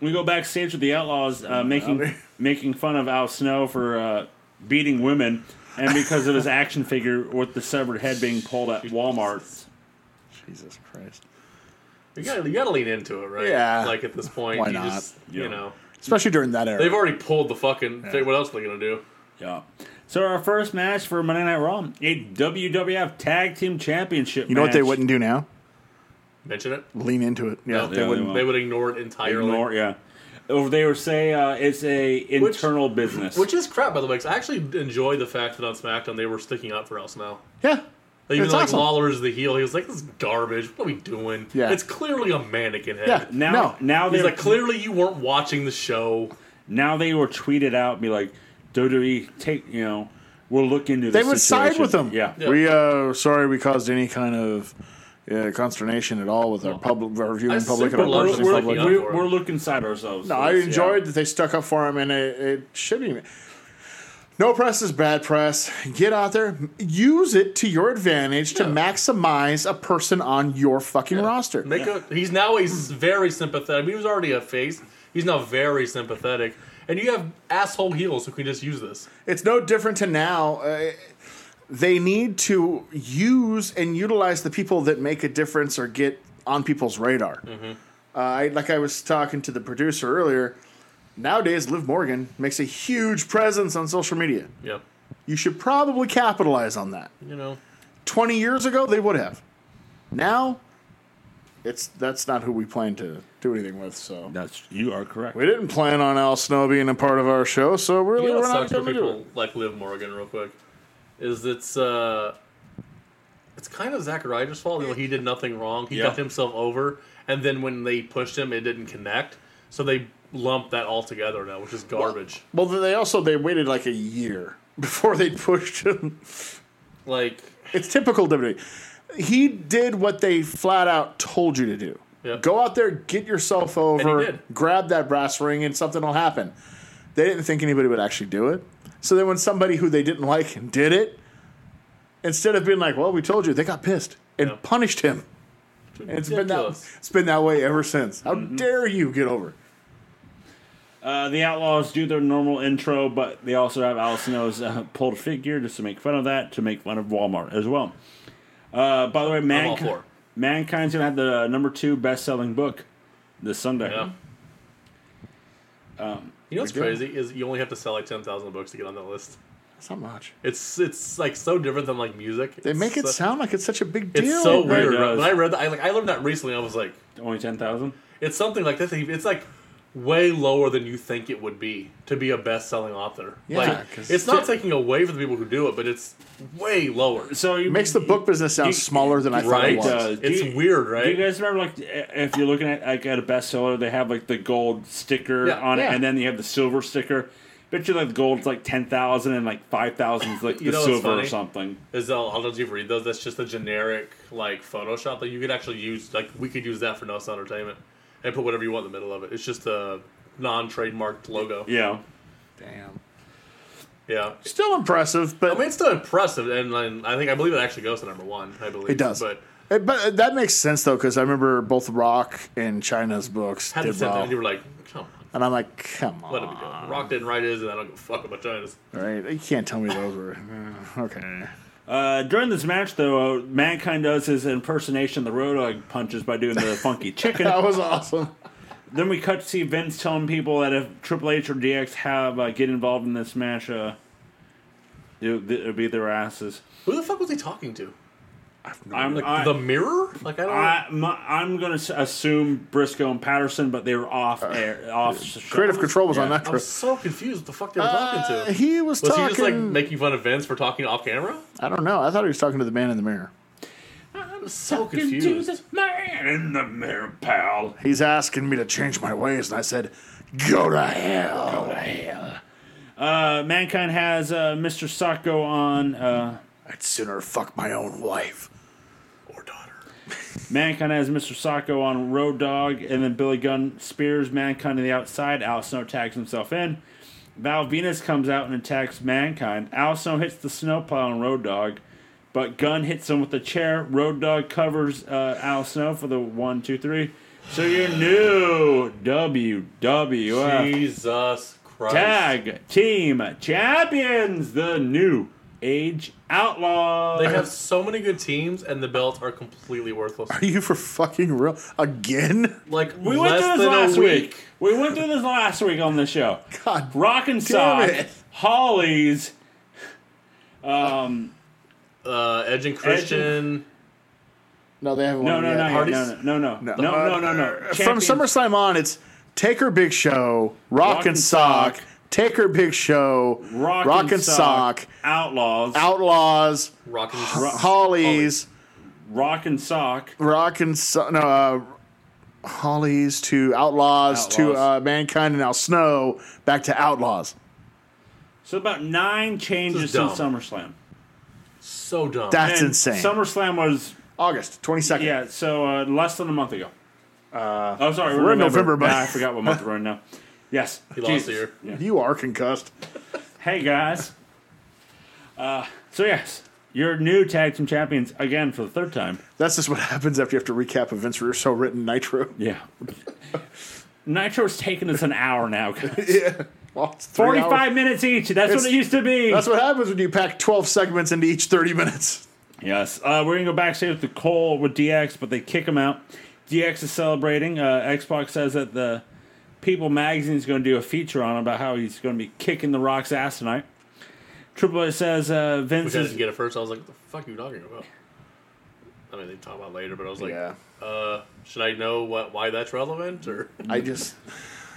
[SPEAKER 1] We go backstage with the Outlaws uh, making
[SPEAKER 2] Louder.
[SPEAKER 1] *laughs* making fun of Al Snow for uh, beating women, and because of his action figure with the severed head being pulled at Walmart.
[SPEAKER 2] Jesus Christ!
[SPEAKER 3] you gotta you gotta lean into it, right?
[SPEAKER 2] Yeah.
[SPEAKER 3] Like at this point,
[SPEAKER 2] Why
[SPEAKER 3] you
[SPEAKER 2] not?
[SPEAKER 3] just
[SPEAKER 1] Yeah.
[SPEAKER 3] you know
[SPEAKER 2] Especially during that era.
[SPEAKER 3] they've already pulled the fucking. thing. What else are they gonna do?
[SPEAKER 1] Yeah. So our first match for Monday Night Raw, a WWF Tag Team Championship.
[SPEAKER 2] you know what they
[SPEAKER 1] match.
[SPEAKER 2] wouldn't do now?
[SPEAKER 3] Mention it?
[SPEAKER 2] Lean into it. Yeah,
[SPEAKER 3] No,
[SPEAKER 2] they
[SPEAKER 1] yeah, they
[SPEAKER 2] wouldn't.
[SPEAKER 1] won't.
[SPEAKER 3] They would ignore it entirely.
[SPEAKER 1] ignore? Yeah. Or they would say uh, it's a internal business.
[SPEAKER 3] Which is crap, by the way, 'cause I actually enjoy the fact that on SmackDown they were sticking up for El Snow.
[SPEAKER 2] Yeah,
[SPEAKER 3] Even
[SPEAKER 2] It's
[SPEAKER 3] like
[SPEAKER 2] awesome.
[SPEAKER 3] Lawler's the heel, he was like, "This is garbage. What are we doing?
[SPEAKER 2] Yeah.
[SPEAKER 3] It's clearly a mannequin head."
[SPEAKER 2] yeah.
[SPEAKER 1] now,
[SPEAKER 2] no.
[SPEAKER 1] now they
[SPEAKER 3] He's like, "Clearly you weren't watching the show."
[SPEAKER 1] now they were tweeted out and be like, WWE take you know we'll look into.
[SPEAKER 2] they
[SPEAKER 1] this
[SPEAKER 2] would side
[SPEAKER 1] situation."
[SPEAKER 2] with them.
[SPEAKER 1] Yeah.
[SPEAKER 3] Yeah.
[SPEAKER 2] we uh, sorry we caused any kind of uh, consternation at all with our public, our viewing
[SPEAKER 3] I
[SPEAKER 2] public, and
[SPEAKER 3] super
[SPEAKER 2] our
[SPEAKER 1] We're,
[SPEAKER 3] love
[SPEAKER 2] purchasing
[SPEAKER 3] it.
[SPEAKER 1] we're,
[SPEAKER 2] public.
[SPEAKER 3] Public.
[SPEAKER 1] we're, we're looking inside ourselves.
[SPEAKER 2] No,
[SPEAKER 1] So
[SPEAKER 2] I
[SPEAKER 1] it's- yeah.
[SPEAKER 2] enjoyed that they stuck up for him, and it, it should be. No press is bad press. Get out there, m- use it to your advantage to
[SPEAKER 3] Yeah.
[SPEAKER 2] maximize a person on your fucking roster.
[SPEAKER 3] Make a, he's now a s- very sympathetic. I mean, he was already a face. He's now very sympathetic, and you have asshole heels who can just use this.
[SPEAKER 2] It's no different to now. Uh, they need to use and utilize the people that make a difference or get on people's radar.
[SPEAKER 3] Mm-hmm.
[SPEAKER 2] Uh, I, like I was talking to the producer earlier. Nowadays, Liv Morgan makes a huge presence on social media.
[SPEAKER 3] Yep.
[SPEAKER 2] You should probably capitalize on that.
[SPEAKER 3] You know,
[SPEAKER 2] 20 years ago they would have now it's that's not who we plan to do anything with so
[SPEAKER 1] That's you are correct.
[SPEAKER 2] we didn't plan on al snow being a part of our show so really
[SPEAKER 3] you know
[SPEAKER 2] we're
[SPEAKER 3] what
[SPEAKER 2] not
[SPEAKER 3] sucks for
[SPEAKER 2] going to do
[SPEAKER 3] people
[SPEAKER 2] it
[SPEAKER 3] like Liv Morgan, real quick, is it's uh, it's kind of Zack Ryder's fault. You know, he did nothing wrong. He
[SPEAKER 1] Yeah.
[SPEAKER 3] got himself over, and then when they pushed him, it didn't connect. So they lumped that all together now, which is garbage.
[SPEAKER 2] well they also they waited like a year *laughs* before they pushed him
[SPEAKER 3] Like,
[SPEAKER 2] it's typical WWE. he did what they flat out told you to do
[SPEAKER 3] Yep.
[SPEAKER 2] go out there get yourself over
[SPEAKER 3] did.
[SPEAKER 2] grab that brass ring and something will happen they didn't think anybody would actually do it so then when somebody who they didn't like did it instead of being like, "Well, we told you," they got pissed and
[SPEAKER 3] Yeah.
[SPEAKER 2] punished him. And it's been that
[SPEAKER 3] Ridiculous.
[SPEAKER 2] it's been that way ever since. How dare you get over? it?
[SPEAKER 1] Uh, the Outlaws do their normal intro, but they also have Alcino's uh, pulled figure just to make fun of that, to make fun of Walmart as well. Uh, by the way,
[SPEAKER 3] all
[SPEAKER 1] Mankind,
[SPEAKER 3] for it.
[SPEAKER 1] Mankind's going to have the uh, number two best selling book this Sunday.
[SPEAKER 2] Mm-hmm.
[SPEAKER 3] yeah.
[SPEAKER 2] Um,
[SPEAKER 3] you know what's crazy is you only have to sell like ten thousand books to get on that list.
[SPEAKER 2] It's not much.
[SPEAKER 3] It's it's like so different than like music.
[SPEAKER 2] They make it
[SPEAKER 3] so,
[SPEAKER 2] sound like it's such a big deal.
[SPEAKER 3] it's so
[SPEAKER 2] right?
[SPEAKER 3] weird.
[SPEAKER 1] does.
[SPEAKER 3] When I read that, I like I learned that recently. I was like,
[SPEAKER 1] Only 10,000?
[SPEAKER 3] it's something like this. It's like way lower than you think it would be to be a best-selling author.
[SPEAKER 2] Yeah,
[SPEAKER 3] like,
[SPEAKER 2] 'cause-
[SPEAKER 3] it's not taking away from the people who do it, but it's way lower.
[SPEAKER 1] So you
[SPEAKER 2] It makes the book business sound
[SPEAKER 1] You-
[SPEAKER 2] smaller than I thought
[SPEAKER 3] Right?
[SPEAKER 2] it was.
[SPEAKER 1] does. Do
[SPEAKER 3] it's
[SPEAKER 1] you-
[SPEAKER 3] weird,
[SPEAKER 1] Do
[SPEAKER 3] right?
[SPEAKER 1] you guys remember, like, if you're looking at like at a bestseller, they have like the gold sticker
[SPEAKER 3] Yeah.
[SPEAKER 1] on
[SPEAKER 2] Yeah.
[SPEAKER 1] it, and then you have the silver sticker. Bet you like gold's like ten thousand, and like five thousand is like
[SPEAKER 3] *laughs* You
[SPEAKER 1] the
[SPEAKER 3] know what's
[SPEAKER 1] silver or
[SPEAKER 3] funny?
[SPEAKER 1] something.
[SPEAKER 3] Is that, I don't know if you've read those. That's just a generic like Photoshop that you could actually use. Like we could use that for Nelson Entertainment and put whatever you want in the middle of it. It's just a non-trademarked logo.
[SPEAKER 1] Yeah,
[SPEAKER 2] Damn.
[SPEAKER 3] Yeah.
[SPEAKER 2] Still impressive, but
[SPEAKER 3] I mean, it's still impressive, and, and I think I believe it actually goes to number one. I believe
[SPEAKER 2] it does.
[SPEAKER 3] but
[SPEAKER 2] It- but that makes sense though, because I remember both Rock and China's books
[SPEAKER 3] had to
[SPEAKER 2] did
[SPEAKER 3] sit there
[SPEAKER 2] well,
[SPEAKER 3] and you were like, come on,
[SPEAKER 2] and I'm like, come on,
[SPEAKER 3] let it be good. Rock didn't write his, and I don't give a fuck about China's.
[SPEAKER 2] right? You can't tell me those
[SPEAKER 3] *laughs*
[SPEAKER 2] were okay.
[SPEAKER 1] Uh, during this match, though, uh, Mankind does his impersonation of the road dog punches by doing
[SPEAKER 3] *laughs*
[SPEAKER 1] the funky chicken.
[SPEAKER 2] That was awesome.
[SPEAKER 1] Then we cut to see Vince telling people that if Triple H or DX have uh, get involved in this match, uh, it would be their asses.
[SPEAKER 3] Who the fuck was he talking to?
[SPEAKER 1] I'm
[SPEAKER 3] Like
[SPEAKER 1] I,
[SPEAKER 3] the mirror? Like I don't.
[SPEAKER 1] I, my, I'm going to assume Briscoe and Patterson, but they were off air, off.
[SPEAKER 2] Uh, Creative control was on that
[SPEAKER 3] I'm
[SPEAKER 2] trip.
[SPEAKER 3] so confused. What the fuck they were
[SPEAKER 2] Uh,
[SPEAKER 3] talking to?
[SPEAKER 2] he was,
[SPEAKER 3] Was
[SPEAKER 2] talking.
[SPEAKER 3] he just like making fun of Vince for talking off camera?
[SPEAKER 2] I don't know. I thought he was talking to the man in the mirror.
[SPEAKER 3] I'm so
[SPEAKER 1] Confused.
[SPEAKER 3] confused.
[SPEAKER 1] man in the mirror, pal.
[SPEAKER 2] He's asking me to change my ways, and I said, "Go to hell."
[SPEAKER 1] Uh, Mankind has uh, Mr. Sacco on. Uh,
[SPEAKER 2] I'd sooner fuck my own wife.
[SPEAKER 3] Or daughter.
[SPEAKER 1] Mankind has Mr. Sacco on Road Dog, and then Billy Gunn spears Mankind to the outside. Al Snow tags himself in. Val Venus comes out and attacks Mankind. Al Snow hits the snowplow on Road Dog, but Gunn hits him with a chair. Road Dog covers uh, Al Snow for the one, two, three. So your new WWF
[SPEAKER 3] Jesus Christ.
[SPEAKER 1] Tag Team Champions, the New Age Outlaws.
[SPEAKER 3] They have so many good teams, and the belts are completely worthless.
[SPEAKER 2] Are you for fucking real again? *laughs*
[SPEAKER 3] Like
[SPEAKER 1] We went
[SPEAKER 3] less
[SPEAKER 1] through this
[SPEAKER 3] than
[SPEAKER 1] last
[SPEAKER 3] a
[SPEAKER 1] week.
[SPEAKER 3] week.
[SPEAKER 1] We went through this last week on the show.
[SPEAKER 2] God,
[SPEAKER 1] Rock and Sock,
[SPEAKER 2] it.
[SPEAKER 1] Hollies,
[SPEAKER 3] Uh, Edge and Christian.
[SPEAKER 2] no, they haven't.
[SPEAKER 1] no,
[SPEAKER 2] won
[SPEAKER 1] no,
[SPEAKER 2] yet.
[SPEAKER 1] no, no,
[SPEAKER 3] Hardy's-
[SPEAKER 1] no, no, no, no, no, no,
[SPEAKER 2] Uh,
[SPEAKER 1] no, no.
[SPEAKER 2] From
[SPEAKER 1] Champions.
[SPEAKER 2] SummerSlam on, it's Taker Big Show, Rock, and Sock, Taker Big Show,
[SPEAKER 1] Rock, and, Sock, Oh, Outlaws,
[SPEAKER 2] Outlaws,
[SPEAKER 3] Rock and
[SPEAKER 2] Hollies,
[SPEAKER 1] Rock and Sock,
[SPEAKER 2] Rock and Sock, no, uh, Hollies to Outlaws, to uh,
[SPEAKER 1] Outlaws.
[SPEAKER 2] Mankind and now Snow, back to Outlaws.
[SPEAKER 1] So about nine changes in
[SPEAKER 3] dumb.
[SPEAKER 1] SummerSlam.
[SPEAKER 3] So dumb.
[SPEAKER 2] That's
[SPEAKER 1] And
[SPEAKER 2] insane.
[SPEAKER 1] SummerSlam was
[SPEAKER 2] August 22nd.
[SPEAKER 1] yeah, so uh, less than a month ago. Uh, oh, sorry,
[SPEAKER 2] we're in November, but-
[SPEAKER 1] Yeah, I forgot what month we're in
[SPEAKER 2] *laughs*
[SPEAKER 1] now. Yes,
[SPEAKER 3] he lost here.
[SPEAKER 2] You are concussed.
[SPEAKER 1] Hey guys. Uh, so yes, your new tag team champions again for the third time.
[SPEAKER 2] That's just what *laughs* happens after you have to recap events where you're so written Nitro. *laughs*
[SPEAKER 1] Yeah. Nitro's taken us an hour now. guys.
[SPEAKER 2] Yeah. Well, it's three hours.
[SPEAKER 1] Forty-five minutes each. That's
[SPEAKER 2] It's-
[SPEAKER 1] what it used to be.
[SPEAKER 2] That's what happens when you pack 12 segments into each 30 minutes.
[SPEAKER 1] Yes, uh, we're gonna go backstage with Cole with DX, but they kick him out. DX is celebrating. Uh, Xbox says that the People Magazine is going to do a feature on him about how he's going to be kicking the Rock's ass tonight. Triple H says uh, Vince
[SPEAKER 3] Which I
[SPEAKER 1] is
[SPEAKER 3] didn't get it first. I was like, "What the fuck are you talking about?" I mean, they talk about it later, but I was like, uh, "Should I know what why that's relevant?" Or
[SPEAKER 2] I just,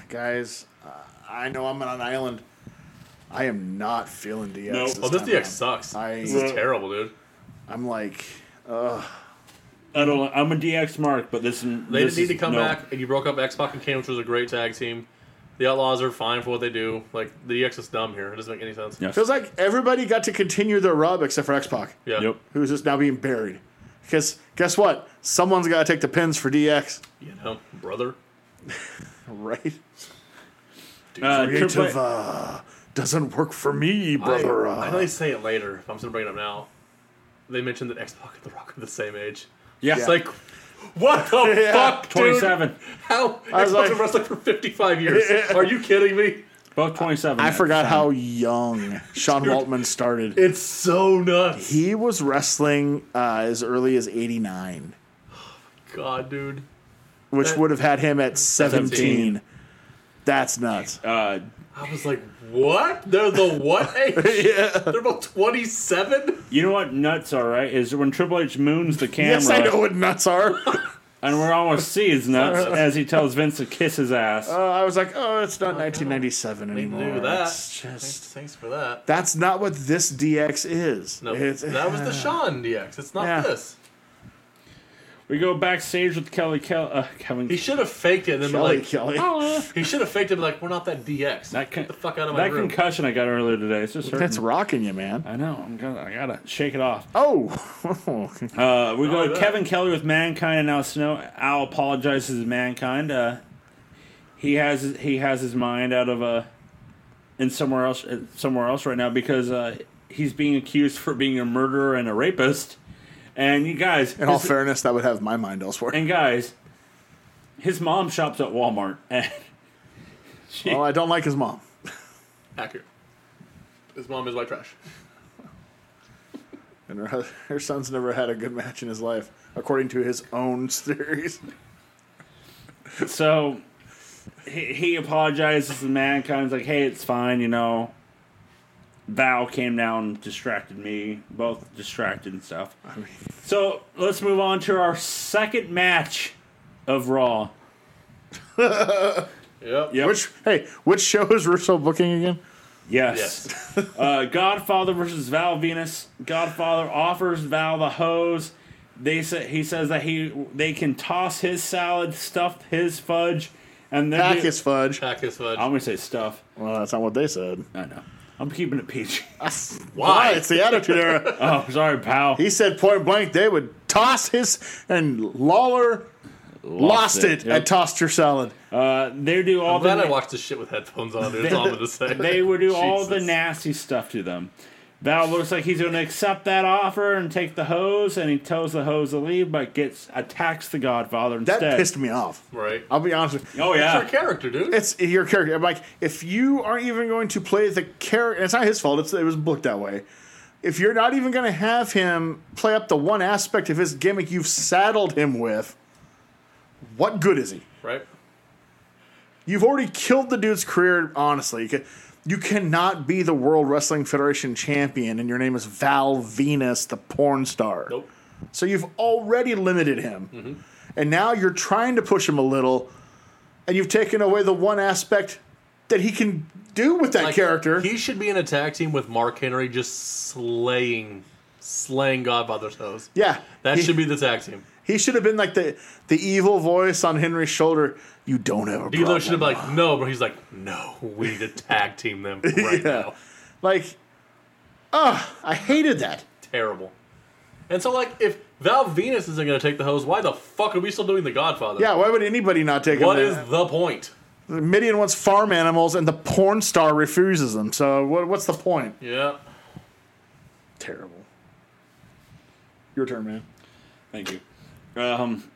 [SPEAKER 2] guys, uh, I know I'm on an island. I am not feeling DX.
[SPEAKER 1] No.
[SPEAKER 2] this
[SPEAKER 3] oh, this
[SPEAKER 2] time
[SPEAKER 3] DX
[SPEAKER 2] around.
[SPEAKER 3] sucks.
[SPEAKER 2] I-
[SPEAKER 3] this is terrible, dude.
[SPEAKER 2] I'm like,
[SPEAKER 1] I don't. I'm a DX mark, but this.
[SPEAKER 3] They didn't need to come back, and you broke up X Pac and Kane, which was a great tag team. The Outlaws are fine for what they do. Like the DX is dumb here. It doesn't make any sense.
[SPEAKER 1] Yes.
[SPEAKER 2] feels like everybody got to continue their rub except for X Pac,
[SPEAKER 3] Yeah.
[SPEAKER 1] Yep.
[SPEAKER 2] who's just now being buried. Because guess what? Someone's got to take the pins for DX,
[SPEAKER 3] You know, brother.
[SPEAKER 2] right?
[SPEAKER 1] Uh, Triple
[SPEAKER 2] Creative
[SPEAKER 1] H,
[SPEAKER 2] uh, doesn't work for me, brother.
[SPEAKER 3] I, I
[SPEAKER 2] uh.
[SPEAKER 3] know they say it later. If I'm just gonna bring it up now, they mentioned that X Pac and The Rock are the same age.
[SPEAKER 1] yeah,
[SPEAKER 3] It's like, what the
[SPEAKER 2] *laughs* Yeah.
[SPEAKER 3] fuck, dude?
[SPEAKER 1] twenty-seven.
[SPEAKER 3] How
[SPEAKER 2] was
[SPEAKER 3] Xbox
[SPEAKER 2] like-
[SPEAKER 3] been wrestling for
[SPEAKER 2] *laughs*
[SPEAKER 3] 55 years? Are you kidding me?
[SPEAKER 1] Both twenty-seven.
[SPEAKER 2] I forgot how young Sean Waltman started.
[SPEAKER 3] It's so nuts.
[SPEAKER 2] He was wrestling uh, as early as 89,
[SPEAKER 3] God, dude.
[SPEAKER 2] which
[SPEAKER 3] That-
[SPEAKER 2] would have had him at 17.
[SPEAKER 3] 17.
[SPEAKER 2] That's nuts.
[SPEAKER 1] Uh,
[SPEAKER 3] I was like, what? They're the
[SPEAKER 1] *laughs*
[SPEAKER 3] what age?
[SPEAKER 2] yeah.
[SPEAKER 3] They're both 27?
[SPEAKER 1] you know what? Nuts. All right, is when Triple H moons the camera,
[SPEAKER 2] *laughs* Yes, I know what nuts *laughs* are. uh,
[SPEAKER 1] and we're almost see his
[SPEAKER 2] *laughs*
[SPEAKER 1] nuts as he tells Vince to kiss his ass.
[SPEAKER 2] I was like, oh, it's not 1997
[SPEAKER 3] They
[SPEAKER 2] anymore.
[SPEAKER 3] knew that.
[SPEAKER 2] It's
[SPEAKER 3] Thanks,
[SPEAKER 2] just
[SPEAKER 3] thanks for that.
[SPEAKER 2] that's not what this DX is.
[SPEAKER 3] No,
[SPEAKER 2] It's-
[SPEAKER 3] that was the Sean DX. It's not
[SPEAKER 2] Yeah.
[SPEAKER 3] this.
[SPEAKER 1] we go backstage with Kelly. Kel- uh, Kevin.
[SPEAKER 3] He should have faked it and then been
[SPEAKER 2] Kelly,
[SPEAKER 3] like, uh,
[SPEAKER 2] Kelly.
[SPEAKER 3] he should have faked it and been like, we're not that DX.
[SPEAKER 1] That con-
[SPEAKER 3] Get the fuck out of my
[SPEAKER 1] that
[SPEAKER 3] room.
[SPEAKER 1] concussion I got earlier today. It's just hurting.
[SPEAKER 2] *laughs* That's rocking you, man.
[SPEAKER 1] I know. I'm gonna. I gotta shake it off.
[SPEAKER 2] Oh,
[SPEAKER 1] Uh, we go
[SPEAKER 3] I bet.
[SPEAKER 1] Kevin Kelly with Mankind and Al Snow. Al apologizes to Mankind. Uh, he has he has his mind out of uh, in somewhere else uh, somewhere else right now because uh, he's being accused for being a murderer and a rapist. And you guys,
[SPEAKER 2] in all
[SPEAKER 1] his-
[SPEAKER 2] fairness, that would have my mind elsewhere.
[SPEAKER 1] and guys, his mom shops at Walmart, *laughs* and
[SPEAKER 2] Well, I don't like his mom.
[SPEAKER 3] Accurate. His mom is white trash.
[SPEAKER 2] And her, *laughs* her son's never had a good match in his life, according to his own *laughs* theories.
[SPEAKER 1] so he, he apologizes to Mankind's like, "Hey, it's fine, you know." Val came down, and distracted me, both distracted and stuff.
[SPEAKER 2] I mean,
[SPEAKER 1] So let's move on to our second match of Raw.
[SPEAKER 3] Yep.
[SPEAKER 1] Yep.
[SPEAKER 2] which hey, which show is Russo booking again?
[SPEAKER 1] Yes. *laughs* uh, Godfather versus Val Venus. Godfather offers Val the hose. They say he says that he they can toss his salad, stuff his fudge, and then
[SPEAKER 2] Pack his fudge.
[SPEAKER 3] Pack his fudge.
[SPEAKER 1] I'm gonna say stuff.
[SPEAKER 2] Well, that's not what they said.
[SPEAKER 1] I know. I'm keeping it peachy. *laughs*
[SPEAKER 2] *laughs* Why? It's the Attitude Era.
[SPEAKER 1] oh, sorry, pal.
[SPEAKER 2] He said point blank they would toss his, and Lawler lost, it,
[SPEAKER 1] Yep.
[SPEAKER 2] and tossed your salad.
[SPEAKER 1] Uh, they do all
[SPEAKER 3] I'm glad
[SPEAKER 1] the
[SPEAKER 3] I watched this shit with headphones on. Dude. That's all I'm gonna
[SPEAKER 1] *laughs*
[SPEAKER 3] say.
[SPEAKER 1] they would do all the
[SPEAKER 3] Jesus.
[SPEAKER 1] nasty stuff to them. Val looks like he's going to accept that offer and take the hose, and he tells the hose to leave, but gets attacks the Godfather
[SPEAKER 2] That
[SPEAKER 1] instead.
[SPEAKER 2] pissed me off.
[SPEAKER 3] right.
[SPEAKER 2] I'll be honest with you.
[SPEAKER 1] oh
[SPEAKER 3] It's
[SPEAKER 1] yeah,
[SPEAKER 3] your character, dude.
[SPEAKER 2] It's your character. I'm like, if you aren't even going to play the character, it's not his fault. It's, it was booked that way. If you're not even going to have him play up the one aspect of his gimmick you've saddled him with, what good is he?
[SPEAKER 3] right.
[SPEAKER 2] You've already killed the dude's career, honestly. You, ca- you cannot be the World Wrestling Federation champion and your name is Val Venus, the porn star.
[SPEAKER 3] Nope. Mm-hmm.
[SPEAKER 2] So you've already limited him. And now you're trying to push him a little, and you've taken away the one aspect that he can do with that
[SPEAKER 3] Like,
[SPEAKER 2] character.
[SPEAKER 3] He should be in a tag team with Mark Henry, just slaying, slaying Godfather's toes.
[SPEAKER 2] yeah.
[SPEAKER 3] That
[SPEAKER 2] he,
[SPEAKER 3] should be the tag team.
[SPEAKER 2] He should have been like the, the evil voice on Henry's shoulder. You don't have a
[SPEAKER 3] D'Lo
[SPEAKER 2] problem.
[SPEAKER 3] should have been like, no, but he's like, no, we need to tag
[SPEAKER 2] *laughs*
[SPEAKER 3] team them right now.
[SPEAKER 2] Like, ugh, I hated that.
[SPEAKER 3] Terrible. And so, like, if Val Venus isn't going to take the hose, why the fuck are we still doing The Godfather?
[SPEAKER 2] Yeah, uh, why would anybody not take
[SPEAKER 3] What
[SPEAKER 2] him?
[SPEAKER 3] is the point?
[SPEAKER 2] Midian wants farm animals, and the porn star refuses them. So what, what's the point?
[SPEAKER 3] Yeah.
[SPEAKER 2] Terrible. Your turn, man.
[SPEAKER 1] thank you. Um,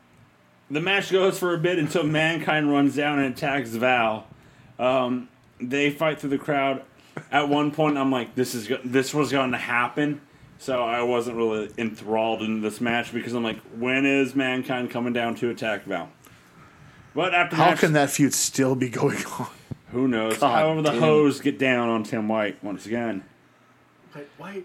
[SPEAKER 1] the match goes for a bit until mankind runs down and attacks Val. Um, they fight through the crowd. At one point, I'm like, "This is go- this was going to happen," so I wasn't really enthralled in this match because I'm like, "When is mankind coming down to attack Val?" But after
[SPEAKER 2] How
[SPEAKER 1] match-
[SPEAKER 2] can that feud still be going on? *laughs*
[SPEAKER 1] Who knows?
[SPEAKER 2] God
[SPEAKER 1] However, the
[SPEAKER 2] damn.
[SPEAKER 1] hoes get down on Tim White once again.
[SPEAKER 3] Like, why?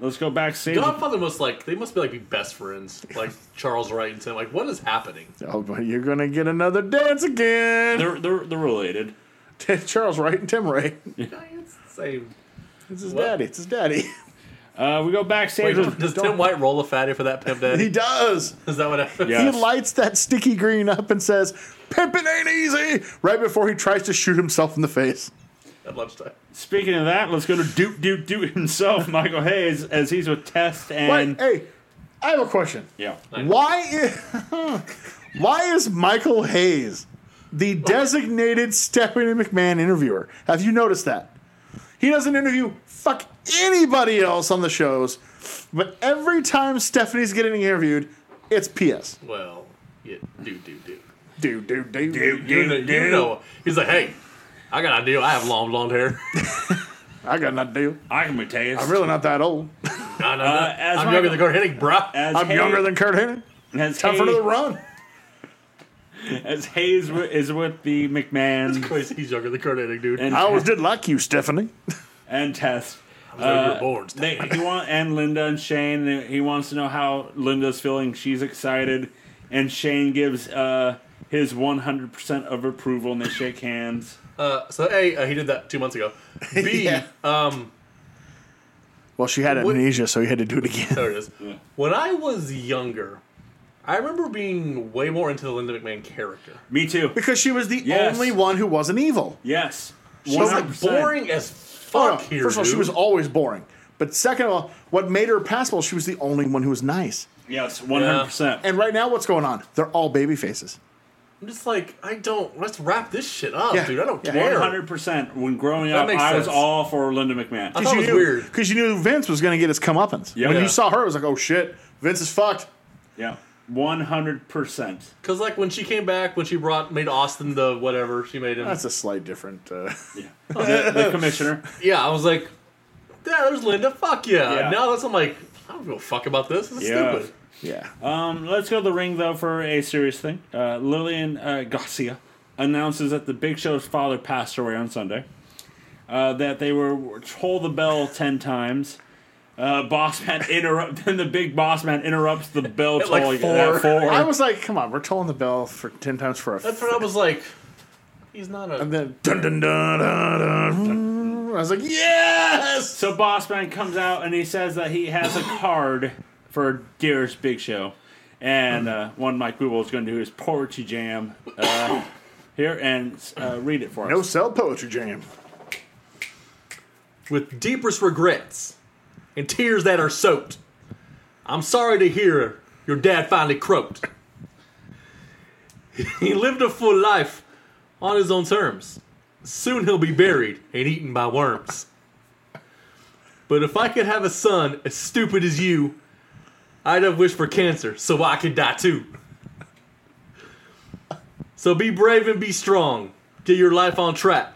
[SPEAKER 1] Let's go backstage.
[SPEAKER 3] Godfather must, like, they must be, like, be best friends. Like, Charles Wright and Tim. Like, what is happening?
[SPEAKER 2] Oh, but you're gonna get another dance again.
[SPEAKER 1] They're, they're, they're related.
[SPEAKER 2] *laughs* Charles Wright and Tim Ray.
[SPEAKER 3] it's the same.
[SPEAKER 2] It's his
[SPEAKER 3] What?
[SPEAKER 2] daddy. It's his daddy.
[SPEAKER 1] Uh, we go
[SPEAKER 3] Wait,
[SPEAKER 1] backstage. with-
[SPEAKER 3] does Tim White roll a fatty for that pimp
[SPEAKER 2] He *laughs*
[SPEAKER 3] daddy?
[SPEAKER 2] does.
[SPEAKER 3] Is that what happens?
[SPEAKER 1] Yeah. Yes.
[SPEAKER 2] He lights that sticky green up and says, "Pimpin' ain't easy." Right before he tries to shoot himself in the face.
[SPEAKER 3] At lunchtime.
[SPEAKER 1] Speaking of that, let's go to Duke Duke Duke himself, Michael Hayes, as he's with Test and.
[SPEAKER 2] Wait, hey, I have a question.
[SPEAKER 1] Yeah.
[SPEAKER 2] Why is, *laughs* why is Michael Hayes the designated Stephanie McMahon interviewer? Have you noticed that? He doesn't interview fuck anybody else on the shows, but every time Stephanie's getting interviewed, it's PS.
[SPEAKER 3] Well, yeah, do, do, do.
[SPEAKER 2] Do do do do.
[SPEAKER 3] You know, you know. He's like, hey, I got an idea. I have long blonde hair. *laughs*
[SPEAKER 2] I got nothing to do.
[SPEAKER 1] I can be Test.
[SPEAKER 2] I'm really not that old.
[SPEAKER 3] No, no,
[SPEAKER 1] Uh,
[SPEAKER 3] no.
[SPEAKER 1] as
[SPEAKER 3] I'm
[SPEAKER 1] my-
[SPEAKER 3] younger than Kurt Hennig, *laughs* bruh.
[SPEAKER 1] As
[SPEAKER 2] I'm
[SPEAKER 1] Hayes,
[SPEAKER 2] younger than Kurt Hennig.
[SPEAKER 1] As
[SPEAKER 2] Time for another
[SPEAKER 1] Hayes,
[SPEAKER 2] run.
[SPEAKER 1] as Hayes wi- is with the McMahon
[SPEAKER 3] Christ, he's younger than Kurt Hennig, dude.
[SPEAKER 1] and,
[SPEAKER 2] I always did like you, Stephanie.
[SPEAKER 1] and Test. Uh,
[SPEAKER 3] So
[SPEAKER 2] uh,
[SPEAKER 3] you were born.
[SPEAKER 1] They, he want and Linda and Shane. and He wants to know how Linda's feeling. She's excited, and Shane gives uh, his one hundred percent of approval, and they shake hands.
[SPEAKER 3] Uh, so A, uh, he did that two months
[SPEAKER 2] *laughs*
[SPEAKER 3] ago. B,
[SPEAKER 2] Yeah.
[SPEAKER 3] um,
[SPEAKER 2] Well, she had
[SPEAKER 3] What-
[SPEAKER 2] amnesia, so he had to do it again.
[SPEAKER 3] there it is. When I was younger, I remember being way more into the Linda McMahon character.
[SPEAKER 1] Me
[SPEAKER 2] *laughs*
[SPEAKER 1] too.
[SPEAKER 2] Because she was the
[SPEAKER 1] Yes.
[SPEAKER 2] only one who wasn't evil.
[SPEAKER 1] Yes,
[SPEAKER 2] was,
[SPEAKER 3] It's
[SPEAKER 2] like,
[SPEAKER 3] like
[SPEAKER 1] 100%.
[SPEAKER 3] boring as
[SPEAKER 2] Oh, no.
[SPEAKER 3] fuck here.
[SPEAKER 2] First of all, she
[SPEAKER 3] dude.
[SPEAKER 2] was always boring. But second of all, what made her passable, she was the only one who was nice.
[SPEAKER 1] Yes, one hundred percent.
[SPEAKER 2] And right now, what's going on? They're all baby faces.
[SPEAKER 3] I'm just like, I don't. Let's wrap this shit up,
[SPEAKER 2] Yeah.
[SPEAKER 3] dude. I don't
[SPEAKER 2] Yeah.
[SPEAKER 3] care.
[SPEAKER 1] One hundred percent. When growing
[SPEAKER 3] That
[SPEAKER 1] up,
[SPEAKER 3] makes
[SPEAKER 1] I was
[SPEAKER 3] sense.
[SPEAKER 1] all for Linda McMahon.
[SPEAKER 3] thought it was weird.
[SPEAKER 2] Because you knew Vince was going to get his comeuppance.
[SPEAKER 1] Yeah.
[SPEAKER 2] When
[SPEAKER 1] Yeah.
[SPEAKER 2] you saw her, it was like, oh shit, Vince is fucked.
[SPEAKER 1] yeah, one hundred percent.
[SPEAKER 3] Because like when she came back, when she brought made Austin the whatever she made him.
[SPEAKER 2] That's a slight different. Uh, *laughs*
[SPEAKER 1] The the commissioner.
[SPEAKER 3] yeah, I was like, yeah, there's Linda. Fuck yeah.
[SPEAKER 1] Yeah.
[SPEAKER 3] Now that's I'm like, I don't give a fuck about this. This is
[SPEAKER 1] Yeah.
[SPEAKER 3] stupid.
[SPEAKER 2] yeah.
[SPEAKER 1] Um, let's go to the ring though for a serious thing. Uh, Lillian uh, Garcia announces that the Big Show's father passed away on Sunday. uh, that they were were told the bell ten times. Uh, boss man *laughs* interrupt. Then the big boss man interrupts the bell
[SPEAKER 3] At, like,
[SPEAKER 1] tolling at
[SPEAKER 3] four.
[SPEAKER 1] four.
[SPEAKER 2] I was like, come on, we're tolling the bell for ten times for a.
[SPEAKER 3] That's what I was like. He's not a.
[SPEAKER 2] and then dun dun dun dun dun. I was like, yes.
[SPEAKER 1] So Bossman comes out and he says that he has *coughs* a card for Dearest Big Show. And uh, one Mike Weeble is going to do his poetry jam uh, *coughs* here and uh, read it for us.
[SPEAKER 2] No cell poetry jam.
[SPEAKER 3] with deepest regrets and tears that are soaked. I'm sorry to hear your dad finally croaked. *laughs* he lived a full life on his own terms. Soon he'll be buried and eaten by worms. But if I could have a son as stupid as you, I'd have wished for cancer so I could die too. So be brave and be strong. Get your life on track.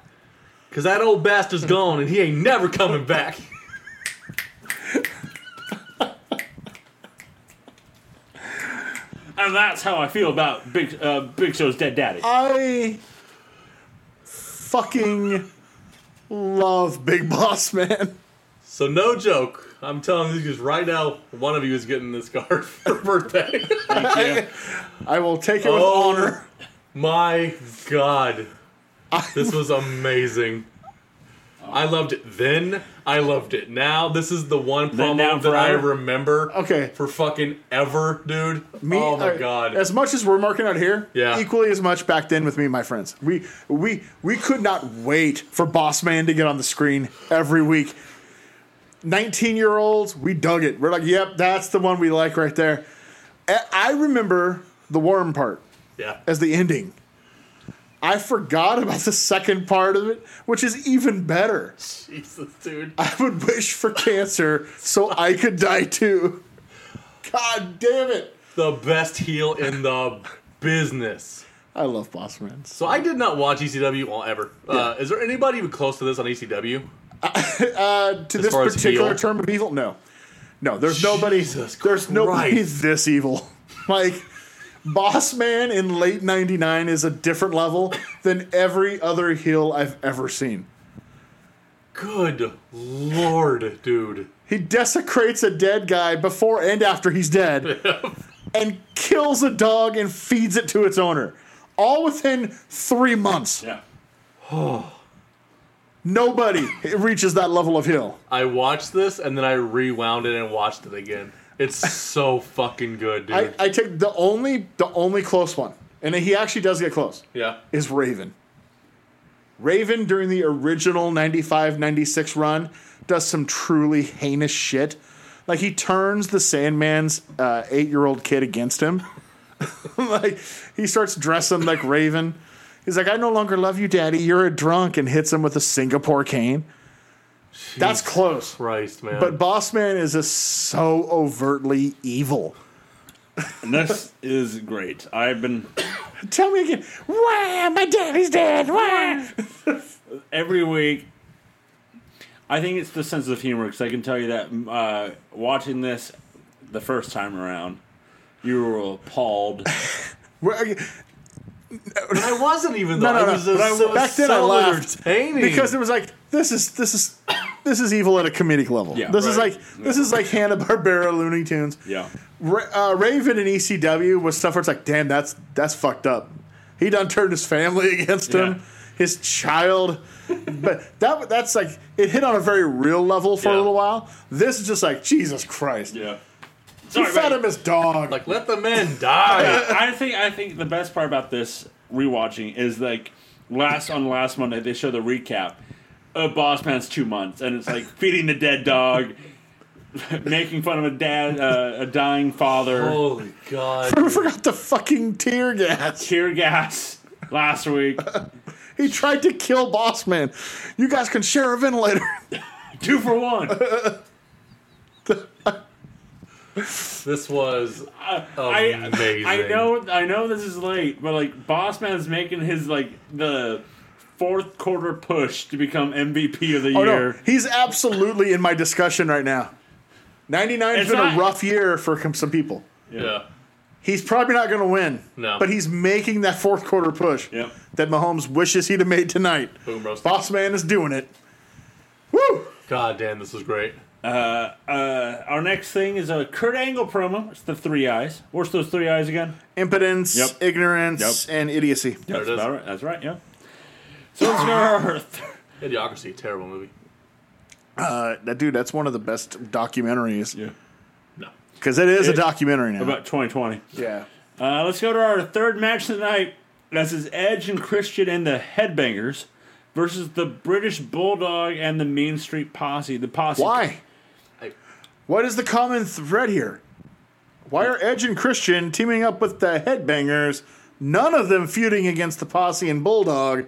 [SPEAKER 3] Cause that old bastard's gone and he ain't never coming back.
[SPEAKER 1] And that's how I feel about Big uh, Big Show's dead daddy.
[SPEAKER 2] I fucking love Big Boss Man.
[SPEAKER 3] So no joke. I'm telling you just right now, one of you is getting this card *laughs* for birthday.
[SPEAKER 1] Thank you.
[SPEAKER 2] I will take it with
[SPEAKER 3] Oh.
[SPEAKER 2] honor.
[SPEAKER 3] My God. This was amazing. I loved it then. I loved it now. This is the one
[SPEAKER 1] Then now
[SPEAKER 3] promo that I
[SPEAKER 1] forever.
[SPEAKER 3] remember
[SPEAKER 2] Okay.
[SPEAKER 3] for fucking ever, dude.
[SPEAKER 2] Me-
[SPEAKER 3] oh my
[SPEAKER 2] uh,
[SPEAKER 3] god.
[SPEAKER 2] As much as we're marking out here,
[SPEAKER 3] Yeah.
[SPEAKER 2] equally as much back then with me and my friends. We we we could not wait for Boss Man to get on the screen every week. 19 year olds, we dug it. We're like, yep, that's the one we like right there. A- I remember the worm part
[SPEAKER 3] yeah.
[SPEAKER 2] as the ending. I forgot about the second part of it, which is even better.
[SPEAKER 3] Jesus, dude.
[SPEAKER 2] I would wish for cancer so I could die too. God damn it.
[SPEAKER 3] The best heel in the business.
[SPEAKER 2] I love Boss Man.
[SPEAKER 3] So I did not watch ECW all ever. Uh, is there anybody even close to this on E ECW?
[SPEAKER 2] Uh, to this
[SPEAKER 3] far as
[SPEAKER 2] particular
[SPEAKER 3] heel?
[SPEAKER 2] term of evil? No, no. There's nobody.
[SPEAKER 3] Jesus
[SPEAKER 2] there's nobody
[SPEAKER 3] Christ.
[SPEAKER 2] this evil. *laughs* Like Boss Man in late '99 is a different level than every other heel I've ever seen.
[SPEAKER 3] Good lord, dude.
[SPEAKER 2] He desecrates a dead guy before and after he's
[SPEAKER 3] *laughs*
[SPEAKER 2] dead, and kills a dog and feeds it to its owner, all within three months.
[SPEAKER 1] Yeah.
[SPEAKER 2] Nobody reaches that level of heel.
[SPEAKER 3] I watched this and then I rewound it and watched it again.
[SPEAKER 2] *laughs*
[SPEAKER 3] It's so fucking good, dude.
[SPEAKER 2] I, I take the only the only close one, and he actually does get close.
[SPEAKER 3] yeah.
[SPEAKER 2] is Raven. Raven during the original 95 96 run does some truly heinous shit. Like he turns the Sandman's uh, eight year old kid against him. *laughs* like he starts dressing like Raven. He's like, I no longer love you, Daddy. You're a drunk, and hits him with a Singapore cane. That's close.
[SPEAKER 3] Christ, man.
[SPEAKER 2] But Bossman is just so overtly evil.
[SPEAKER 1] And this is great. I've been
[SPEAKER 2] Tell me again. Why my daddy's dead? Why?
[SPEAKER 1] every week. I think it's the sense of humor because I can tell you that uh, watching this the first time around, you were *laughs* appalled.
[SPEAKER 2] Why-
[SPEAKER 3] But I
[SPEAKER 2] *laughs*
[SPEAKER 3] wasn't even though.
[SPEAKER 2] No, no,
[SPEAKER 3] I
[SPEAKER 2] no.
[SPEAKER 3] was
[SPEAKER 2] But I-
[SPEAKER 3] just so,
[SPEAKER 2] back then I
[SPEAKER 3] so
[SPEAKER 2] laughed
[SPEAKER 3] entertaining.
[SPEAKER 2] because it was like this is this is *coughs* this is evil at a comedic level.
[SPEAKER 1] Yeah,
[SPEAKER 2] this is
[SPEAKER 3] right.
[SPEAKER 2] like this is like Hanna Barbera Looney Tunes.
[SPEAKER 1] yeah.
[SPEAKER 2] Ra- uh, Raven and ECW was stuff where it's like, damn, that's that's fucked up. He done turned his family *laughs* against
[SPEAKER 1] Yeah.
[SPEAKER 2] him, his child. but that that's like it hit on a very real level for
[SPEAKER 3] Yeah.
[SPEAKER 2] a little while. This is just like Jesus Christ.
[SPEAKER 1] Yeah.
[SPEAKER 2] He
[SPEAKER 1] Sorry,
[SPEAKER 2] fed
[SPEAKER 1] buddy.
[SPEAKER 2] him his dog.
[SPEAKER 3] like let the man
[SPEAKER 2] *laughs*
[SPEAKER 3] die.
[SPEAKER 1] I think I think the best part about this rewatching is like last on last Monday they show the recap of Boss Man's two months, and it's like feeding the dead dog, *laughs* making fun of a dad, uh, a dying father,
[SPEAKER 3] Holy god.
[SPEAKER 2] I forgot the fucking tear gas.
[SPEAKER 1] tear gas last week,
[SPEAKER 2] He tried to kill Boss Man. You guys can share a ventilator. *laughs*
[SPEAKER 1] two for one.
[SPEAKER 3] This was amazing.
[SPEAKER 1] I know, I know this is late, but like Boss Man's making his like the fourth quarter push to become MVP of the
[SPEAKER 2] Oh
[SPEAKER 1] year.
[SPEAKER 2] no, he's absolutely in my discussion right now. 99 has
[SPEAKER 1] It's
[SPEAKER 2] been
[SPEAKER 1] not-
[SPEAKER 2] a rough year for com- some people.
[SPEAKER 3] Yeah.
[SPEAKER 2] He's probably not going to win.
[SPEAKER 3] No.
[SPEAKER 2] But he's making that fourth quarter push
[SPEAKER 1] Yep.
[SPEAKER 2] that Mahomes wishes he'd have made tonight.
[SPEAKER 3] Boom roasted.
[SPEAKER 2] Boss man is doing it.
[SPEAKER 3] God damn, this is great.
[SPEAKER 1] Uh, our next thing is a Kurt Angle promo. It's the three eyes. What's those three eyes again?
[SPEAKER 2] Impotence,
[SPEAKER 1] Yep.
[SPEAKER 2] ignorance, and idiocy.
[SPEAKER 3] There it
[SPEAKER 1] That's
[SPEAKER 3] is.
[SPEAKER 1] about right. That's right. Yeah. So let's go to our th-
[SPEAKER 3] Idiocracy, terrible movie.
[SPEAKER 2] Uh, that dude, that's one of the best documentaries
[SPEAKER 1] yeah.
[SPEAKER 3] No.
[SPEAKER 2] because it is
[SPEAKER 1] It-
[SPEAKER 2] a documentary now.
[SPEAKER 1] about 2020.
[SPEAKER 2] yeah,
[SPEAKER 1] Uh, let's go to our third match tonight. This is Edge and Christian and the Headbangers versus the British Bulldog and the Mean Street Posse. The Posse.
[SPEAKER 2] why?
[SPEAKER 3] I,
[SPEAKER 2] What is the common thread here? Why are Edge and Christian teaming up with the Headbangers? None of them feuding against the Posse and Bulldog.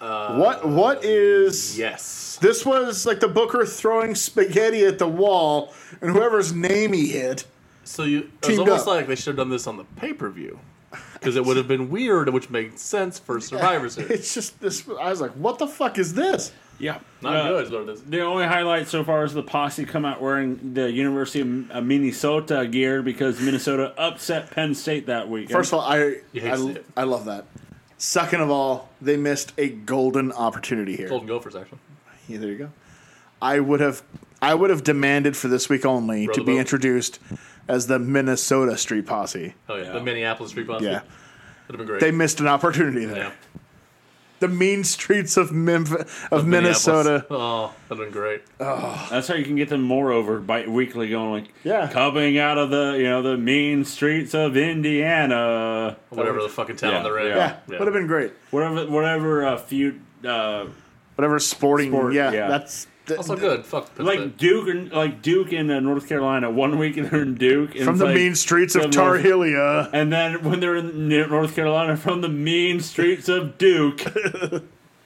[SPEAKER 2] what?
[SPEAKER 3] Uh,
[SPEAKER 2] What is?
[SPEAKER 3] yes.
[SPEAKER 2] This was like the Booker throwing spaghetti at the wall, and whoever's name he hit.
[SPEAKER 3] So you, it was
[SPEAKER 2] Teamed
[SPEAKER 3] almost
[SPEAKER 2] up.
[SPEAKER 3] like they should have done this on the pay per view, because it would have been weird, which made sense for
[SPEAKER 1] *laughs*
[SPEAKER 3] Survivor
[SPEAKER 2] *laughs*
[SPEAKER 3] Series.
[SPEAKER 2] It's just this. I was like, what the fuck is this?
[SPEAKER 1] Yeah.
[SPEAKER 3] Not
[SPEAKER 1] Uh,
[SPEAKER 3] good. Is what it is.
[SPEAKER 1] The only highlight so far is the Posse come out wearing the University of uh, Minnesota gear because Minnesota upset Penn State that week.
[SPEAKER 2] First of all, I
[SPEAKER 3] You hate to see
[SPEAKER 2] I,
[SPEAKER 3] it.
[SPEAKER 2] I love that. Second of all, they missed a golden opportunity here.
[SPEAKER 3] Golden Gophers, actually.
[SPEAKER 2] Yeah, there you go. I would have I would have demanded for this week only
[SPEAKER 3] Row
[SPEAKER 2] to
[SPEAKER 3] the
[SPEAKER 2] be
[SPEAKER 3] boat.
[SPEAKER 2] introduced as the Minnesota Street Posse.
[SPEAKER 3] Oh yeah,
[SPEAKER 1] Yeah.
[SPEAKER 3] the Minneapolis Street Posse.
[SPEAKER 2] Yeah.
[SPEAKER 3] that'd have been great.
[SPEAKER 2] They missed an opportunity there.
[SPEAKER 3] yeah.
[SPEAKER 2] The mean streets of Memphis, of
[SPEAKER 3] Minneapolis.
[SPEAKER 2] Minnesota.
[SPEAKER 3] Oh, that'd have been great.
[SPEAKER 1] That's how you can get them more over by weekly going like
[SPEAKER 2] Yeah.
[SPEAKER 1] coming out of the you know the mean streets of Indiana.
[SPEAKER 3] Whatever the fucking town
[SPEAKER 1] Yeah,
[SPEAKER 3] they're in.
[SPEAKER 2] Yeah,
[SPEAKER 3] Yeah.
[SPEAKER 2] would have been great.
[SPEAKER 1] Whatever whatever uh, feud uh,
[SPEAKER 2] Whatever sporting.
[SPEAKER 1] Sport,
[SPEAKER 2] yeah,
[SPEAKER 1] yeah.
[SPEAKER 2] that's th-
[SPEAKER 3] Also
[SPEAKER 2] th-
[SPEAKER 3] good. Fuck Pittsburgh.
[SPEAKER 1] like Duke and like Duke in uh, North Carolina one week *laughs* and they're in Duke and
[SPEAKER 2] from
[SPEAKER 1] it's
[SPEAKER 2] the
[SPEAKER 1] like-
[SPEAKER 2] mean streets of
[SPEAKER 1] from
[SPEAKER 2] Tar
[SPEAKER 1] North-
[SPEAKER 2] Helia.
[SPEAKER 1] and then when they're in N- North Carolina from the mean streets of
[SPEAKER 2] *laughs*
[SPEAKER 1] Duke.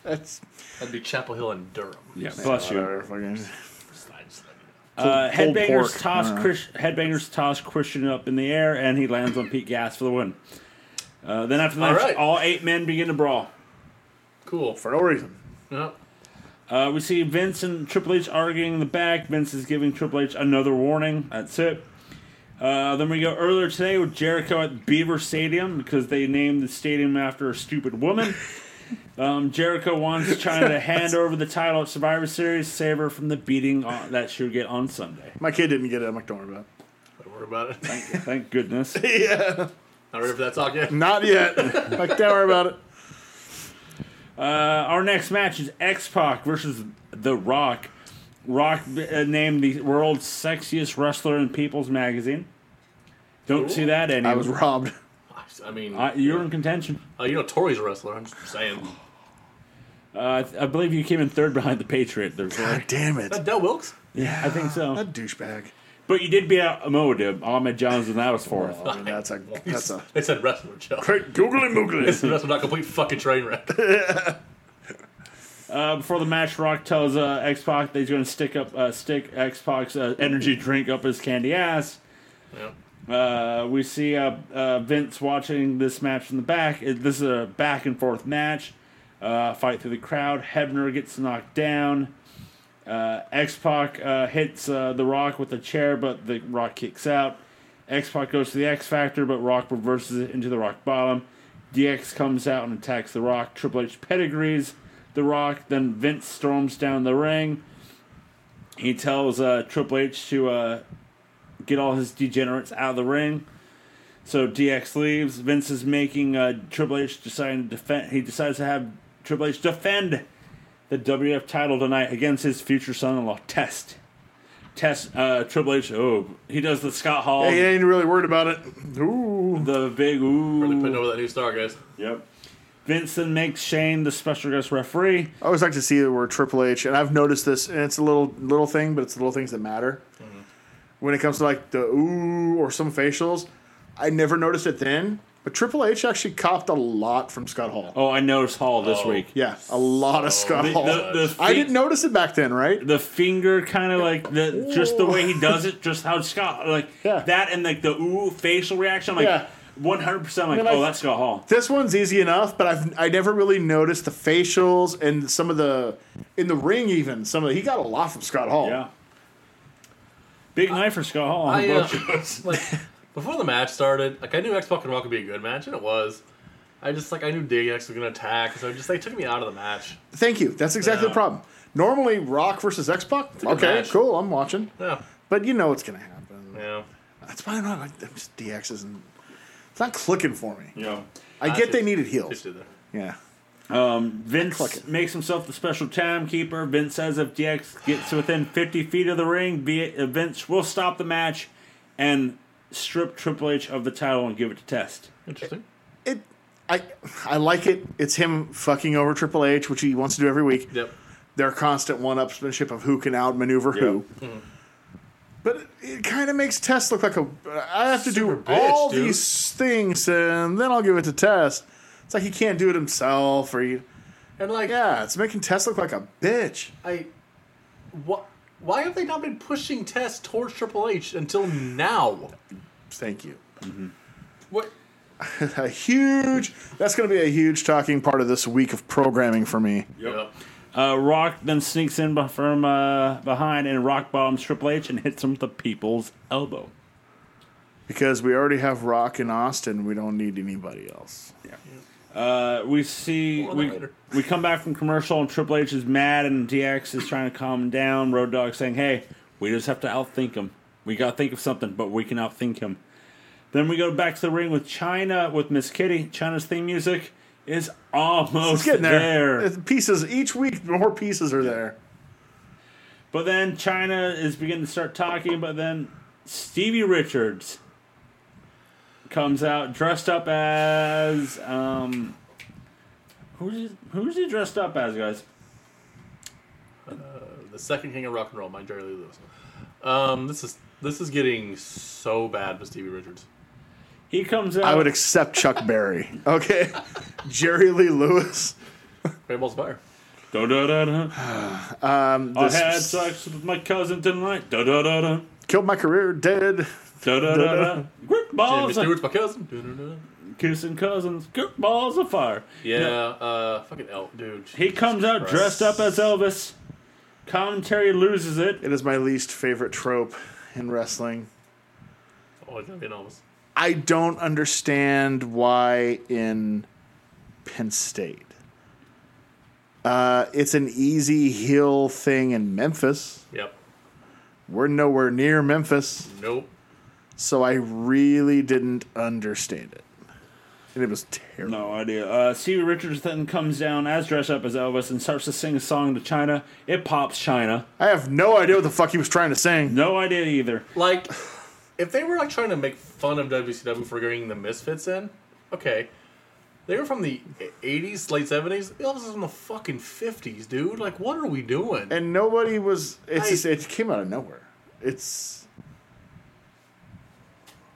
[SPEAKER 2] That's
[SPEAKER 3] That'd be Chapel Hill and Durham.
[SPEAKER 1] yeah, bless you.
[SPEAKER 2] whatever, fucking-
[SPEAKER 3] Slide, slide.
[SPEAKER 1] Uh,
[SPEAKER 2] Pulled
[SPEAKER 1] headbangers
[SPEAKER 2] pork.
[SPEAKER 1] toss
[SPEAKER 3] Uh-huh.
[SPEAKER 2] Uh.
[SPEAKER 1] Chris, headbangers toss Christian up in the air, and he lands on Pete Gas for the win. Uh, then after
[SPEAKER 3] All
[SPEAKER 1] that, all,
[SPEAKER 3] right.
[SPEAKER 1] eight men begin to brawl.
[SPEAKER 3] Cool.
[SPEAKER 2] for no reason.
[SPEAKER 3] Yeah.
[SPEAKER 1] Uh, we see Vince and Triple H arguing in the back. Vince is giving Triple H another warning. That's it. Uh, then we go earlier today with Jericho at Beaver Stadium because they named the stadium after a stupid
[SPEAKER 2] *laughs*
[SPEAKER 1] woman. Um, Jericho wants China to hand over the title at Survivor Series, save her from the beating on, that she'll get on Sunday.
[SPEAKER 2] My kid didn't get it. I'm like, don't worry about it.
[SPEAKER 3] Don't worry about it. *laughs*
[SPEAKER 1] Thank
[SPEAKER 2] *laughs*
[SPEAKER 1] goodness.
[SPEAKER 3] Not ready for that
[SPEAKER 1] *laughs*
[SPEAKER 3] talk yet.
[SPEAKER 2] Not yet.
[SPEAKER 3] *laughs*
[SPEAKER 2] like, don't worry about it.
[SPEAKER 1] Uh, our next match is X Pac versus The Rock. Rock uh, named the world's sexiest wrestler in People's Magazine. Don't see that
[SPEAKER 2] I
[SPEAKER 1] anymore.
[SPEAKER 2] was robbed.
[SPEAKER 3] I mean,
[SPEAKER 1] Uh, you're in contention.
[SPEAKER 3] uh, you know, Tori's a wrestler. I'm just
[SPEAKER 1] *laughs*
[SPEAKER 3] saying.
[SPEAKER 1] Uh, I believe you came in third behind the Patriot. There, Corey.
[SPEAKER 2] God damn it.
[SPEAKER 3] That Del Wilkes?
[SPEAKER 1] yeah, I think so.
[SPEAKER 2] That douchebag.
[SPEAKER 1] But you did beat out Amoadib, Ahmed Johnson. That was fourth.
[SPEAKER 2] I mean,
[SPEAKER 3] *laughs*
[SPEAKER 2] that's a that's a
[SPEAKER 3] They said wrestler, Joe.
[SPEAKER 2] great googly *laughs* moogly.
[SPEAKER 3] *laughs* That's not a complete fucking train wreck. *laughs*
[SPEAKER 1] Uh, before the match, Rock tells uh, X Pac that he's going to stick up, uh, stick X Pac's uh, energy drink up his candy ass.
[SPEAKER 3] Yeah.
[SPEAKER 1] Uh, we see uh, uh, Vince watching this match in the back. It, this is a back and forth match. Uh, fight through the crowd. Hebner gets knocked down. Uh, X Pac uh, hits uh, The Rock with a chair, but The Rock kicks out. X Pac goes to the X Factor, but Rock reverses it into the Rock Bottom. DX comes out and attacks The Rock. Triple H pedigrees The Rock. Then Vince storms down the ring. He tells uh, Triple H to uh, get all his degenerates out of the ring. So DX leaves. Vince is making uh, Triple H deciding to defend. He decides to have Triple H defend the WF title tonight against his future son-in-law Test. Test uh, Triple H. Oh, he does the Scott Hall,
[SPEAKER 2] He ain't really worried about it. Ooh.
[SPEAKER 1] the big
[SPEAKER 3] Really putting
[SPEAKER 1] ooh.
[SPEAKER 3] over that new star, guys.
[SPEAKER 1] Yep. Vince then makes Shane the special guest referee.
[SPEAKER 2] I always like to see where Triple H, and I've noticed this, and it's a little little thing, but it's the little things that matter. When it comes to like the ooh or some facials, I never noticed it then, but Triple H actually copped a lot from Scott Hall.
[SPEAKER 1] Oh, I noticed Hall this
[SPEAKER 3] Oh.
[SPEAKER 1] week.
[SPEAKER 2] Yeah, a lot of Scott
[SPEAKER 1] The,
[SPEAKER 2] Hall.
[SPEAKER 1] the, the
[SPEAKER 2] I
[SPEAKER 1] fi-
[SPEAKER 2] didn't notice it back then, right?
[SPEAKER 1] the finger kind of like the just the way he does it, just how Scott like
[SPEAKER 2] *laughs* Yeah.
[SPEAKER 1] that and like the ooh facial reaction. I'm like
[SPEAKER 2] Yeah.
[SPEAKER 1] one hundred percent like,
[SPEAKER 2] You're like-
[SPEAKER 1] oh that's Scott Hall.
[SPEAKER 2] This one's easy enough, but I've I never really noticed the facials and some of the in the ring even some of the, he got a lot from Scott Hall.
[SPEAKER 1] Yeah. Big night for Scott Hall.
[SPEAKER 3] I, *laughs* uh, like, before the match started, like I knew X Pac and Rock would be a good match, and it was. I I just like I knew Diggs was gonna attack, so it just they took me out of the match.
[SPEAKER 2] Thank you. That's exactly
[SPEAKER 3] Yeah.
[SPEAKER 2] the problem. Normally, Rock versus X Pac.
[SPEAKER 3] good
[SPEAKER 2] Okay,
[SPEAKER 3] match.
[SPEAKER 2] cool. I'm watching,
[SPEAKER 3] Yeah,
[SPEAKER 2] but you know what's gonna happen.
[SPEAKER 3] yeah.
[SPEAKER 2] That's why I'm not. I'm just DX isn't. It's not clicking for me.
[SPEAKER 1] Yeah.
[SPEAKER 2] I
[SPEAKER 3] That's
[SPEAKER 2] get they
[SPEAKER 3] it.
[SPEAKER 2] needed
[SPEAKER 3] Just
[SPEAKER 2] heels.
[SPEAKER 3] did that.
[SPEAKER 2] Yeah. Click
[SPEAKER 1] Vince
[SPEAKER 2] it.
[SPEAKER 1] makes himself the special timekeeper. Vince says if DX gets within 50 feet of the ring, B- Vince will stop the match and strip Triple H of the title and give it to Test.
[SPEAKER 3] Interesting.
[SPEAKER 2] It. I. I like it. It's him fucking over Triple H, which he wants to do every week.
[SPEAKER 3] Yep.
[SPEAKER 2] Their constant one-upsmanship of who can outmaneuver who.
[SPEAKER 3] Mm-hmm.
[SPEAKER 2] But it, it kind of makes Test look like a. I have to
[SPEAKER 3] Super
[SPEAKER 2] do
[SPEAKER 3] bitch,
[SPEAKER 2] all
[SPEAKER 3] dude.
[SPEAKER 2] these things, and then I'll give it to Test. It's like he can't do it himself, or he.
[SPEAKER 3] And like
[SPEAKER 2] Yeah, it's making Tess look like a bitch.
[SPEAKER 3] I, what? Why have they not been pushing Test towards Triple H until now?
[SPEAKER 2] Thank you. *laughs*
[SPEAKER 3] What?
[SPEAKER 2] A huge. That's going to be a huge talking part of this week of programming for me.
[SPEAKER 3] Yep.
[SPEAKER 1] Uh, Rock then sneaks in beh- from uh, behind and rock bombs Triple H and hits him with the people's elbow.
[SPEAKER 2] Because we already have Rock in Austin. We don't need anybody else.
[SPEAKER 1] Uh, we see
[SPEAKER 3] More on
[SPEAKER 1] we,
[SPEAKER 3] that later.
[SPEAKER 1] we come back from commercial and Triple H is mad and DX is trying to calm him down. Road Dog saying, "Hey, we just have to outthink him. We got to think of something, but we can outthink him." Then we go back to the ring with China with Miss Kitty. China's theme music is almost
[SPEAKER 2] It's getting there.
[SPEAKER 1] there.
[SPEAKER 2] It's Pieces. Each week, more pieces are there.
[SPEAKER 1] But then China is beginning to start talking, but then Stevie Richards comes out dressed up as um who's he, who's he dressed up as, guys?
[SPEAKER 3] The second king of rock and roll, my Jerry Lee Lewis. Um, this is this is getting so bad with Stevie Richards.
[SPEAKER 1] He comes out
[SPEAKER 2] I
[SPEAKER 1] *sighs*
[SPEAKER 2] would accept Chuck Berry. *laughs* Okay. Jerry Lee Lewis.
[SPEAKER 3] Great balls of fire.
[SPEAKER 1] da, da, da, da.
[SPEAKER 2] *sighs* Um,
[SPEAKER 1] I
[SPEAKER 2] this
[SPEAKER 1] had sex with my cousin tonight. Da da da da
[SPEAKER 2] killed my career. Dead.
[SPEAKER 1] da da da da. Grip
[SPEAKER 3] Jimmy
[SPEAKER 1] balls,
[SPEAKER 3] Stewart's my cousin. Da-da-da.
[SPEAKER 1] kissing cousins. Grip balls of fire.
[SPEAKER 3] Yeah, uh, fucking El, dude.
[SPEAKER 1] He comes out
[SPEAKER 3] Christ.
[SPEAKER 1] dressed up as Elvis. Commentary loses it.
[SPEAKER 2] It is my least favorite trope in wrestling.
[SPEAKER 3] Oh, it's gonna be an Elvis.
[SPEAKER 2] I don't understand why in Penn State. Uh, it's an easy heel thing in Memphis.
[SPEAKER 3] Yep.
[SPEAKER 2] We're nowhere near Memphis,
[SPEAKER 3] Nope.
[SPEAKER 2] so I really didn't understand it. And it was terrible.
[SPEAKER 1] No idea. Uh, Stevie Richards then comes down as dressed up as Elvis and starts to sing a song to China. It pops China.
[SPEAKER 2] I have no idea what the fuck he was trying to sing.
[SPEAKER 1] No idea
[SPEAKER 2] *laughs*
[SPEAKER 1] either.
[SPEAKER 3] Like, if they were like trying to make fun of WCW for bringing the Misfits in, okay. They were from the '80s, late '70s. Elvis was from the fucking '50s, dude. Like, what are we doing?
[SPEAKER 2] And nobody was. It's
[SPEAKER 3] I-
[SPEAKER 2] just, it came out of nowhere. It's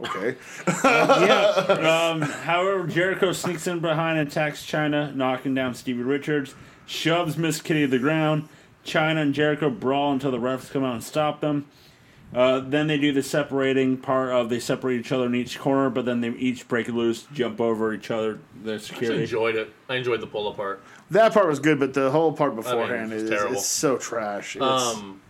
[SPEAKER 2] okay.
[SPEAKER 1] yeah. Um, however, Jericho sneaks in behind and attacks China, knocking down Stevie Richards, shoves Miss Kitty to the ground. China and Jericho brawl until the refs come out and stop them. Uh, then they do the separating part of they separate each other in each corner, but then they each break loose, jump over each other. The
[SPEAKER 3] I actually
[SPEAKER 1] security.
[SPEAKER 3] enjoyed it. I enjoyed the pull apart.
[SPEAKER 2] That part was good, but the whole part beforehand
[SPEAKER 3] it's
[SPEAKER 2] is
[SPEAKER 3] terrible.
[SPEAKER 2] it's so trash. It's,
[SPEAKER 3] Um,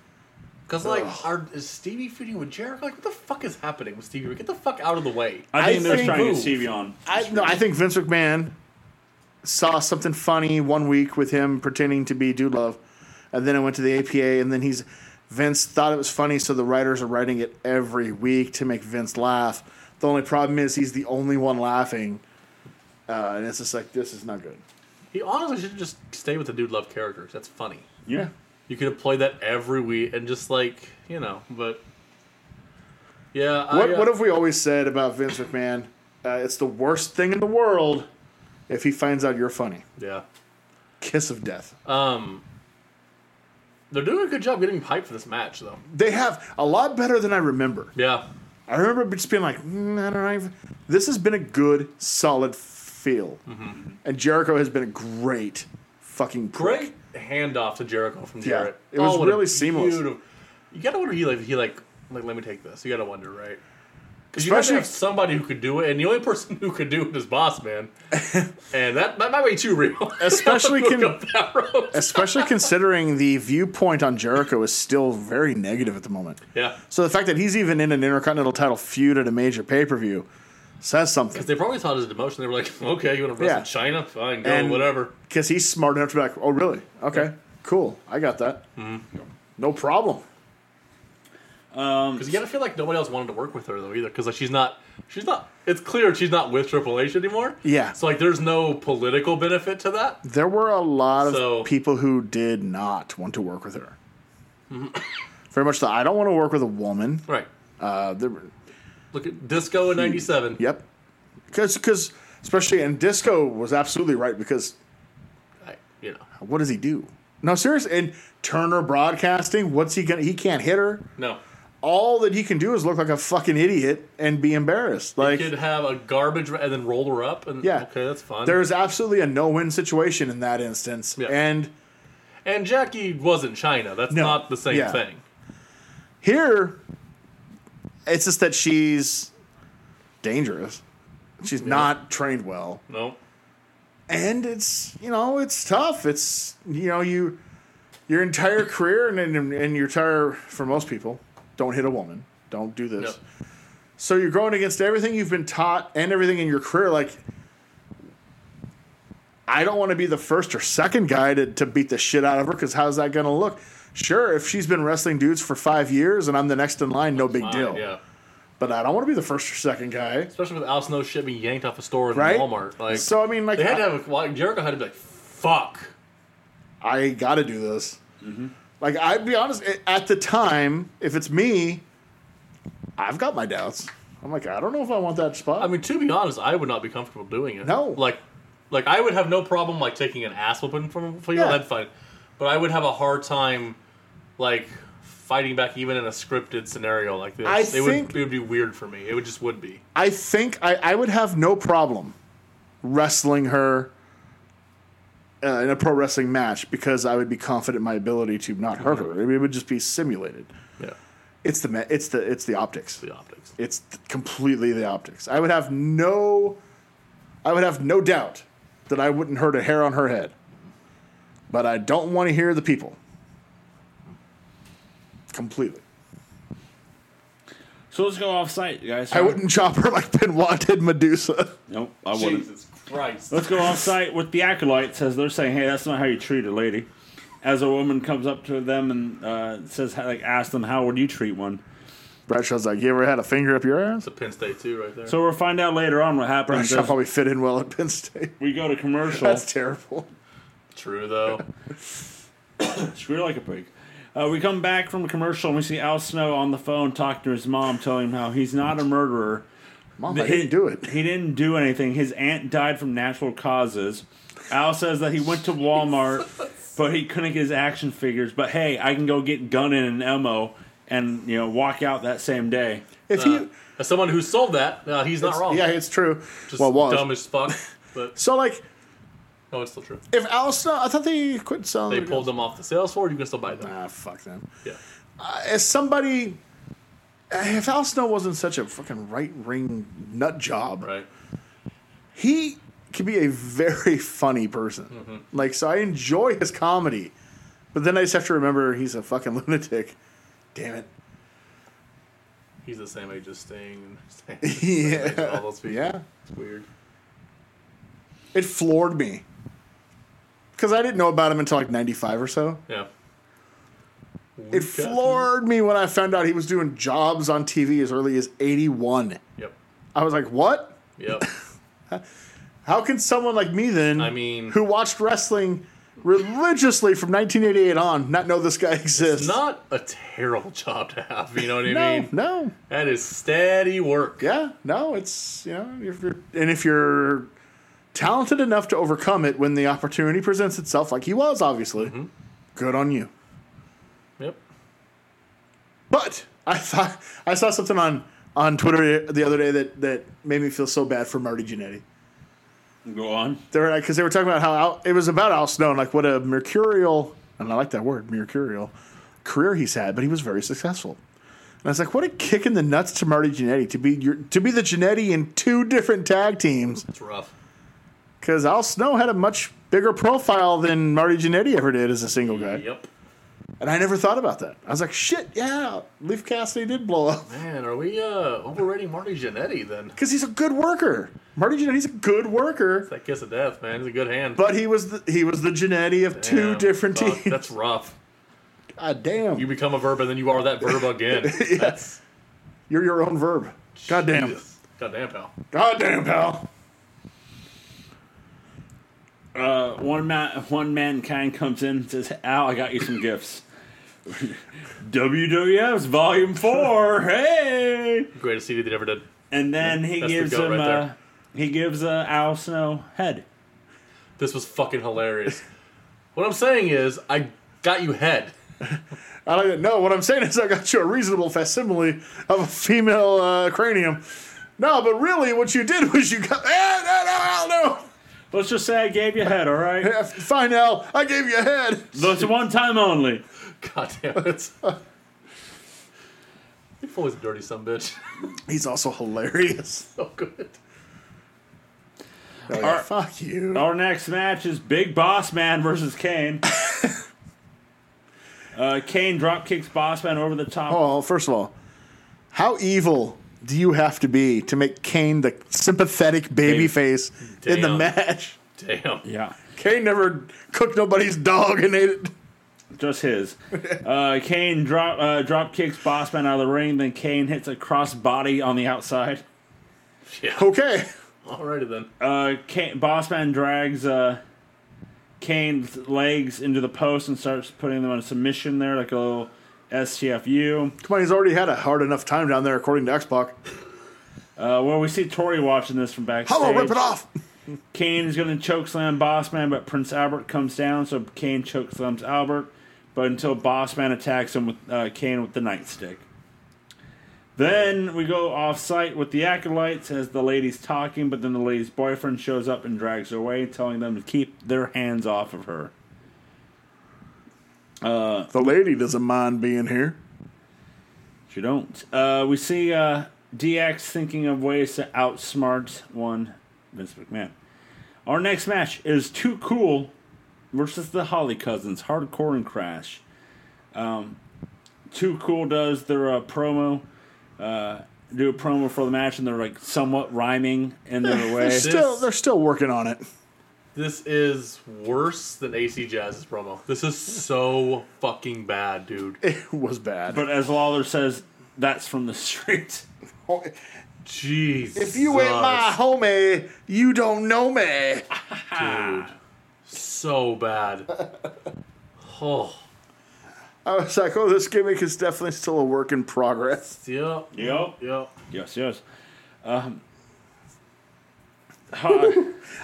[SPEAKER 3] because like, are is Stevie feuding with Jericho? Like, what the fuck is happening with Stevie? Get the fuck out of the way.
[SPEAKER 1] I think
[SPEAKER 2] I
[SPEAKER 1] they're
[SPEAKER 2] think-
[SPEAKER 1] trying to get Stevie on.
[SPEAKER 2] I, no, I think Vince McMahon saw something funny one week with him pretending to be Dude Love, and then it went to the APA, and then he's Vince thought it was funny, so the writers are writing it every week to make Vince laugh. The only problem is he's the only one laughing, uh, and it's just like this is not good.
[SPEAKER 3] He honestly should just stay with the dude love characters. That's funny.
[SPEAKER 1] Yeah.
[SPEAKER 3] You could have played that every week and just like you know, but yeah.
[SPEAKER 2] What
[SPEAKER 3] I, uh,
[SPEAKER 2] what have we always said about Vince McMahon? Uh, it's the worst thing in the world if he finds out you're funny.
[SPEAKER 3] yeah.
[SPEAKER 2] Kiss of death.
[SPEAKER 3] Um, they're doing a good job getting hyped for this match, though.
[SPEAKER 2] They have a lot better than I remember.
[SPEAKER 3] Yeah,
[SPEAKER 2] I remember just being like, mm, I don't know. if- This has been a good, solid feel. And Jericho has been a great fucking prick.
[SPEAKER 3] great handoff to Jericho from Jarrett. Oh,
[SPEAKER 2] it was
[SPEAKER 3] what a
[SPEAKER 2] really seamless.
[SPEAKER 3] beautiful- You gotta wonder he like he like like let me take this. You gotta wonder, right? Because you
[SPEAKER 2] Especially
[SPEAKER 3] gotta have
[SPEAKER 2] if-
[SPEAKER 3] somebody who could do it, and the only person *laughs* who could do it is Boss Man,
[SPEAKER 2] *laughs*
[SPEAKER 3] and that that might be too real. *laughs*
[SPEAKER 2] Especially
[SPEAKER 3] We'll
[SPEAKER 2] can-
[SPEAKER 3] go that road.
[SPEAKER 2] *laughs* Especially considering the viewpoint on Jericho is still very negative at the moment.
[SPEAKER 3] yeah,
[SPEAKER 2] So the fact that he's even in an Intercontinental title feud at a major pay per view Says something.
[SPEAKER 3] They probably thought it was a demotion. They were like, *laughs* okay, you want to wrestle
[SPEAKER 2] Yeah.
[SPEAKER 3] China? Fine, go,
[SPEAKER 2] And-
[SPEAKER 3] whatever.
[SPEAKER 2] Because he's smart enough to be like, oh, really? Okay, cool. I got that. No problem.
[SPEAKER 3] Because you gotta feel like nobody else wanted to work with her though either, because like she's not, she's not. It's clear she's not with Triple H anymore.
[SPEAKER 2] Yeah.
[SPEAKER 3] So like, there's no political benefit to that.
[SPEAKER 2] There were a lot of
[SPEAKER 3] So-
[SPEAKER 2] people who did not want to work with her. *coughs* Very much the I don't want to work with a woman.
[SPEAKER 3] Right.
[SPEAKER 2] Uh, there, were-
[SPEAKER 3] Look at Disco in '97.
[SPEAKER 2] yep. Because, especially, and Disco was absolutely right because
[SPEAKER 3] I, you know.
[SPEAKER 2] what does he do? No, seriously. And Turner Broadcasting, what's he gonna? He can't hit her.
[SPEAKER 3] No.
[SPEAKER 2] All that he can do is look like a fucking idiot and be embarrassed. Like
[SPEAKER 3] Could have a garbage ra- and then roll her up and
[SPEAKER 2] Yeah.
[SPEAKER 3] Okay, that's fun.
[SPEAKER 2] there is absolutely a no-win situation in that instance.
[SPEAKER 3] Yeah.
[SPEAKER 2] And
[SPEAKER 3] and Jackie wasn't China. That's
[SPEAKER 2] No.
[SPEAKER 3] not the same
[SPEAKER 2] Yeah.
[SPEAKER 3] thing.
[SPEAKER 2] here, it's just that she's dangerous. She's not trained well,
[SPEAKER 3] No.
[SPEAKER 2] and it's you know it's tough. It's you know you your entire career and and, and your entire for most people don't hit a woman, don't do this.
[SPEAKER 3] No.
[SPEAKER 2] So you're going against everything you've been taught and everything in your career. Like, I don't want to be the first or second guy to, to beat the shit out of her because how's that going to look? Sure, if she's been wrestling dudes for five years and I'm the next in line, no big
[SPEAKER 3] Fine,
[SPEAKER 2] deal.
[SPEAKER 3] Yeah.
[SPEAKER 2] But I don't want to be the first or second guy.
[SPEAKER 3] Especially with Al Snow shit being yanked off a store in
[SPEAKER 2] Right?
[SPEAKER 3] Walmart. Like
[SPEAKER 2] So, I mean, like,
[SPEAKER 3] they had
[SPEAKER 2] I-
[SPEAKER 3] to have a, like, Jericho had to be like, fuck.
[SPEAKER 2] I got to do this. Like, I'd be honest, a- at the time, if it's me, I've got my doubts. I'm like, I don't know if I want that spot.
[SPEAKER 3] I mean, to be honest, I would not be comfortable doing it.
[SPEAKER 2] No.
[SPEAKER 3] like, like I would have no problem like taking an ass whooping from for you.
[SPEAKER 2] Yeah.
[SPEAKER 3] That's fine, but I would have a hard time like fighting back even in a scripted scenario like this.
[SPEAKER 2] I
[SPEAKER 3] it
[SPEAKER 2] think-
[SPEAKER 3] would it would be weird for me. It would just would be.
[SPEAKER 2] I think I, I would have no problem wrestling her uh, in a pro wrestling match because I would be confident in my ability to not hurt her. I mean, It would just be simulated.
[SPEAKER 3] Yeah,
[SPEAKER 2] It's the ma- it's the it's the optics.
[SPEAKER 3] the optics.
[SPEAKER 2] It's th- completely the optics. I would have no I would have no doubt that I wouldn't hurt a hair on her head. But I don't want to hear the people. Completely.
[SPEAKER 1] So let's go off site, guys.
[SPEAKER 2] I wouldn't chop her like Benoit did Medusa. *laughs*
[SPEAKER 1] Nope, I wouldn't.
[SPEAKER 3] Jesus Christ!
[SPEAKER 1] Let's go off site with the acolytes as they're saying, "Hey, that's not how you treat a lady." As a woman comes up to them and uh, says, "Like, ask them how would you treat one?"
[SPEAKER 2] Bradshaw's like, you ever had a finger up your ass?
[SPEAKER 3] It's a Penn State too, right there.
[SPEAKER 1] So we'll find out later on what
[SPEAKER 2] I
[SPEAKER 1] happens.
[SPEAKER 2] should
[SPEAKER 1] as
[SPEAKER 2] probably fit in well at Penn State.
[SPEAKER 1] we go to commercial.
[SPEAKER 2] That's terrible.
[SPEAKER 3] True
[SPEAKER 2] *laughs*
[SPEAKER 3] though.
[SPEAKER 1] Screw like a pig. Uh, we come back from commercial and we see Al Snow on the phone talking to his mom, telling him how he's not a murderer.
[SPEAKER 2] Mom, I didn't do it.
[SPEAKER 1] He didn't do anything. His aunt died from natural causes. Al says that he went to Walmart, but he couldn't get his action figures. But hey, I can go get Gunnin and Elmo and you know walk out that same day.
[SPEAKER 2] *laughs* If
[SPEAKER 3] Uh,
[SPEAKER 2] you,
[SPEAKER 3] as someone who sold that, no, he's not wrong.
[SPEAKER 2] yeah, it's true.
[SPEAKER 3] just
[SPEAKER 2] well, it was.
[SPEAKER 3] dumb
[SPEAKER 2] *laughs*
[SPEAKER 3] as fuck. But
[SPEAKER 2] So like,
[SPEAKER 3] no, it's still true.
[SPEAKER 2] if Allison, I thought they quit selling.
[SPEAKER 3] They
[SPEAKER 2] the
[SPEAKER 3] pulled them off the sales floor. You can still buy
[SPEAKER 2] girls.
[SPEAKER 3] them.
[SPEAKER 2] Ah, fuck them.
[SPEAKER 3] Yeah.
[SPEAKER 2] As somebody, if Al Snow wasn't such a fucking right ring nut job,
[SPEAKER 3] Right.
[SPEAKER 2] he could be a very *laughs* funny person. Like, so I enjoy his comedy, but then I just have to remember he's a fucking *laughs* lunatic. Damn it. *laughs*
[SPEAKER 3] He's the same age
[SPEAKER 2] *laughs*
[SPEAKER 3] as Sting. Same
[SPEAKER 2] Yeah.
[SPEAKER 3] age as all those people.
[SPEAKER 2] Yeah.
[SPEAKER 3] It's weird.
[SPEAKER 2] It floored me. Because I didn't know about him until like 95 or so.
[SPEAKER 3] Yeah.
[SPEAKER 2] It floored me when I found out he was doing jobs on TV as early as 81.
[SPEAKER 3] Yep.
[SPEAKER 2] I was like, what? *laughs*
[SPEAKER 3] Yep.
[SPEAKER 2] How can someone like me then,
[SPEAKER 3] I mean-
[SPEAKER 2] who watched wrestling religiously from 1988 on, not know this guy exists?
[SPEAKER 3] Not a terrible job to have, you know what I
[SPEAKER 2] no,
[SPEAKER 3] mean?
[SPEAKER 2] no.
[SPEAKER 3] That is steady work.
[SPEAKER 2] Yeah, no, it's, you know, if you're, and if you're talented enough to overcome it when the opportunity presents itself, like he was, obviously,
[SPEAKER 3] Mm-hmm.
[SPEAKER 2] good on you.
[SPEAKER 3] Yep.
[SPEAKER 2] But I thought I saw something on on Twitter the other day that that made me feel so bad for Marty Jannetty.
[SPEAKER 1] Go on.
[SPEAKER 2] They were because they were talking about how Al, it was about Al Snow and like what a mercurial and I like that word mercurial career he's had, but he was very successful. And I was like, what a kick in the nuts to Marty Jannetty to be your, to be the Jannetty in two different tag teams
[SPEAKER 3] It's rough.
[SPEAKER 2] because Al Snow had a much bigger profile than Marty Jannetty ever did as a single guy.
[SPEAKER 3] Yep.
[SPEAKER 2] And I never thought about that. I was like, shit, yeah, Leaf Cassidy did blow up
[SPEAKER 3] Man, are we uh, overrating Marty Jannetty then?
[SPEAKER 2] because he's a good worker. Marty Jannetty's a good worker,
[SPEAKER 3] That kiss of death, man. He's a good hand.
[SPEAKER 2] but he was the, he was the Janetti of two
[SPEAKER 3] Damn,
[SPEAKER 2] different
[SPEAKER 3] fuck,
[SPEAKER 2] teams.
[SPEAKER 3] That's rough.
[SPEAKER 2] God damn, *laughs*
[SPEAKER 3] You become a verb and then you are that verb again. That's
[SPEAKER 2] you're your own verb. God damn.
[SPEAKER 3] Jesus. Goddamn, pal.
[SPEAKER 2] God damn, pal.
[SPEAKER 1] Uh, one man, one mankind comes in and says, "Al, I got you some gifts." *laughs* WWF's Volume
[SPEAKER 3] *laughs*
[SPEAKER 1] Four, hey!
[SPEAKER 3] Greatest CD they ever did.
[SPEAKER 1] And then he
[SPEAKER 3] That's the
[SPEAKER 1] gives
[SPEAKER 3] goat
[SPEAKER 1] him,
[SPEAKER 3] right
[SPEAKER 1] uh,
[SPEAKER 3] there.
[SPEAKER 1] he gives uh, Al Snow head.
[SPEAKER 3] This was fucking hilarious. what I'm saying is, I got you head.
[SPEAKER 2] I don't even know. What I'm saying is, I got you a reasonable facsimile of a female uh, cranium. No, but really, what you did was you got. *laughs* Ah, no, no, Al,
[SPEAKER 1] Let's just say I gave you head, all right?
[SPEAKER 2] no. Yeah, Fine, Al. I gave you a head.
[SPEAKER 1] That's one time only.
[SPEAKER 3] Goddamn it. You're always a dirty son bitch. *laughs*
[SPEAKER 2] He's also hilarious.
[SPEAKER 3] so good.
[SPEAKER 2] Oh, yeah,
[SPEAKER 1] All right.
[SPEAKER 2] Fuck you.
[SPEAKER 1] Our next match is Big Boss Man versus
[SPEAKER 2] *laughs*
[SPEAKER 1] Kane. uh, Kane drop kicks Boss Man over the top.
[SPEAKER 2] Well, first of all, how evil do you have to be to make Kane the sympathetic baby
[SPEAKER 3] Baby.
[SPEAKER 2] face in the
[SPEAKER 3] Damn.
[SPEAKER 2] match?
[SPEAKER 3] Damn.
[SPEAKER 1] Yeah,
[SPEAKER 2] Kane never cooked nobody's dog and ate it.
[SPEAKER 1] just his. Uh, Kane drop uh, drop kicks Boss Man out of the ring. Then Kane hits a cross body on the outside.
[SPEAKER 3] Yeah.
[SPEAKER 2] Okay.
[SPEAKER 3] Alrighty then.
[SPEAKER 1] Uh, Kane, Boss Man drags uh, Kane's legs into the post and starts putting them on submission there, like a little STFU.
[SPEAKER 2] Come on, he's already had a hard enough time down there, according to Xbox.
[SPEAKER 1] Uh, well, we see Tori watching this from backstage.
[SPEAKER 2] Hello, rip it off.
[SPEAKER 1] Kane is going to chokeslam Bossman, but Prince Albert comes down, so Kane chokeslams Albert. But until Bossman attacks him with uh, Kane with the nightstick. Then we go off site with the acolytes as the ladies talking, but then the lady's boyfriend shows up and drags her away, telling them to keep their hands off of her.
[SPEAKER 2] The lady doesn't mind being here.
[SPEAKER 1] She don't. Uh, we see uh, DX thinking of ways to outsmart one Vince McMahon. Our next match is Too Cool versus the Holly Cousins, Hardcore and Crash. Um, Too Cool does their uh, promo, uh, do a promo for the match, and they're like somewhat rhyming in their way.
[SPEAKER 2] They're still, they're still working on it.
[SPEAKER 3] This is worse than AC Jazz's promo. This is so fucking bad, dude.
[SPEAKER 2] It was bad.
[SPEAKER 1] But as Lawler says, that's from the *laughs* street.
[SPEAKER 3] Jeez.
[SPEAKER 2] oh, if you ain't my homie, you don't know me.
[SPEAKER 3] dude. So bad. Oh,
[SPEAKER 2] I was like, oh, this gimmick is definitely still a work in progress.
[SPEAKER 3] yep.
[SPEAKER 1] Yep.
[SPEAKER 3] Yep.
[SPEAKER 1] Yes, yes. Um, ha-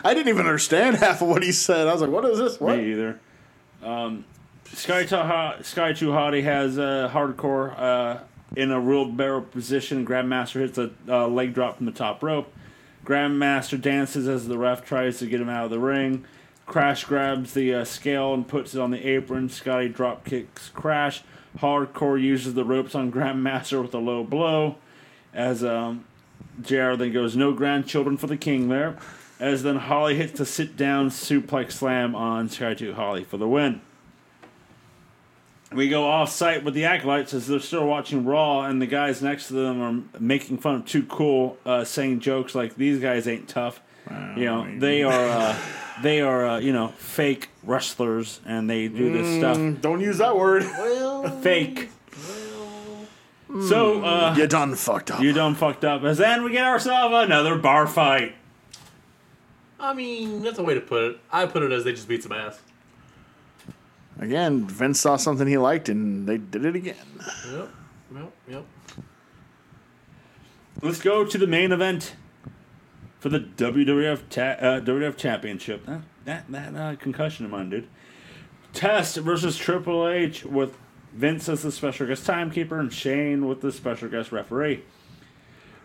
[SPEAKER 2] I didn't even understand *laughs* half of what he said. I was like, what is this? What?
[SPEAKER 1] Me either. Um, Sky Taha, Sky Chuhati has uh, hardcore uh, in a wheeled barrel position. Grandmaster hits a uh, leg drop from the top rope. Grandmaster dances as the ref tries to get him out of the ring. Crash grabs the uh, scale and puts it on the apron. Scotty drop kicks Crash. Hardcore uses the ropes on Grandmaster with a low blow. As um, JR then goes, no grandchildren for the king there. As then Holly hits the sit down suplex slam on Sky 2 Holly for the win. We go off site with the acolytes as they're still watching Raw, and the guys next to them are making fun of Too Cool, uh, saying jokes like "These guys ain't tough." you know, they are, uh, they are, uh, you know, fake wrestlers, and they do this stuff
[SPEAKER 2] Don't use that
[SPEAKER 3] *laughs*
[SPEAKER 2] word.
[SPEAKER 1] fake. So uh,
[SPEAKER 2] you done fucked up.
[SPEAKER 1] you done fucked up. As then we get ourselves another bar fight.
[SPEAKER 3] I mean, that's a way to put it. I put it as they just beat some ass.
[SPEAKER 2] Again, Vince saw something he liked and they did it again.
[SPEAKER 3] Yep. Yep. Yep.
[SPEAKER 1] Let's go to the main event for the WWF ta- uh, WWF Championship. That that, that uh, concussion of mine, dude. Test versus Triple H with Vince as the special guest timekeeper and Shane with the special guest referee.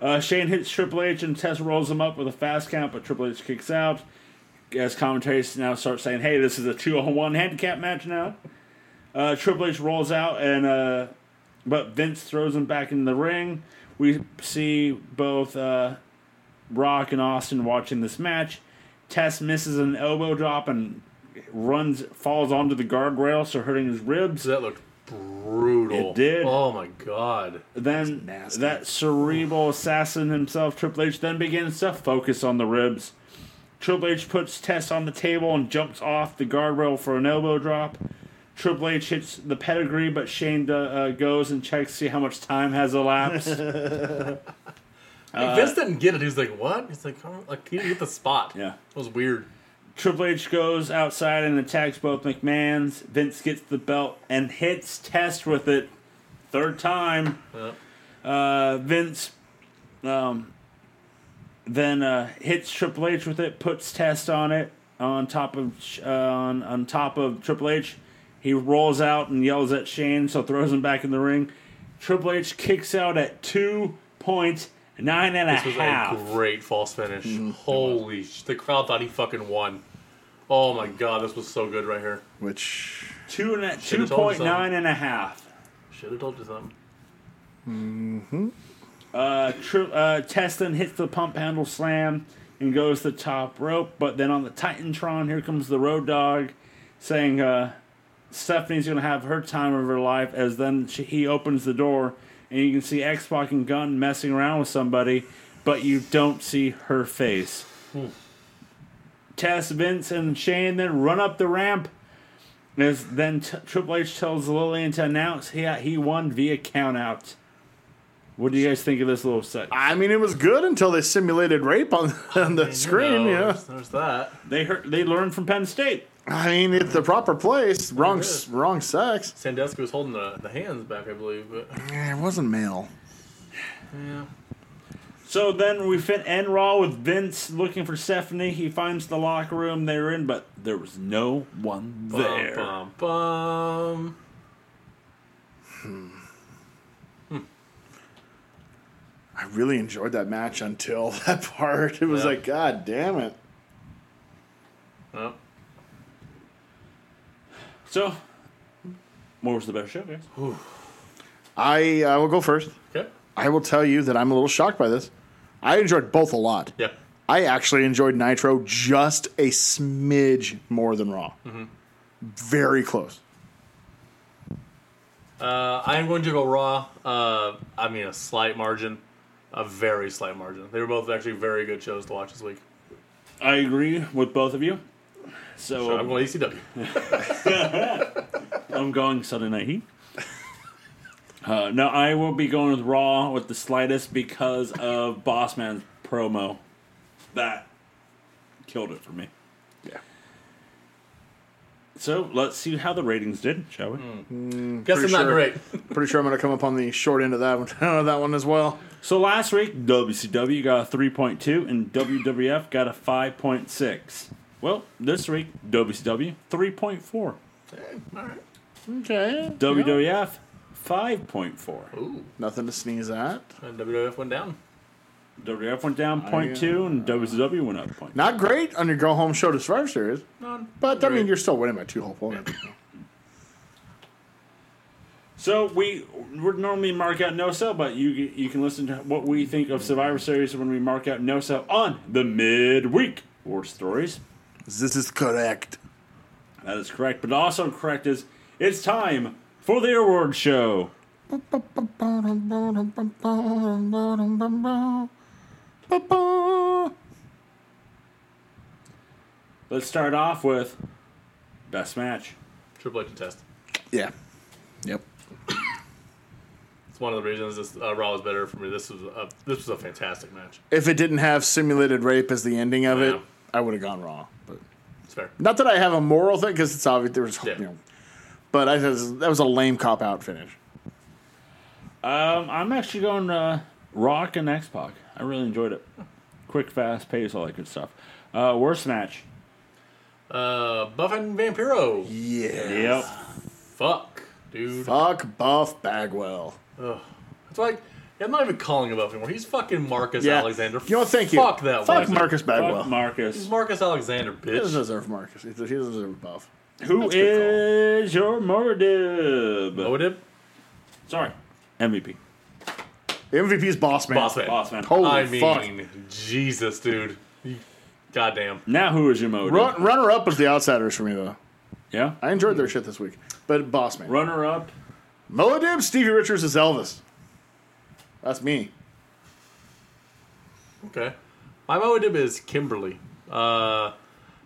[SPEAKER 1] Uh, Shane hits Triple H and Test rolls him up with a fast count, but Triple H kicks out. As commentators now start saying, "Hey, this is a two-on-one handicap match now." Uh, Triple H rolls out and. Uh, but Vince throws him back in the ring. We see both uh, Rock and Austin watching this match. Tess misses an elbow drop and runs, falls onto the guardrail, so hurting his ribs.
[SPEAKER 3] So that looked brutal.
[SPEAKER 1] It did.
[SPEAKER 3] Oh my god.
[SPEAKER 1] Then
[SPEAKER 2] That's nasty.
[SPEAKER 1] that cerebral assassin himself, Triple H, then begins to focus on the ribs. Triple H puts Tess on the table and jumps off the guardrail for an elbow drop. Triple H hits the pedigree, but Shane uh, uh, goes and checks to see how much time has elapsed.
[SPEAKER 2] Uh,
[SPEAKER 3] Like, Vince didn't get it. He was like, "What?" He's like, oh, "Like he didn't get the spot."
[SPEAKER 1] Yeah.
[SPEAKER 3] it was weird.
[SPEAKER 1] Triple H goes outside and attacks both McMahons. Vince gets the belt and hits Test with it. Third time.
[SPEAKER 3] Yeah.
[SPEAKER 1] Uh, Vince um, then uh, hits Triple H with it, puts Test on it on top of uh, on, on top of Triple H. He rolls out and yells at Shane, so throws him back in the ring. Triple H kicks out at two point nine and a
[SPEAKER 3] This was
[SPEAKER 1] half.
[SPEAKER 3] a great false finish.
[SPEAKER 2] Mm-hmm.
[SPEAKER 3] Holy sh! The crowd thought he fucking won. Oh my god, this was so good right here.
[SPEAKER 2] Which
[SPEAKER 1] Two and a,
[SPEAKER 3] Should've
[SPEAKER 1] two
[SPEAKER 3] told him
[SPEAKER 1] point nine and a half.
[SPEAKER 3] Should have told you something.
[SPEAKER 1] Uh, tri- uh, Teston hits the pump handle slam and goes the top rope, but then on the Titantron, here comes the Road Dog, saying uh, Stephanie's gonna have her time of her life. As then she, he opens the door, and you can see X Pac and Gun messing around with somebody, but you don't see her face. Tess, Vince, and Shane then run up the ramp. As then t- Triple H tells Lillian to announce he he won via countout. What do you guys think of this little set?
[SPEAKER 2] I mean, it was good until they simulated rape on *laughs* on the screen.
[SPEAKER 3] You know,
[SPEAKER 2] Yeah,
[SPEAKER 3] there's, there's that.
[SPEAKER 1] They heard, they learned from Penn State.
[SPEAKER 2] I mean, it's the proper place, wrong s-
[SPEAKER 3] is.
[SPEAKER 2] wrong sex.
[SPEAKER 3] Sandusky was holding the, the hands back, I believe. But
[SPEAKER 2] Yeah, it wasn't male.
[SPEAKER 3] yeah,
[SPEAKER 1] So then we fin- end Raw with Vince looking for Stephanie. He finds the locker room they're in, but there was no one there.
[SPEAKER 3] Bum, bum, bum.
[SPEAKER 2] I really enjoyed that match until *laughs* that part. It was
[SPEAKER 3] Yeah.
[SPEAKER 2] like, God damn it.
[SPEAKER 3] Oh.
[SPEAKER 1] So, what was the best show, guys?
[SPEAKER 2] I I will go first.
[SPEAKER 3] Okay.
[SPEAKER 2] I will tell you that I'm a little shocked by this. I enjoyed both a lot.
[SPEAKER 3] Yeah.
[SPEAKER 2] I actually enjoyed Nitro just a smidge more than Raw. Very close.
[SPEAKER 3] Uh, I'm going to go Raw. Uh, I mean, a slight margin, a very slight margin. They were both actually very good shows to watch this week.
[SPEAKER 1] I agree with both of you. So,
[SPEAKER 3] So I'm going E ECW.
[SPEAKER 1] I'm going Sunday Night Heat. Uh, no, I will be going with Raw with the slightest because of Bossman's promo. That killed it for me.
[SPEAKER 2] Yeah.
[SPEAKER 1] So let's see how the ratings did, shall we?
[SPEAKER 3] Guess I'm
[SPEAKER 2] Pretty
[SPEAKER 3] not
[SPEAKER 2] sure.
[SPEAKER 3] great.
[SPEAKER 2] Pretty sure I'm going to come up on the short end of that one, *laughs* that one as well.
[SPEAKER 1] So last week, WCW got a 3.2 and WWF got a 5.6. Well, this week, WCW 3.4,
[SPEAKER 3] All right.
[SPEAKER 2] Okay.
[SPEAKER 1] WWF 5.4.
[SPEAKER 3] Ooh.
[SPEAKER 2] Nothing to sneeze at.
[SPEAKER 3] And WWF went down.
[SPEAKER 1] WWF went down 0.2 and WCW went up 0.2.
[SPEAKER 2] Not great on your go home show to Survivor Series,
[SPEAKER 3] No,
[SPEAKER 2] but I
[SPEAKER 3] great.
[SPEAKER 2] mean, you're still winning by two whole *clears throat* points.
[SPEAKER 1] So we would normally mark out no sell, but you you can listen to what we think of Survivor Series when we mark out no sell on the midweek war stories.
[SPEAKER 2] this is correct.
[SPEAKER 1] That is correct, but also correct is it's time for the award show. Let's start off with best match.
[SPEAKER 3] Triple H to test.
[SPEAKER 2] Yeah. Yep.
[SPEAKER 3] It's one of the reasons this uh, Raw was better for me. This was a this was a fantastic match.
[SPEAKER 2] If it didn't have simulated rape as the ending of it,
[SPEAKER 3] Yeah.
[SPEAKER 2] I would have gone Raw. But
[SPEAKER 3] It's fair.
[SPEAKER 2] not that I have a moral thing, because it's obvious there was,
[SPEAKER 3] Yeah.
[SPEAKER 2] you know, but I says that was a lame cop out finish.
[SPEAKER 1] Um, I'm actually going uh, Rock and X Pac. I really enjoyed it. Quick, fast pace, all that good stuff. Uh, worst match.
[SPEAKER 3] Uh, Buff and Vampiro.
[SPEAKER 2] Yeah.
[SPEAKER 1] Yep.
[SPEAKER 3] Fuck, dude.
[SPEAKER 2] Fuck Buff Bagwell.
[SPEAKER 3] It's like I'm not even calling him Buff anymore. He's fucking Marcus
[SPEAKER 2] Yeah.
[SPEAKER 3] Alexander.
[SPEAKER 2] You know what? Thank you.
[SPEAKER 3] Fuck that.
[SPEAKER 2] Fuck
[SPEAKER 3] one.
[SPEAKER 2] Marcus Bagwell.
[SPEAKER 1] Fuck
[SPEAKER 3] He's
[SPEAKER 1] Marcus.
[SPEAKER 3] Marcus Alexander,
[SPEAKER 2] He
[SPEAKER 3] bitch.
[SPEAKER 2] doesn't deserve Marcus. He doesn't he doesn't deserve Buff.
[SPEAKER 1] Who
[SPEAKER 2] a good call.
[SPEAKER 1] is your Mordib?
[SPEAKER 3] Oh, it is?
[SPEAKER 1] Sorry, MVP.
[SPEAKER 2] The MVP's Boss Man.
[SPEAKER 3] Boss man.
[SPEAKER 1] Boss man.
[SPEAKER 2] Holy
[SPEAKER 3] I mean,
[SPEAKER 2] fuck.
[SPEAKER 3] Jesus, dude. You- Goddamn.
[SPEAKER 1] Now who is your Mordib?
[SPEAKER 2] Run, runner up was the Outsiders for me though.
[SPEAKER 1] yeah.
[SPEAKER 2] I enjoyed their shit this week, but Boss Man.
[SPEAKER 1] Runner up
[SPEAKER 2] Melodib, Stevie Richards is Elvis. That's me.
[SPEAKER 3] Okay. My Moadib is Kimberly. Uh,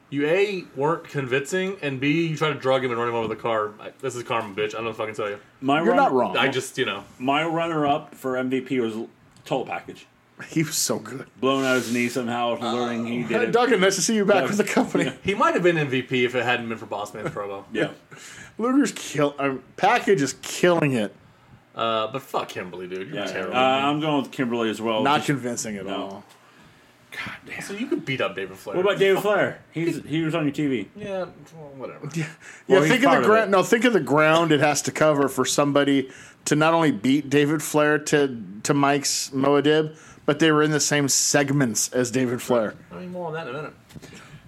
[SPEAKER 3] you A, weren't convincing, and B, you tried to drug him and run him over the car. I, this is karma, bitch. I don't know if I can tell you.
[SPEAKER 1] My
[SPEAKER 2] You're not wrong.
[SPEAKER 3] I just, you know.
[SPEAKER 1] My runner up for MVP was Total Package.
[SPEAKER 2] He was so good.
[SPEAKER 1] Blown out his knee somehow, learning he
[SPEAKER 2] Hey,
[SPEAKER 1] did it.
[SPEAKER 2] Duncan, nice to see you back with the company.
[SPEAKER 3] He might have been MVP if it hadn't been for Bossman's promo.
[SPEAKER 1] *laughs* Yeah.
[SPEAKER 2] Luger's kill. Um, package is killing it.
[SPEAKER 3] Uh, but fuck Kimberly, dude. You're
[SPEAKER 1] yeah. Uh,
[SPEAKER 3] terrible.
[SPEAKER 1] I'm going with Kimberly as well.
[SPEAKER 2] Not
[SPEAKER 1] Just-
[SPEAKER 2] convincing at all.
[SPEAKER 1] God damn.
[SPEAKER 3] so you could beat up David Flair.
[SPEAKER 1] What about David Flair? He's he was on your TV.
[SPEAKER 3] Yeah, well, whatever.
[SPEAKER 2] Yeah,
[SPEAKER 1] Well, he's
[SPEAKER 2] think of
[SPEAKER 1] part
[SPEAKER 2] the
[SPEAKER 1] of
[SPEAKER 2] ground.
[SPEAKER 1] it.
[SPEAKER 2] No, think of the ground it has to cover for somebody to not only beat David Flair to to Mike's Moadib, but they were in the same segments as David Flair.
[SPEAKER 3] I mean, more on that in a minute.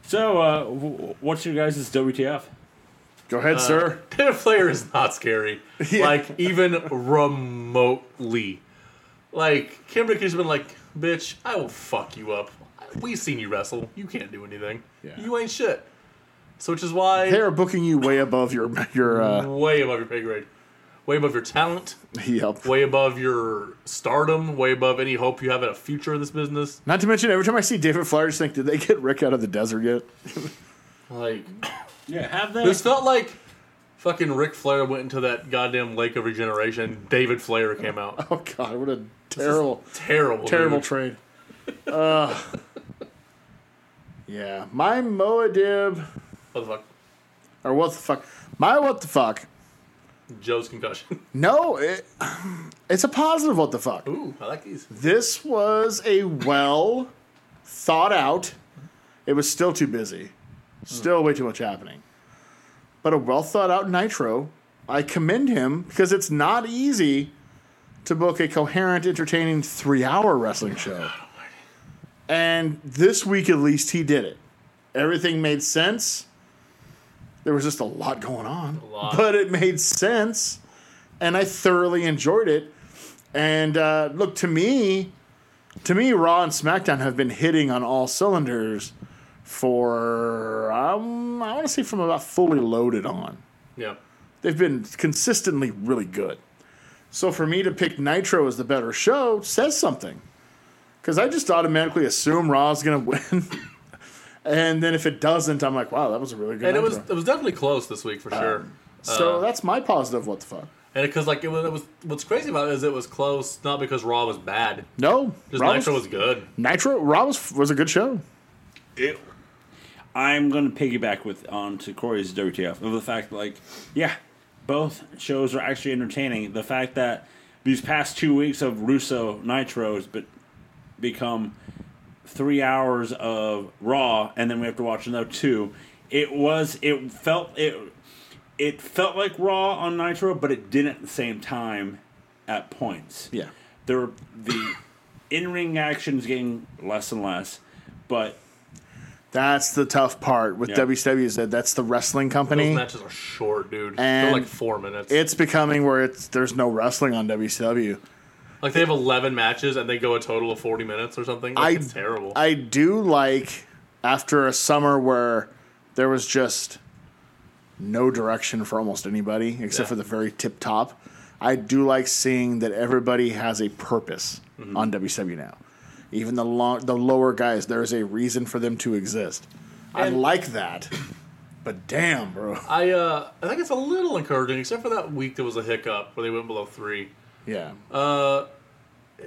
[SPEAKER 1] So, uh, w- what's your guys' WTF?
[SPEAKER 2] Go
[SPEAKER 1] Uh,
[SPEAKER 2] ahead, sir.
[SPEAKER 3] David Flair is not scary.
[SPEAKER 2] Yeah.
[SPEAKER 3] Like, even remotely. Like, Kimberly could have been like, bitch, I will fuck you up. We've seen you wrestle. You can't do anything.
[SPEAKER 2] Yeah.
[SPEAKER 3] You ain't shit. So, which is why
[SPEAKER 2] They are booking you way above your your uh,
[SPEAKER 3] way above your pay grade, way above your talent,
[SPEAKER 2] yep.
[SPEAKER 3] way above your stardom, way above any hope you have at a future in this business.
[SPEAKER 2] Not to mention, every time I see David Flair, I just think, did they get Rick out of the desert yet? *laughs*
[SPEAKER 3] Like,
[SPEAKER 1] Yeah, have that.
[SPEAKER 3] this felt like fucking Ric Flair went into that goddamn lake of regeneration. and David Flair came out.
[SPEAKER 2] Oh God, what a terrible,
[SPEAKER 3] Terrible,
[SPEAKER 2] terrible
[SPEAKER 3] dude.
[SPEAKER 2] trade. Uh, yeah, my Moadib,
[SPEAKER 3] what the fuck?
[SPEAKER 2] or what the fuck? My what the fuck?
[SPEAKER 3] Joe's concussion. *laughs*
[SPEAKER 2] No, it, it's a positive what the fuck.
[SPEAKER 3] Ooh, I like these.
[SPEAKER 2] This was a well thought out. It was still too busy. Still way too much happening. But a well thought out Nitro. I commend him because it's not easy to book a coherent, entertaining three hour wrestling show. And this week, at least, he did it. Everything made sense. There was just a lot going on,
[SPEAKER 3] lot.
[SPEAKER 2] but it made sense. And I thoroughly enjoyed it. And uh, look, to me, to me, Raw and SmackDown have been hitting on all cylinders for um, I want to say from about fully loaded on.
[SPEAKER 3] Yeah.
[SPEAKER 2] They've been consistently really good. So for me to pick Nitro as the better show says something, because I just automatically assume Raw's going to *laughs* win, and then if it doesn't, I'm like, Um, wow, that was a really good.
[SPEAKER 3] And it was uh,
[SPEAKER 2] Nitro.
[SPEAKER 3] it was definitely close this week for sure.
[SPEAKER 2] so that's my positive. What the fuck?
[SPEAKER 3] And because like it was, it was what's crazy about it is it was close not because Raw was bad,
[SPEAKER 2] No,
[SPEAKER 3] just
[SPEAKER 2] Raw
[SPEAKER 3] Nitro
[SPEAKER 2] was,
[SPEAKER 3] was good.
[SPEAKER 2] Nitro Raw was, was a good show.
[SPEAKER 1] I'm going to piggyback with on to Corey's WTF of the fact, like, yeah, both shows are actually entertaining. The fact that these past two weeks of Russo Nitros but become three hours of Raw, and then we have to watch another two. It was. It felt it. It felt like Raw on Nitro, but it didn't at the same time. At points,
[SPEAKER 2] Yeah.
[SPEAKER 1] there were the in-ring actions getting less and less, but
[SPEAKER 2] That's the tough part with
[SPEAKER 1] Yeah.
[SPEAKER 2] WCW is that that's the wrestling
[SPEAKER 3] Those
[SPEAKER 2] company.
[SPEAKER 3] matches are short, dude.
[SPEAKER 2] And
[SPEAKER 3] They're like four minutes.
[SPEAKER 2] It's becoming where it's there's no wrestling on WCW.
[SPEAKER 3] Like they have eleven matches and they go a total of forty minutes or something. Like, it's terrible.
[SPEAKER 2] I do like after a summer where there was just no direction for almost anybody except
[SPEAKER 3] Yeah.
[SPEAKER 2] for the very tip top. I do like seeing that everybody has a purpose
[SPEAKER 3] Mm-hmm.
[SPEAKER 2] on WCW now. Even the long, the lower guys, there is a reason for them to exist. I
[SPEAKER 3] And-
[SPEAKER 2] like that, but damn,
[SPEAKER 3] *laughs*
[SPEAKER 2] bro.
[SPEAKER 3] I uh, I think it's a little encouraging, except for that week there was a hiccup where they went below three.
[SPEAKER 2] Yeah,
[SPEAKER 3] Uh,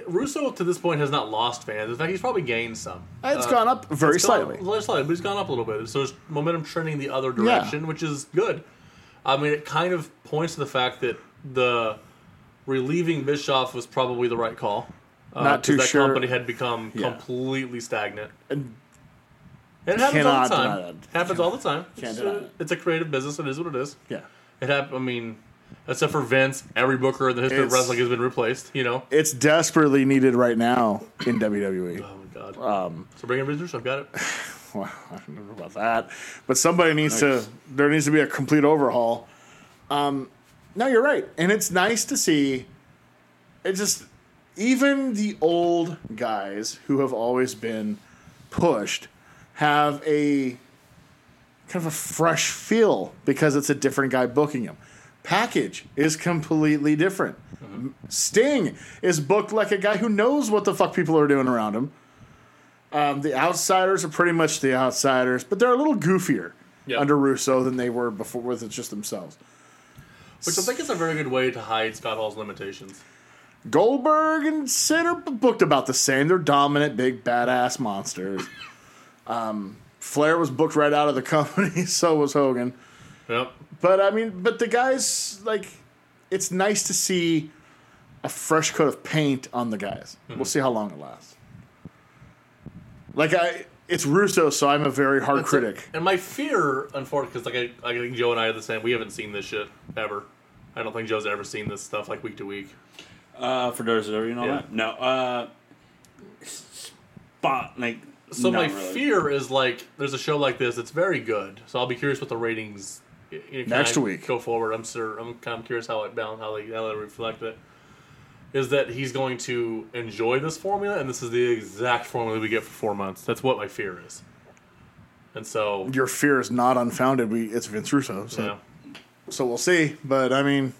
[SPEAKER 3] Russo to this point has not lost fans. In fact, he's probably gained some.
[SPEAKER 2] it's gone up very
[SPEAKER 3] uh, It's
[SPEAKER 2] slightly.
[SPEAKER 3] Gone, up- slightly, but it's gone up a little bit. So there's momentum trending the other direction, which is good. I mean, it kind of points to the fact that the relieving Bischoff was probably the right call. Uh,
[SPEAKER 2] Not
[SPEAKER 3] 'cause
[SPEAKER 2] too
[SPEAKER 3] that
[SPEAKER 2] sure.
[SPEAKER 3] company had become
[SPEAKER 2] Yeah.
[SPEAKER 3] completely stagnant. And it happens all
[SPEAKER 2] Cannot
[SPEAKER 3] the time.
[SPEAKER 2] deny that.
[SPEAKER 3] Happens all the time. It's,
[SPEAKER 2] deny
[SPEAKER 3] uh,
[SPEAKER 2] that.
[SPEAKER 3] it's a creative business. It is what it is.
[SPEAKER 2] yeah.
[SPEAKER 3] It happened. I mean, except for Vince, every booker in the history of
[SPEAKER 2] It's-
[SPEAKER 3] wrestling has been replaced. You know.
[SPEAKER 2] It's desperately needed right now in E. WWE.
[SPEAKER 3] Oh my god. Um, so bring in Bruce. I've got it.
[SPEAKER 2] *laughs* Well, I don't know about that, but somebody needs to. There needs to be a complete overhaul. Um, no, you're right, and it's nice to see. It just even the old guys who have always been pushed have a kind of a fresh feel because it's a different guy booking them. package is completely different. Sting is booked like a guy who knows what the fuck people are doing around him. Um, the outsiders are pretty much the outsiders, but they're a little goofier
[SPEAKER 3] Yeah.
[SPEAKER 2] under Russo than they were before with just themselves.
[SPEAKER 3] Which I think is a very good way to hide Scott Hall's limitations.
[SPEAKER 2] Goldberg and Sid are booked about the same. They're dominant, big, badass monsters. um, Flair was booked right out of the company, *laughs* so was Hogan.
[SPEAKER 3] Yep.
[SPEAKER 2] But I mean, but the guys like, it's nice to see a fresh coat of paint on the guys. We'll see how long it lasts. Like I, it's Russo, so I'm a very hard critic.
[SPEAKER 3] And my fear, unfortunately, because like I, I think Joe and I are the same. We haven't seen this shit ever. I don't think Joe's ever seen this stuff like week to week.
[SPEAKER 1] Uh, for those that are, you know
[SPEAKER 3] Yeah.
[SPEAKER 1] that. No. Uh, s- spot like.
[SPEAKER 3] So
[SPEAKER 1] not
[SPEAKER 3] my
[SPEAKER 1] really.
[SPEAKER 3] fear is like there's a show like this. It's very good. So I'll be curious what the ratings you know, kinda
[SPEAKER 2] Next week.
[SPEAKER 3] go forward. I'm sure I'm kind of curious how it balance how they how they reflect it. Is that he's going to enjoy this formula, and this is the exact formula we get for four months. That's what my fear is. And so,
[SPEAKER 2] Your fear is not unfounded. We it's Vince Russo, so
[SPEAKER 3] yeah.
[SPEAKER 2] so we'll see. But I mean,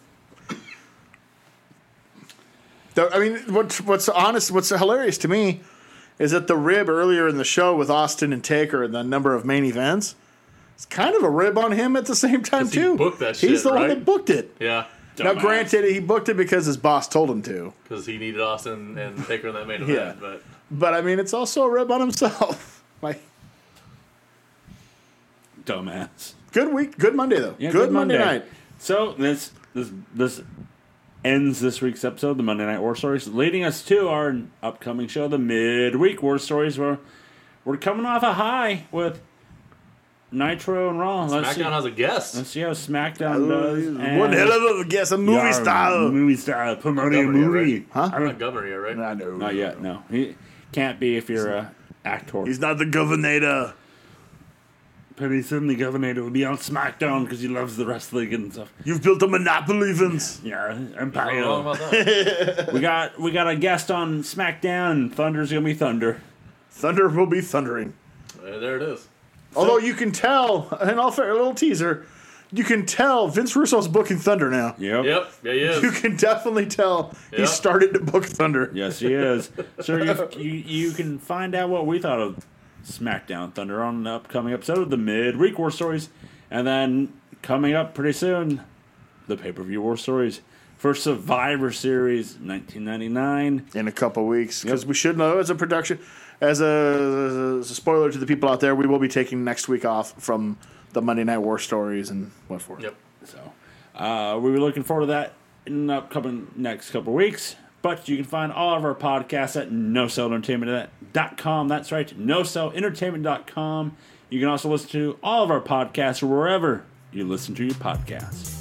[SPEAKER 2] the, I mean, what's what's honest, what's hilarious to me is that the rib earlier in the show with Austin and Taker and the number of main events, it's kind of a rib on him at the same time
[SPEAKER 3] 'Cause he
[SPEAKER 2] too.
[SPEAKER 3] booked that
[SPEAKER 2] He's
[SPEAKER 3] shit,
[SPEAKER 2] the one
[SPEAKER 3] right?
[SPEAKER 2] that booked it.
[SPEAKER 3] yeah,
[SPEAKER 2] Now,
[SPEAKER 1] Dumbass.
[SPEAKER 2] granted, he booked it because his boss told him to,
[SPEAKER 3] because he needed Austin and Taker in that main
[SPEAKER 2] Yeah.
[SPEAKER 3] event. But
[SPEAKER 2] but I mean, it's also a rib on himself. *laughs* like,
[SPEAKER 1] dumbass.
[SPEAKER 2] good week, good Monday though.
[SPEAKER 1] Yeah,
[SPEAKER 2] good, Monday. night.
[SPEAKER 1] So this this this ends this week's episode, the Monday Night War Stories, leading us to our upcoming show, the Midweek War Stories, where we're coming off a high with Nitro and Raw. Let's see,
[SPEAKER 3] SmackDown has a guest.
[SPEAKER 1] let's see how SmackDown does. and-
[SPEAKER 2] One hell of a guess, a movie
[SPEAKER 1] Yeah,
[SPEAKER 2] style.
[SPEAKER 1] movie style, promoting a
[SPEAKER 3] Montgomery,
[SPEAKER 1] movie.
[SPEAKER 2] Huh?
[SPEAKER 1] I don't,
[SPEAKER 3] Montgomery, here, right?
[SPEAKER 2] I know.
[SPEAKER 1] not yet. No, he can't be if you're a actor.
[SPEAKER 2] He's not the governor.
[SPEAKER 1] pretty soon the governor will be on SmackDown because he loves the wrestling and stuff.
[SPEAKER 2] You've built a monopoly, Vince.
[SPEAKER 1] Yeah,
[SPEAKER 3] I don't
[SPEAKER 1] Empire.
[SPEAKER 3] know about that.
[SPEAKER 1] We got we got a guest on SmackDown. Thunder's gonna be Thunder.
[SPEAKER 2] Thunder will be thundering.
[SPEAKER 3] Uh, there it is.
[SPEAKER 2] Although you can tell, and I'll fair, a little teaser, you can tell Vince Russo's booking Thunder now.
[SPEAKER 3] Yep, yeah, he is.
[SPEAKER 2] You can definitely tell he
[SPEAKER 3] Yeah.
[SPEAKER 2] started to book Thunder.
[SPEAKER 1] Yes, he is. *laughs* so you, you you can find out what we thought of SmackDown Thunder on the upcoming episode of the Midweek War Stories, and then coming up pretty soon, the pay per view War Stories for Survivor Series 1999.
[SPEAKER 2] In a couple weeks, because we should know as a production, as a, as a spoiler to the people out there, we will be taking next week off from the Monday Night War stories and what for.
[SPEAKER 3] Yep.
[SPEAKER 1] So uh, we were looking forward to that in the upcoming next couple weeks. But you can find all of our podcasts at nocellentertainment.com. That's right, nocellentertainment.com. You can also listen to all of our podcasts wherever you listen to your podcasts.